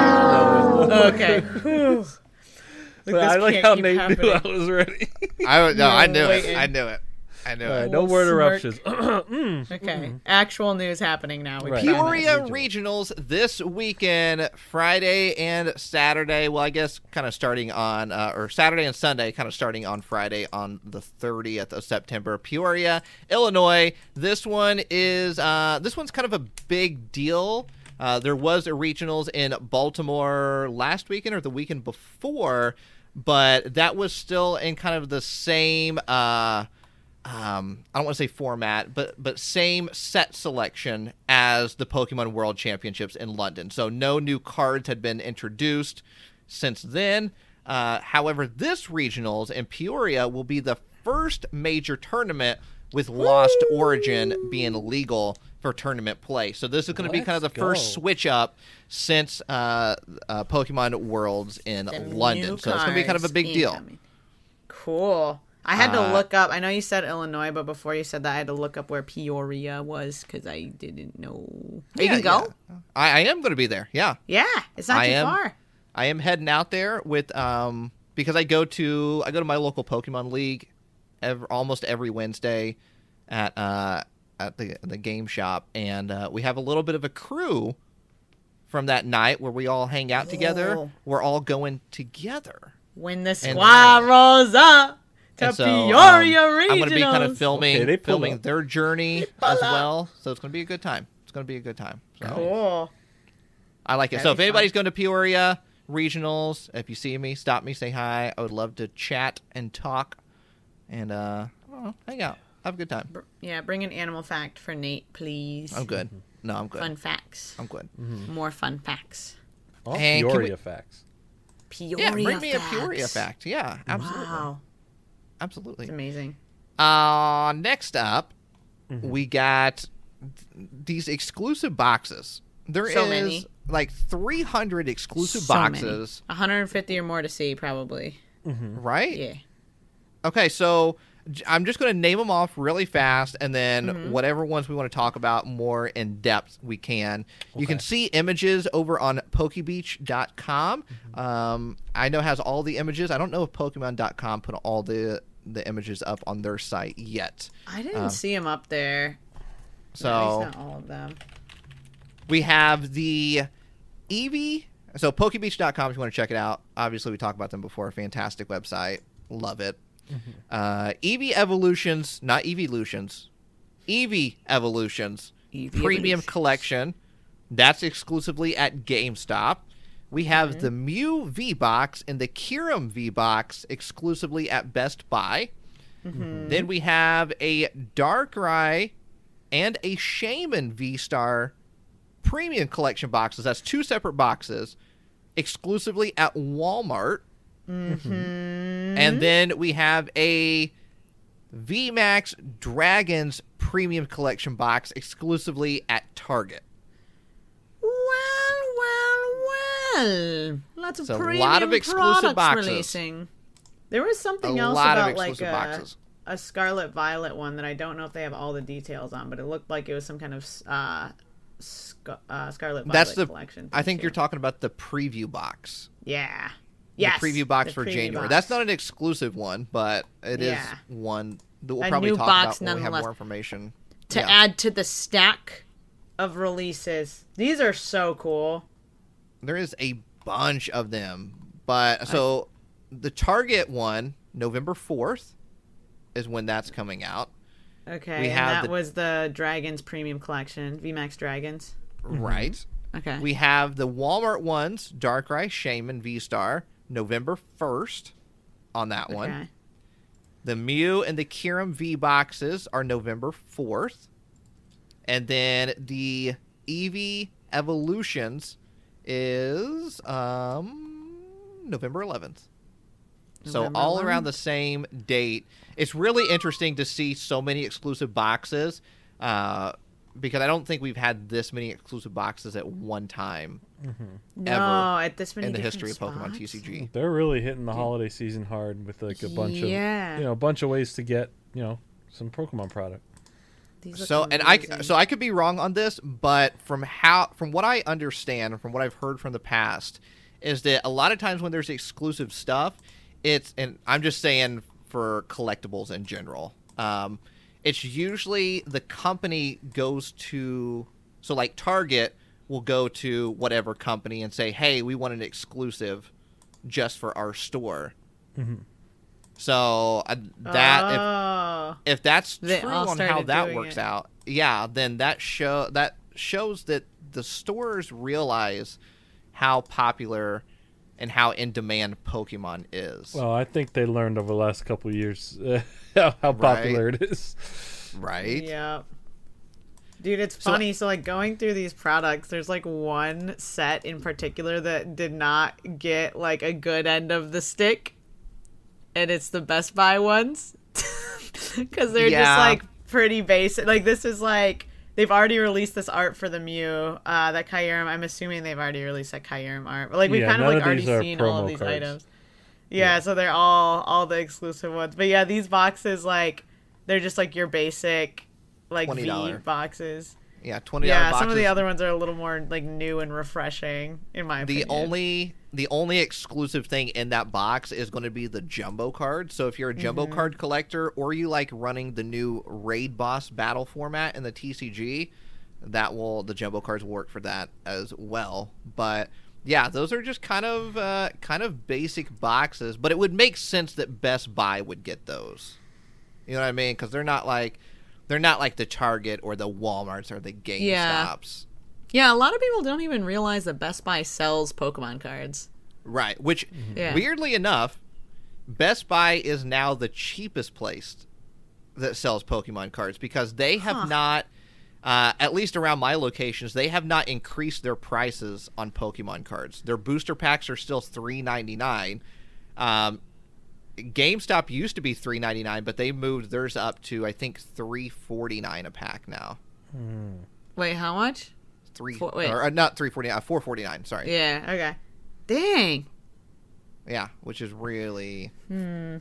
Speaker 2: Okay.
Speaker 4: I like how Nate knew I was ready.
Speaker 1: I would- no, I knew
Speaker 2: waiting.
Speaker 1: it. I knew it. I know.
Speaker 4: All right, no word
Speaker 2: Smirk.
Speaker 4: eruptions. Oh,
Speaker 1: Mm-hmm.
Speaker 2: Okay. Actual news happening now. We
Speaker 4: Right.
Speaker 2: found it.
Speaker 1: Peoria Regionals this weekend, Friday and Saturday. Well, I guess kind of starting on, uh, or Saturday and Sunday, kind of starting on Friday on the 30th of September. Peoria, Illinois. This one is, uh, this one's kind of a big deal. Uh, there was a regionals in Baltimore last weekend or the weekend before, but that was still in kind of the same. Uh, um, I don't want to say format, but but same set selection as the Pokemon World Championships in London. So no new cards had been introduced since then. Uh, however, this regionals in Peoria will be the first major tournament with Lost Origin being legal for tournament play. So this is going to be kind of the
Speaker 4: Let's
Speaker 1: first
Speaker 4: go.
Speaker 1: switch up since uh, uh, Pokemon Worlds in
Speaker 2: Them
Speaker 1: London.
Speaker 2: new
Speaker 1: So it's going to be kind of a
Speaker 2: cars
Speaker 1: big deal. Uh,
Speaker 2: incoming. Cool. I had to look up. I know you said Illinois, but before you said that, I had to look up where Peoria was because I didn't know. Are you
Speaker 1: Yeah,
Speaker 2: can go.
Speaker 1: I, I am going to be there. Yeah.
Speaker 2: Yeah, it's not
Speaker 1: I
Speaker 2: too
Speaker 1: am-
Speaker 2: far.
Speaker 1: I am heading out there with um because I go to I go to my local Pokemon League ev almost every Wednesday at uh at the the game shop and uh, we have a little bit of a crew from that night where we all hang out together.
Speaker 2: Whoa.
Speaker 1: We're all going together.
Speaker 2: When the
Speaker 1: And-
Speaker 2: squad rolls up to
Speaker 1: And so um,
Speaker 2: Peoria Regionals.
Speaker 1: I'm going to be kind of filming
Speaker 4: Okay, they pull
Speaker 1: filming
Speaker 4: up.
Speaker 1: their journey as well, so it's going to be a good time. It's going to be a good time. So
Speaker 2: cool.
Speaker 1: I like it.
Speaker 2: That'd
Speaker 1: so
Speaker 2: be
Speaker 1: if
Speaker 2: fun.
Speaker 1: anybody's going to Peoria regionals, if you see me, stop me, say hi. I would love to chat and talk, and uh, I don't know, hang out, have a good time.
Speaker 2: Yeah, bring an animal fact for Nate, please.
Speaker 1: I'm good. Um, No, I'm good.
Speaker 2: Fun facts.
Speaker 1: I'm good.
Speaker 2: More fun facts.
Speaker 4: Oh,
Speaker 1: Hey, can we-
Speaker 4: Peoria facts.
Speaker 2: Peoria.
Speaker 1: Yeah, bring me
Speaker 2: facts.
Speaker 1: a Peoria fact. Yeah, absolutely,
Speaker 2: Wow,
Speaker 1: absolutely.
Speaker 2: it's amazing.
Speaker 1: Uh, next up, we got th- these exclusive boxes. There is
Speaker 2: So many.
Speaker 1: like 300 exclusive
Speaker 2: So many.
Speaker 1: boxes,
Speaker 2: 150 or more to see, probably.
Speaker 1: right?
Speaker 2: Yeah.
Speaker 1: Okay, so j- I'm just going to name them off really fast, and then whatever ones we want to talk about more in depth, we can. You can see images over on Pokebeach.com. Um, I know has all the images. I don't know if Pokemon.com put all the the images up on their site yet.
Speaker 2: I didn't see him up there. At
Speaker 1: Oh. So
Speaker 2: least not all of them.
Speaker 1: we have the Eevee. So Pokebeach.com if you want to check it out. Obviously, we talked about them before. Fantastic website. Love it. Uh, Eevee Evolutions, not Evolutions. Eevee Evolutions Premium Collection. That's exclusively at GameStop. We have the Mew V Box and the Kirim V Box exclusively at Best Buy. Then we have a Darkrai and a Shaman V Star premium collection boxes. That's two separate boxes, exclusively at Walmart.
Speaker 2: Mm-hmm.
Speaker 1: And then we have a VMAX Dragons premium collection box exclusively at Target.
Speaker 2: Well, well, well. Lots of
Speaker 1: So a
Speaker 2: premium
Speaker 1: lot of exclusive
Speaker 2: products
Speaker 1: boxes.
Speaker 2: releasing. There was something
Speaker 1: A
Speaker 2: else
Speaker 1: lot of
Speaker 2: about like
Speaker 1: exclusive
Speaker 2: a,
Speaker 1: boxes.
Speaker 2: a Scarlet Violet one that I don't know if they have all the details on, but it looked like it was some kind of uh, sc- uh, Scarlet Violet
Speaker 1: That's the.
Speaker 2: collection.
Speaker 1: I think
Speaker 2: too.
Speaker 1: you're talking about the preview box.
Speaker 2: Yeah. Yes.
Speaker 1: the preview box
Speaker 2: the
Speaker 1: for
Speaker 2: preview
Speaker 1: January.
Speaker 2: box.
Speaker 1: That's not an exclusive one, but it is
Speaker 2: Yeah.
Speaker 1: one that we'll
Speaker 2: A
Speaker 1: probably
Speaker 2: new
Speaker 1: talk
Speaker 2: box
Speaker 1: about when we have
Speaker 2: nonetheless.
Speaker 1: more information.
Speaker 2: to
Speaker 1: Yeah.
Speaker 2: add to the stack of releases. These are so cool.
Speaker 1: there is a bunch of them but so the target one november 4th is when that's coming out
Speaker 2: Okay,
Speaker 1: We
Speaker 2: and
Speaker 1: have
Speaker 2: that
Speaker 1: the-
Speaker 2: was the Dragons Premium Collection, VMAX Dragons.
Speaker 1: right
Speaker 2: Okay.
Speaker 1: we have the walmart ones darkrai shaman v-star november 1st on that one
Speaker 2: Okay.
Speaker 1: the mew and the kirim v boxes are november 4th and then the eevee evolutions is um november 11th So
Speaker 2: November
Speaker 1: all
Speaker 2: 11th.
Speaker 1: around the same date. It's really interesting to see so many exclusive boxes uh, because I don't think we've had this many exclusive boxes at one time
Speaker 2: Mm-hmm. No,
Speaker 1: ever
Speaker 2: at this many
Speaker 1: in the
Speaker 2: different
Speaker 1: history of Pokemon
Speaker 2: spots?
Speaker 1: TCG.
Speaker 4: They're really hitting the holiday season hard with like a bunch
Speaker 2: Yeah.
Speaker 4: of you know a bunch of ways to get you know some Pokemon product.
Speaker 2: These look
Speaker 1: So and I
Speaker 2: amazing.
Speaker 1: so I could be wrong on this, but from how from what I understand and from what I've heard from the past is that a lot of times when there's exclusive stuff, it's and I'm just saying for collectibles in general. um, it's usually the company goes to so like Target will go to whatever company and say, "Hey, we want an exclusive just for our store." So uh, that if,
Speaker 2: oh.
Speaker 1: if that's
Speaker 2: They
Speaker 1: true
Speaker 2: all
Speaker 1: on how
Speaker 2: started
Speaker 1: that
Speaker 2: doing
Speaker 1: works
Speaker 2: it.
Speaker 1: out, yeah, then that show that shows that the stores realize how popular and how in demand Pokemon is.
Speaker 4: Well, I think they learned over the last couple of years uh, how, how popular it is.
Speaker 1: right?
Speaker 2: Yeah. Dude, it's
Speaker 1: So-
Speaker 2: funny. So, like, going through these products, there's like one set in particular that did not get like a good end of the stick, and it's the Best Buy ones because they're
Speaker 1: Yeah.
Speaker 2: just like pretty basic. Like, this is like they've already released this art for the Mew, uh, that Kyurem. I'm assuming they've already released that Kyurem art, but like we've
Speaker 4: Yeah,
Speaker 2: kind of
Speaker 4: none
Speaker 2: like
Speaker 4: of
Speaker 2: already
Speaker 4: these are
Speaker 2: seen all
Speaker 4: promo
Speaker 2: of these
Speaker 4: cards.
Speaker 2: items. Yeah, so they're all all the exclusive ones. But yeah, these boxes like they're just like your basic like
Speaker 1: $20.
Speaker 2: V boxes.
Speaker 1: Yeah, twenty dollars.
Speaker 2: yeah, some of the other ones are a little more like new and refreshing in my
Speaker 1: The
Speaker 2: opinion.
Speaker 1: only the only exclusive thing in that box is going to be the jumbo card. So if you're a jumbo
Speaker 2: Mm-hmm.
Speaker 1: card collector or you like running the new raid boss battle format in the TCG, that will the jumbo cards will work for that as well. But yeah, those are just kind of uh, kind of basic boxes. But it would make sense that Best Buy would get those. You know what I mean? Because they're not like they're not like the Target or the WalMarts or the GameStops.
Speaker 2: Yeah, a lot of people don't even realize that Best Buy sells Pokemon cards.
Speaker 1: Right. Which,
Speaker 2: Yeah.
Speaker 1: weirdly enough, Best Buy is now the cheapest place that sells Pokemon cards because they have not, uh, at least around my locations, they have not increased their prices on Pokemon cards. Their booster packs are still three ninety nine. Um, GameStop used to be three ninety nine, but they moved theirs up to I think three forty nine a pack now.
Speaker 2: Wait, how much?
Speaker 1: Three
Speaker 2: Four- wait.
Speaker 1: or, uh, not three forty nine, four forty nine. Sorry.
Speaker 2: Yeah, okay. Dang.
Speaker 1: Yeah, which is really.
Speaker 2: Hmm.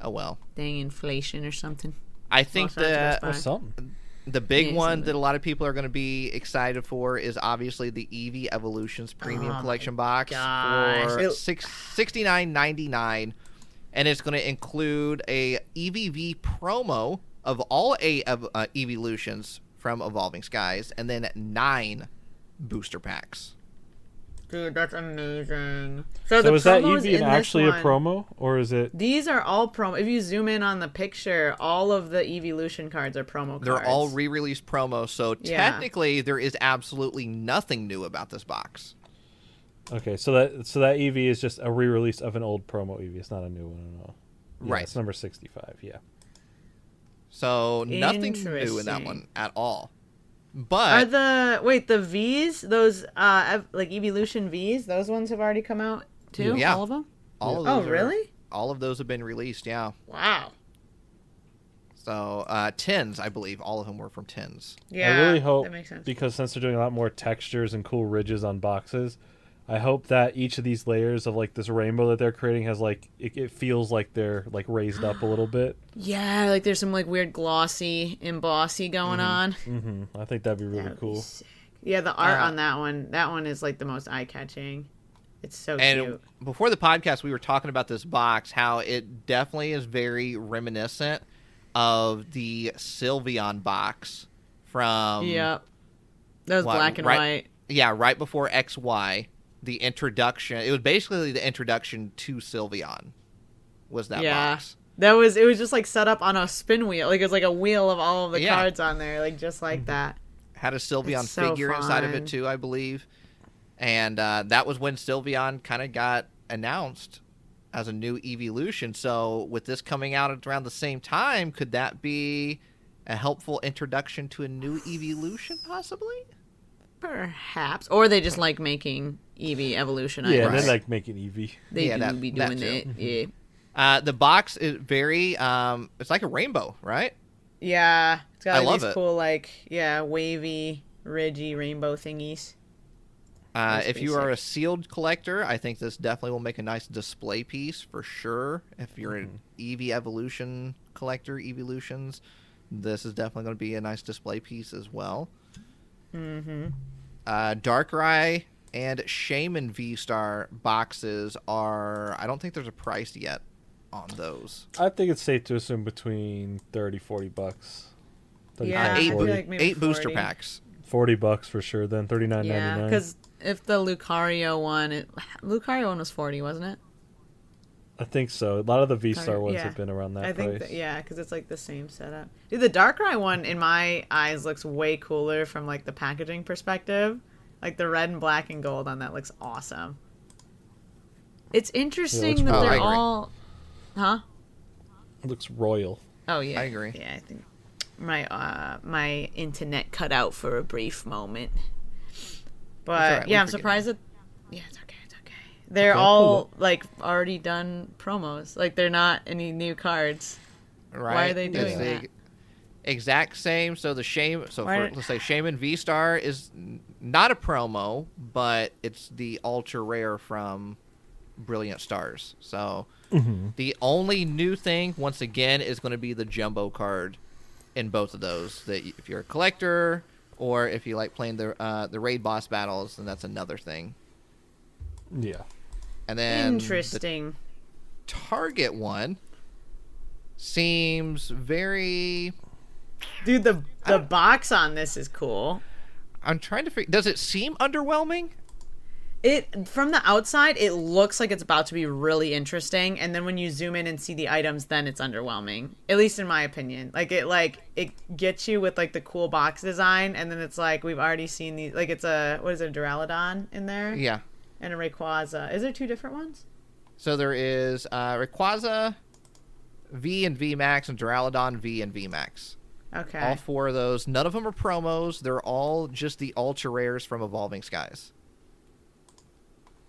Speaker 1: Oh well.
Speaker 2: Dang inflation or something.
Speaker 1: I think
Speaker 2: Los Angeles
Speaker 1: the
Speaker 2: Best
Speaker 4: Something.
Speaker 1: the big
Speaker 2: Yeah,
Speaker 1: one
Speaker 2: something.
Speaker 1: that a lot of people are going to be excited for is obviously the Eevee Evolutions Premium
Speaker 2: Oh my
Speaker 1: Collection box
Speaker 2: gosh.
Speaker 1: for
Speaker 2: It-
Speaker 1: six sixty nine ninety nine, and it's going to include a EVV promo of all eight of uh, Evolutions from Evolving Skies, and then nine booster packs.
Speaker 2: Dude, that's amazing. So,
Speaker 4: So
Speaker 2: the
Speaker 4: is that
Speaker 2: promos
Speaker 4: Eevee
Speaker 2: in this
Speaker 4: actually a
Speaker 2: one-
Speaker 4: promo, or is it?
Speaker 2: These are all promo. If you zoom in on the picture, all of the evolution cards are promo cards.
Speaker 1: They're all re-released promos, so
Speaker 2: Yeah.
Speaker 1: technically there is absolutely nothing new about this box.
Speaker 4: Okay, so that so that Eevee is just a re-release of an old promo Eevee. It's not a new one at all. Yeah,
Speaker 1: Right.
Speaker 4: It's number sixty-five. Yeah.
Speaker 1: So nothing new in that
Speaker 2: Interesting.
Speaker 1: one at all.
Speaker 2: Are
Speaker 1: But
Speaker 2: the wait the V's those uh ev- like evolution V's? Those ones have already come out too.
Speaker 1: Yeah.
Speaker 2: all of them.
Speaker 1: all of
Speaker 2: Oh,
Speaker 1: those are-
Speaker 2: really?
Speaker 1: all of those have been released. Yeah.
Speaker 2: Wow.
Speaker 1: So uh, tens, I believe, all of them were from tens.
Speaker 2: Yeah.
Speaker 4: I really hope
Speaker 2: that makes sense.
Speaker 4: because since they're doing a lot more textures and cool ridges on boxes, I hope that each of these layers of like this rainbow that they're creating has like it, it feels like they're like raised up a little bit.
Speaker 2: yeah, like there's some like weird glossy embossy going on.
Speaker 4: hmm I think that'd be really cool.
Speaker 2: Yeah, the art on that one. That one is like the most eye catching. It's so
Speaker 1: And Mm-hmm.
Speaker 2: cute.
Speaker 1: before the podcast, we were talking about this box, how it definitely is very reminiscent of the Sylveon box from
Speaker 2: yep. That was
Speaker 1: what,
Speaker 2: black and
Speaker 1: right-
Speaker 2: white.
Speaker 1: Yeah, right before XY, the introduction. It was basically the introduction to Sylveon. Was that
Speaker 2: Yeah.
Speaker 1: box?
Speaker 2: That was it was just like set up on a spin wheel. Like it was like a wheel of all of the
Speaker 1: Yeah.
Speaker 2: cards on there, like just
Speaker 4: Mm-hmm.
Speaker 2: like that.
Speaker 1: had a Sylveon
Speaker 2: It's so
Speaker 1: figure inside of it
Speaker 2: fun.
Speaker 1: too, I believe. And uh, that was when Sylveon kind of got announced as a new evolution. So with this coming out at around the same time, could that be a helpful introduction to a new evolution possibly?
Speaker 2: Perhaps. Or they just like making Eevee evolution
Speaker 4: Yeah,
Speaker 2: items.
Speaker 4: they like E making Eevee.
Speaker 2: they
Speaker 1: Yeah,
Speaker 2: do
Speaker 1: that-
Speaker 2: be
Speaker 1: that
Speaker 2: doing
Speaker 1: too. Mm-hmm.
Speaker 2: it. Yeah.
Speaker 1: Uh, the box is very um, it's like a rainbow, right?
Speaker 2: Yeah. It's got
Speaker 1: I
Speaker 2: like,
Speaker 1: love
Speaker 2: these
Speaker 1: it.
Speaker 2: cool like yeah, wavy, ridgy rainbow thingies.
Speaker 1: Uh,
Speaker 2: That's
Speaker 1: if you
Speaker 2: pretty
Speaker 1: are a sealed collector, I think this definitely will make a nice display piece for sure. If you're an EV Evolution collector, Evolutions, this is definitely going to be a nice display piece as well. Mm-hmm. Uh, Darkrai and Shaman V Star boxes are. I don't think there's a price yet on those?
Speaker 4: I think it's safe to assume between 30, 40 bucks.
Speaker 2: Yeah, I
Speaker 1: eight
Speaker 2: feel
Speaker 1: boo-
Speaker 2: like maybe
Speaker 1: eight booster
Speaker 2: 40.
Speaker 1: packs.
Speaker 4: 40 bucks for sure, then thirty nine
Speaker 2: Yeah,
Speaker 4: ninety nine.
Speaker 2: because if the Lucario one, it, Lucario one was forty, wasn't it?
Speaker 4: I think so. A lot of the V Star
Speaker 2: Sorry,
Speaker 4: ones
Speaker 2: yeah.
Speaker 4: have been around that
Speaker 2: I
Speaker 4: price.
Speaker 2: think that, yeah, because it's like the same setup. Dude, the Darkrai one in my eyes looks way cooler from like the packaging perspective. Like the red and black and gold on that looks awesome. It's interesting
Speaker 4: pretty
Speaker 2: that
Speaker 1: cool. I
Speaker 2: they're
Speaker 1: agree.
Speaker 2: all, huh?
Speaker 4: looks royal.
Speaker 2: Oh yeah,
Speaker 1: I agree.
Speaker 2: Yeah, I think my uh my internet cut out for a brief moment, but
Speaker 1: all right, we
Speaker 2: yeah, I'm
Speaker 1: forgive
Speaker 2: surprised that yeah, it's okay, it's okay. They're
Speaker 4: Okay,
Speaker 2: all
Speaker 4: cool.
Speaker 2: like already done promos. Like they're not any new cards.
Speaker 1: Right?
Speaker 2: are they
Speaker 1: It's
Speaker 2: doing
Speaker 1: the
Speaker 2: that?
Speaker 1: Exact same. So the shame. So
Speaker 2: Why
Speaker 1: for,
Speaker 2: are-
Speaker 1: let's say Shaman V Star is n- not a promo, but it's the ultra rare from Brilliant Stars. So the only new thing, once again, is going to be the jumbo card in both of those. That y- if you're a collector or if you like playing the uh, the raid boss battles, then that's another thing.
Speaker 4: Yeah.
Speaker 1: And then the
Speaker 2: Interesting.
Speaker 1: Target one seems very
Speaker 2: Dude, the the box on this is cool.
Speaker 1: I'm trying to figure. Does it seem underwhelming?
Speaker 2: It from the outside, it looks like it's about to be really interesting, and then when you zoom in and see the items, then it's underwhelming. At least in my opinion, like it like it gets you with like the cool box design, and then it's like we've already seen these. Like it's a what is it, a Duraludon in there?
Speaker 1: Yeah.
Speaker 2: and a Rayquaza. Is there two different ones?
Speaker 1: So there is uh, Rayquaza, V and V Max, and Duraludon V and V Max.
Speaker 2: Okay,
Speaker 1: All four of those. None of them are promos. They're all just the ultra rares from Evolving Skies.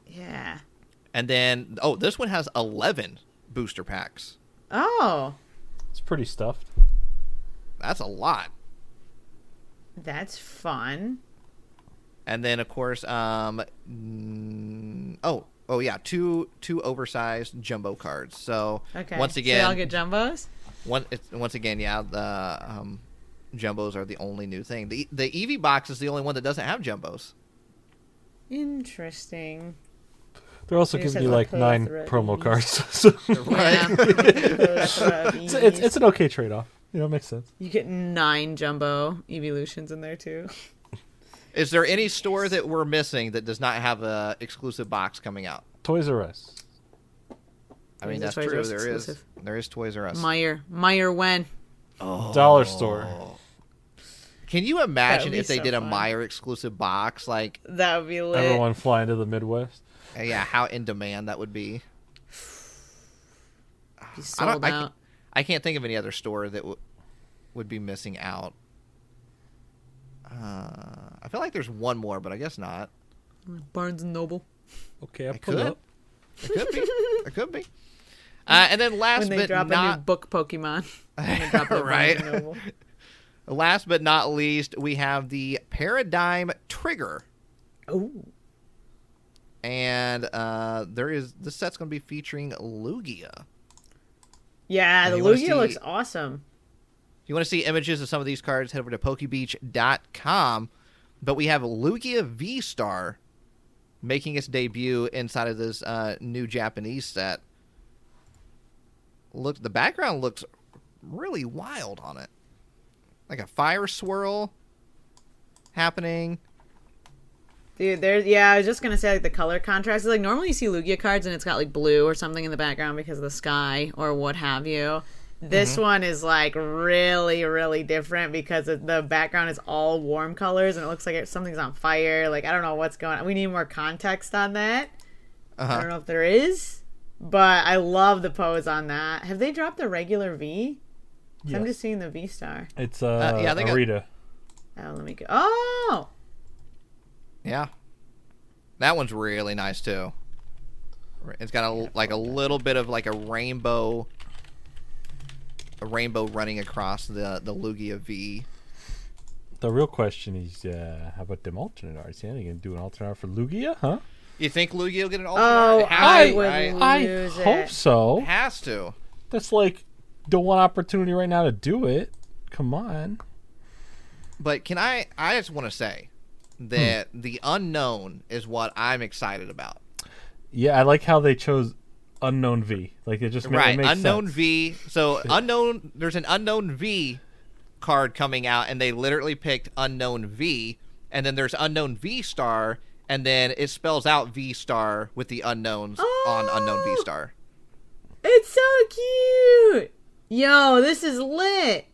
Speaker 2: yeah.
Speaker 1: And then, oh, this one has 11 booster packs.
Speaker 2: Oh,
Speaker 4: It's pretty stuffed.
Speaker 1: That's a lot.
Speaker 2: that's fun.
Speaker 1: And then, of course, um, mm, oh, oh yeah, two two oversized jumbo cards. So
Speaker 2: Okay,
Speaker 1: once
Speaker 2: so
Speaker 1: again,
Speaker 2: I'll get jumbos.
Speaker 1: One, it's, once again, yeah, the um, jumbos are the only new thing. The the EV box is the only one that doesn't have jumbos.
Speaker 2: Interesting.
Speaker 4: They're also
Speaker 2: It
Speaker 4: giving
Speaker 2: says
Speaker 4: you
Speaker 2: on
Speaker 4: like
Speaker 2: Pearl
Speaker 4: nine
Speaker 2: Thread
Speaker 4: promo
Speaker 2: Ease.
Speaker 4: cards. so
Speaker 2: Yeah.
Speaker 4: it's, it's, it's an okay trade off. You know, it makes sense.
Speaker 2: You get nine jumbo evolutions in there too.
Speaker 1: Is there any store that we're missing that does not have a exclusive box coming out?
Speaker 4: Toys R Us.
Speaker 1: I mean,
Speaker 2: Is it
Speaker 1: that's
Speaker 2: Toys R
Speaker 1: true.
Speaker 2: Us
Speaker 1: There is
Speaker 2: exclusive?
Speaker 1: there is Toys R Us.
Speaker 2: Meyer, Meyer, when?
Speaker 1: Oh.
Speaker 4: Dollar store.
Speaker 1: Can you imagine
Speaker 2: be
Speaker 1: if they
Speaker 2: so
Speaker 1: did a
Speaker 2: fun.
Speaker 1: Meyer exclusive box? Like,
Speaker 2: That would be lit.
Speaker 4: Everyone flying to the Midwest.
Speaker 1: yeah, how in demand that would be.
Speaker 2: be
Speaker 1: I
Speaker 2: sold
Speaker 1: don't. I,
Speaker 2: out.
Speaker 1: can't- I can't think of any other store that w- would be missing out. Uh, I feel like there's one more, but I guess not.
Speaker 2: Barnes and Noble.
Speaker 4: Okay, I
Speaker 1: It
Speaker 4: pulled
Speaker 1: could.
Speaker 4: up.
Speaker 1: It could be. It could be. Uh, and then last
Speaker 2: When they
Speaker 1: but
Speaker 2: drop a
Speaker 1: not
Speaker 2: new book Pokemon.
Speaker 1: right,
Speaker 2: Barnes and Noble.
Speaker 1: last but not least, we have the Paradigm Trigger,
Speaker 2: Oh,
Speaker 1: and uh, there is this set's going to be featuring Lugia.
Speaker 2: yeah. The
Speaker 1: you wanna
Speaker 2: Lugia
Speaker 1: see-
Speaker 2: looks awesome.
Speaker 1: If you want to see images of some of these cards, head over to pokebeach.com. But we have Lugia V Star making its debut inside of this uh, new Japanese set. Look, the background looks really wild on it, like a fire swirl happening.
Speaker 2: Dude, there's yeah. I was just gonna say like the color contrast. Like normally you see Lugia cards and it's got like blue or something in the background because of the sky or what have you. This one is like really, really different because it- the background is all warm colors and it looks like it, something's on fire. Like I don't know what's going. on. We need more context on that. I don't know if there is, but I love the pose on that. Have they dropped the regular V? 'Cause I'm
Speaker 4: Yes.
Speaker 2: just seeing the V star.
Speaker 4: It's uh,
Speaker 1: Uh, yeah, they got-
Speaker 4: Arita.
Speaker 2: Oh, let me go. Oh,
Speaker 1: Yeah, that one's really nice too. It's got a like a little bit of like a rainbow, a rainbow running across the the Lugia V.
Speaker 4: The real question is, uh, how about them alternate arts? Yeah, they gonna do an alternate art for Lugia, huh?
Speaker 1: You think Lugia will get an alternate?
Speaker 2: Oh,
Speaker 1: It has
Speaker 2: I
Speaker 1: to,
Speaker 2: would
Speaker 1: right?
Speaker 2: love-
Speaker 4: I
Speaker 2: Lose
Speaker 4: hope
Speaker 2: it.
Speaker 1: It
Speaker 4: so.
Speaker 1: has to.
Speaker 4: That's like the one opportunity right now to do it. Come on.
Speaker 1: But can I? I just want to say
Speaker 2: Hmm.
Speaker 1: that the unknown is what I'm excited about.
Speaker 4: Yeah, I like how they chose unknown V. Like it just ma- it
Speaker 1: right.
Speaker 4: makes
Speaker 1: Unknown
Speaker 4: sense.
Speaker 1: V. So unknown. There's an unknown V card coming out, and they literally picked unknown V. And then there's unknown V star, and then it spells out V star with the unknowns on unknown V star.
Speaker 2: It's so cute. Yo, this is lit.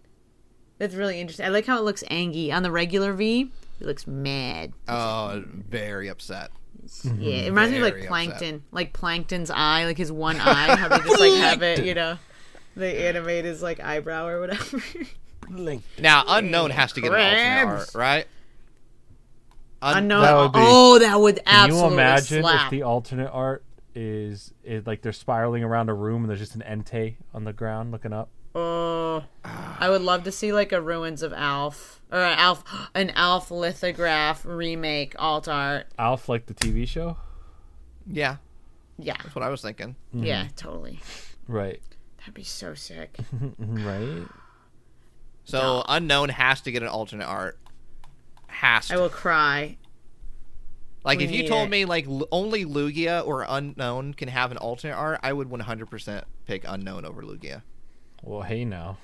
Speaker 2: That's really interesting. I like how it looks angy on the regular V. It looks mad.
Speaker 1: Oh, very upset.
Speaker 2: Yeah, it reminds me of like
Speaker 1: Very upset.
Speaker 2: Plankton, like Plankton's eye, like his one eye. How they just like have it, you know, they animate his like eyebrow or whatever.
Speaker 1: Now unknown has to get an alternate art,
Speaker 2: Crabs.
Speaker 1: right? Un-
Speaker 2: Unknown.
Speaker 4: That would be-
Speaker 2: oh, that would
Speaker 4: Can you
Speaker 2: absolutely
Speaker 4: imagine
Speaker 2: slap.
Speaker 4: if the alternate art is, is like they're spiraling around a room and there's just an ente on the ground looking up?
Speaker 2: Oh, I would love to see like a ruins of Alf or an Alf, an Alf lithograph remake alt art.
Speaker 4: Alf, like the TV show,
Speaker 1: Yeah,
Speaker 2: Yeah,
Speaker 1: that's what I was thinking.
Speaker 2: yeah,
Speaker 4: Hmm.
Speaker 2: totally.
Speaker 4: right?
Speaker 2: That'd be so sick.
Speaker 4: Right.
Speaker 1: So unknown has to get an alternate art. Has
Speaker 2: I
Speaker 1: to.
Speaker 2: will cry.
Speaker 1: like
Speaker 2: we
Speaker 1: if you
Speaker 2: need
Speaker 1: told
Speaker 2: it.
Speaker 1: me like l- only Lugia or unknown can have an alternate art, I would 100% pick unknown over Lugia.
Speaker 4: Well, hey now.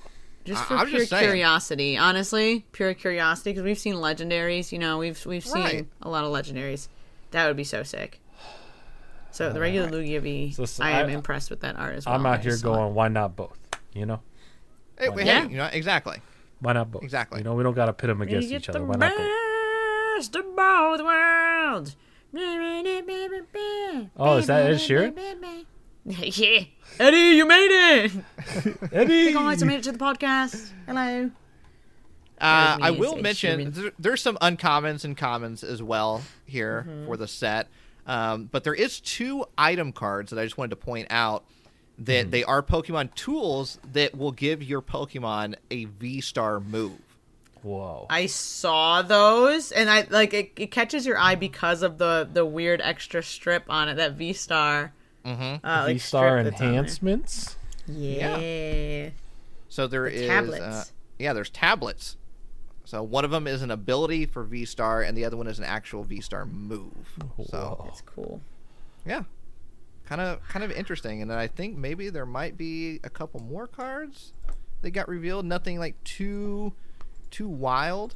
Speaker 2: Just
Speaker 1: I-
Speaker 2: for
Speaker 1: I'm just
Speaker 2: pure
Speaker 1: saying.
Speaker 2: curiosity, honestly, pure curiosity, because we've seen legendaries. You know, we've we've seen
Speaker 1: Right.
Speaker 2: a lot of legendaries. That would be so sick. So the regular Lugia V,
Speaker 4: So, so
Speaker 2: I am
Speaker 4: I-
Speaker 2: impressed with that art as well.
Speaker 4: I'm
Speaker 2: Oh, I
Speaker 4: out here
Speaker 2: just saw it.
Speaker 4: going, why not both? You know,
Speaker 1: Hey, wait,
Speaker 2: Yeah.
Speaker 1: hey, you know exactly.
Speaker 4: why not both?
Speaker 1: Exactly.
Speaker 4: You know, we don't gotta pit them
Speaker 2: You
Speaker 4: against
Speaker 2: get
Speaker 4: each other.
Speaker 2: the
Speaker 4: Why not both?
Speaker 2: best of both worlds.
Speaker 4: Oh, is that Ed Sheeran?
Speaker 2: yeah, Eddie, you made it.
Speaker 4: Eddie.
Speaker 2: Guys, I made it to the podcast. Hello.
Speaker 1: Uh,
Speaker 2: Pardon me,
Speaker 1: I
Speaker 2: is
Speaker 1: will
Speaker 2: Ed
Speaker 1: mention
Speaker 2: Sheeran.
Speaker 1: there, there's some uncommons and commons as well here for the set, um, but there is two item cards that I just wanted to point out that they are Pokemon tools that will give your Pokemon a V star move.
Speaker 4: Whoa.
Speaker 2: I saw those, and I like it, it catches your eye because of the the weird extra strip on it that V Star. Mm-hmm. Uh, like,
Speaker 4: V star
Speaker 2: strip that's on there.
Speaker 4: enhancements.
Speaker 2: Yeah.
Speaker 1: So there is Uh,
Speaker 2: tablets.
Speaker 1: yeah, there's tablets. So one of them is an ability for V star, and the other one is an actual V star move. So
Speaker 2: That's cool.
Speaker 1: yeah, kind of kind of interesting. And then I think maybe there might be a couple more cards that got revealed. Nothing like too too wild.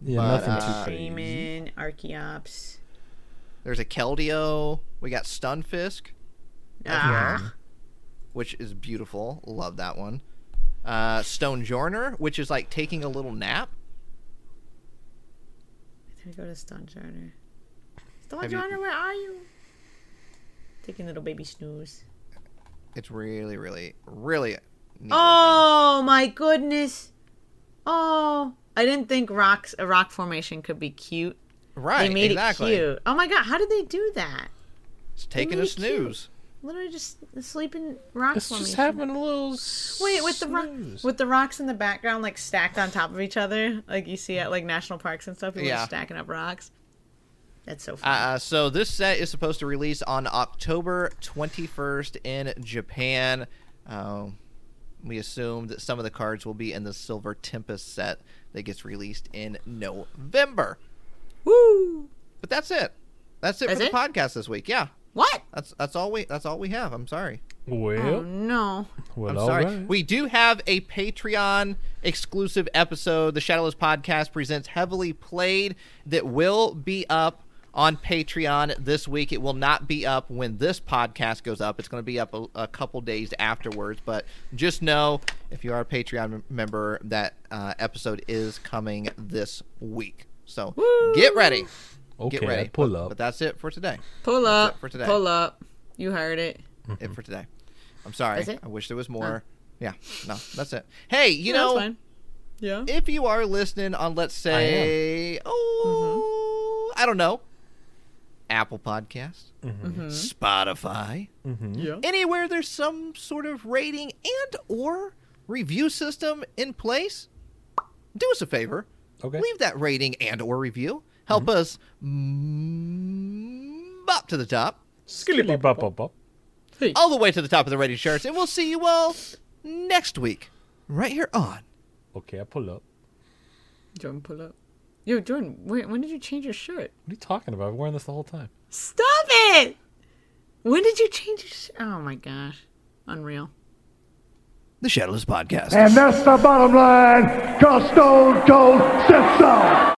Speaker 4: Yeah,
Speaker 1: But,
Speaker 4: nothing
Speaker 1: uh,
Speaker 4: too crazy.
Speaker 2: Shaman, Archeops.
Speaker 1: There's a Keldeo. We got Stunfisk,
Speaker 2: Ah,
Speaker 1: which is beautiful. Love that one. Uh, Stonejourner, which is like taking a little nap.
Speaker 2: I go to Stunjourner.
Speaker 1: Have you-
Speaker 2: Stunjourner, where are you? Taking little baby snooze.
Speaker 1: It's really, really, really. neat.
Speaker 2: Oh my goodness. Oh, I didn't think rocks a rock formation could be cute.
Speaker 1: right,
Speaker 2: they made
Speaker 1: exactly.
Speaker 2: it cute. Oh my god, how did they do that?
Speaker 1: It's taking
Speaker 2: made
Speaker 1: a
Speaker 2: it cute.
Speaker 1: snooze.
Speaker 2: Literally just sleeping rock
Speaker 4: It's
Speaker 2: formation.
Speaker 4: just having a little.
Speaker 2: Wait, with the rock,
Speaker 4: snooze.
Speaker 2: with the rocks in the background like stacked on top of each other, like you see at like national parks and stuff, people
Speaker 1: Yeah.
Speaker 2: are stacking up rocks. That's so fun.
Speaker 1: Uh, so this set is supposed to release on October 21st in Japan. Um, we assume that some of the cards will be in the Silver Tempest set that gets released in November.
Speaker 2: Woo!
Speaker 1: But that's it. That's it
Speaker 2: That's
Speaker 1: for
Speaker 2: it?
Speaker 1: the podcast this week. Yeah,
Speaker 2: What?
Speaker 1: that's that's all we that's all we have. I'm sorry.
Speaker 4: Well,
Speaker 2: Oh no.
Speaker 4: well,
Speaker 1: I'm
Speaker 4: all
Speaker 1: sorry.
Speaker 4: right.
Speaker 1: We do have a Patreon exclusive episode. The Shadowless Podcast presents Heavily Played that will be up on Patreon this week. It will not be up when this podcast goes up. It's going to be up a, a couple days afterwards. But just know if you are a Patreon mem- member, that uh, episode is coming this week. So get ready.
Speaker 4: okay,
Speaker 1: Get ready.
Speaker 4: I pull
Speaker 1: But-
Speaker 4: up.
Speaker 1: But that's it for today.
Speaker 2: Pull up.
Speaker 1: for today.
Speaker 2: Pull up. You heard it.
Speaker 1: it for today. I'm sorry.
Speaker 2: That's it? Oh.
Speaker 1: I wish there was more. Yeah, no, that's it. Hey, you
Speaker 2: No,
Speaker 1: know,
Speaker 2: it's fine. Yeah.
Speaker 1: if you are listening on, let's say, oh, I don't know, Apple Podcast,
Speaker 2: Mm-hmm.
Speaker 1: Spotify,
Speaker 2: Yeah.
Speaker 1: anywhere there's some sort of rating and or review system in place, do us a favor.
Speaker 4: Okay.
Speaker 1: Leave that rating and or review. Help us mm, up to the top,
Speaker 4: Skilly bop bop bop.
Speaker 1: all the way to the top of the rating charts, and we'll see you all next week, right here on.
Speaker 4: Okay, I pull up.
Speaker 2: Jordan, pull up. Yo, Jordan, when, when did you change your shirt?
Speaker 4: What are you talking about? I've been wearing this the whole time.
Speaker 2: Stop it! When did you change your? Sh- oh my gosh, unreal.
Speaker 1: The Shadowless Podcast.
Speaker 8: And that's the bottom line, because Stone Cold said so.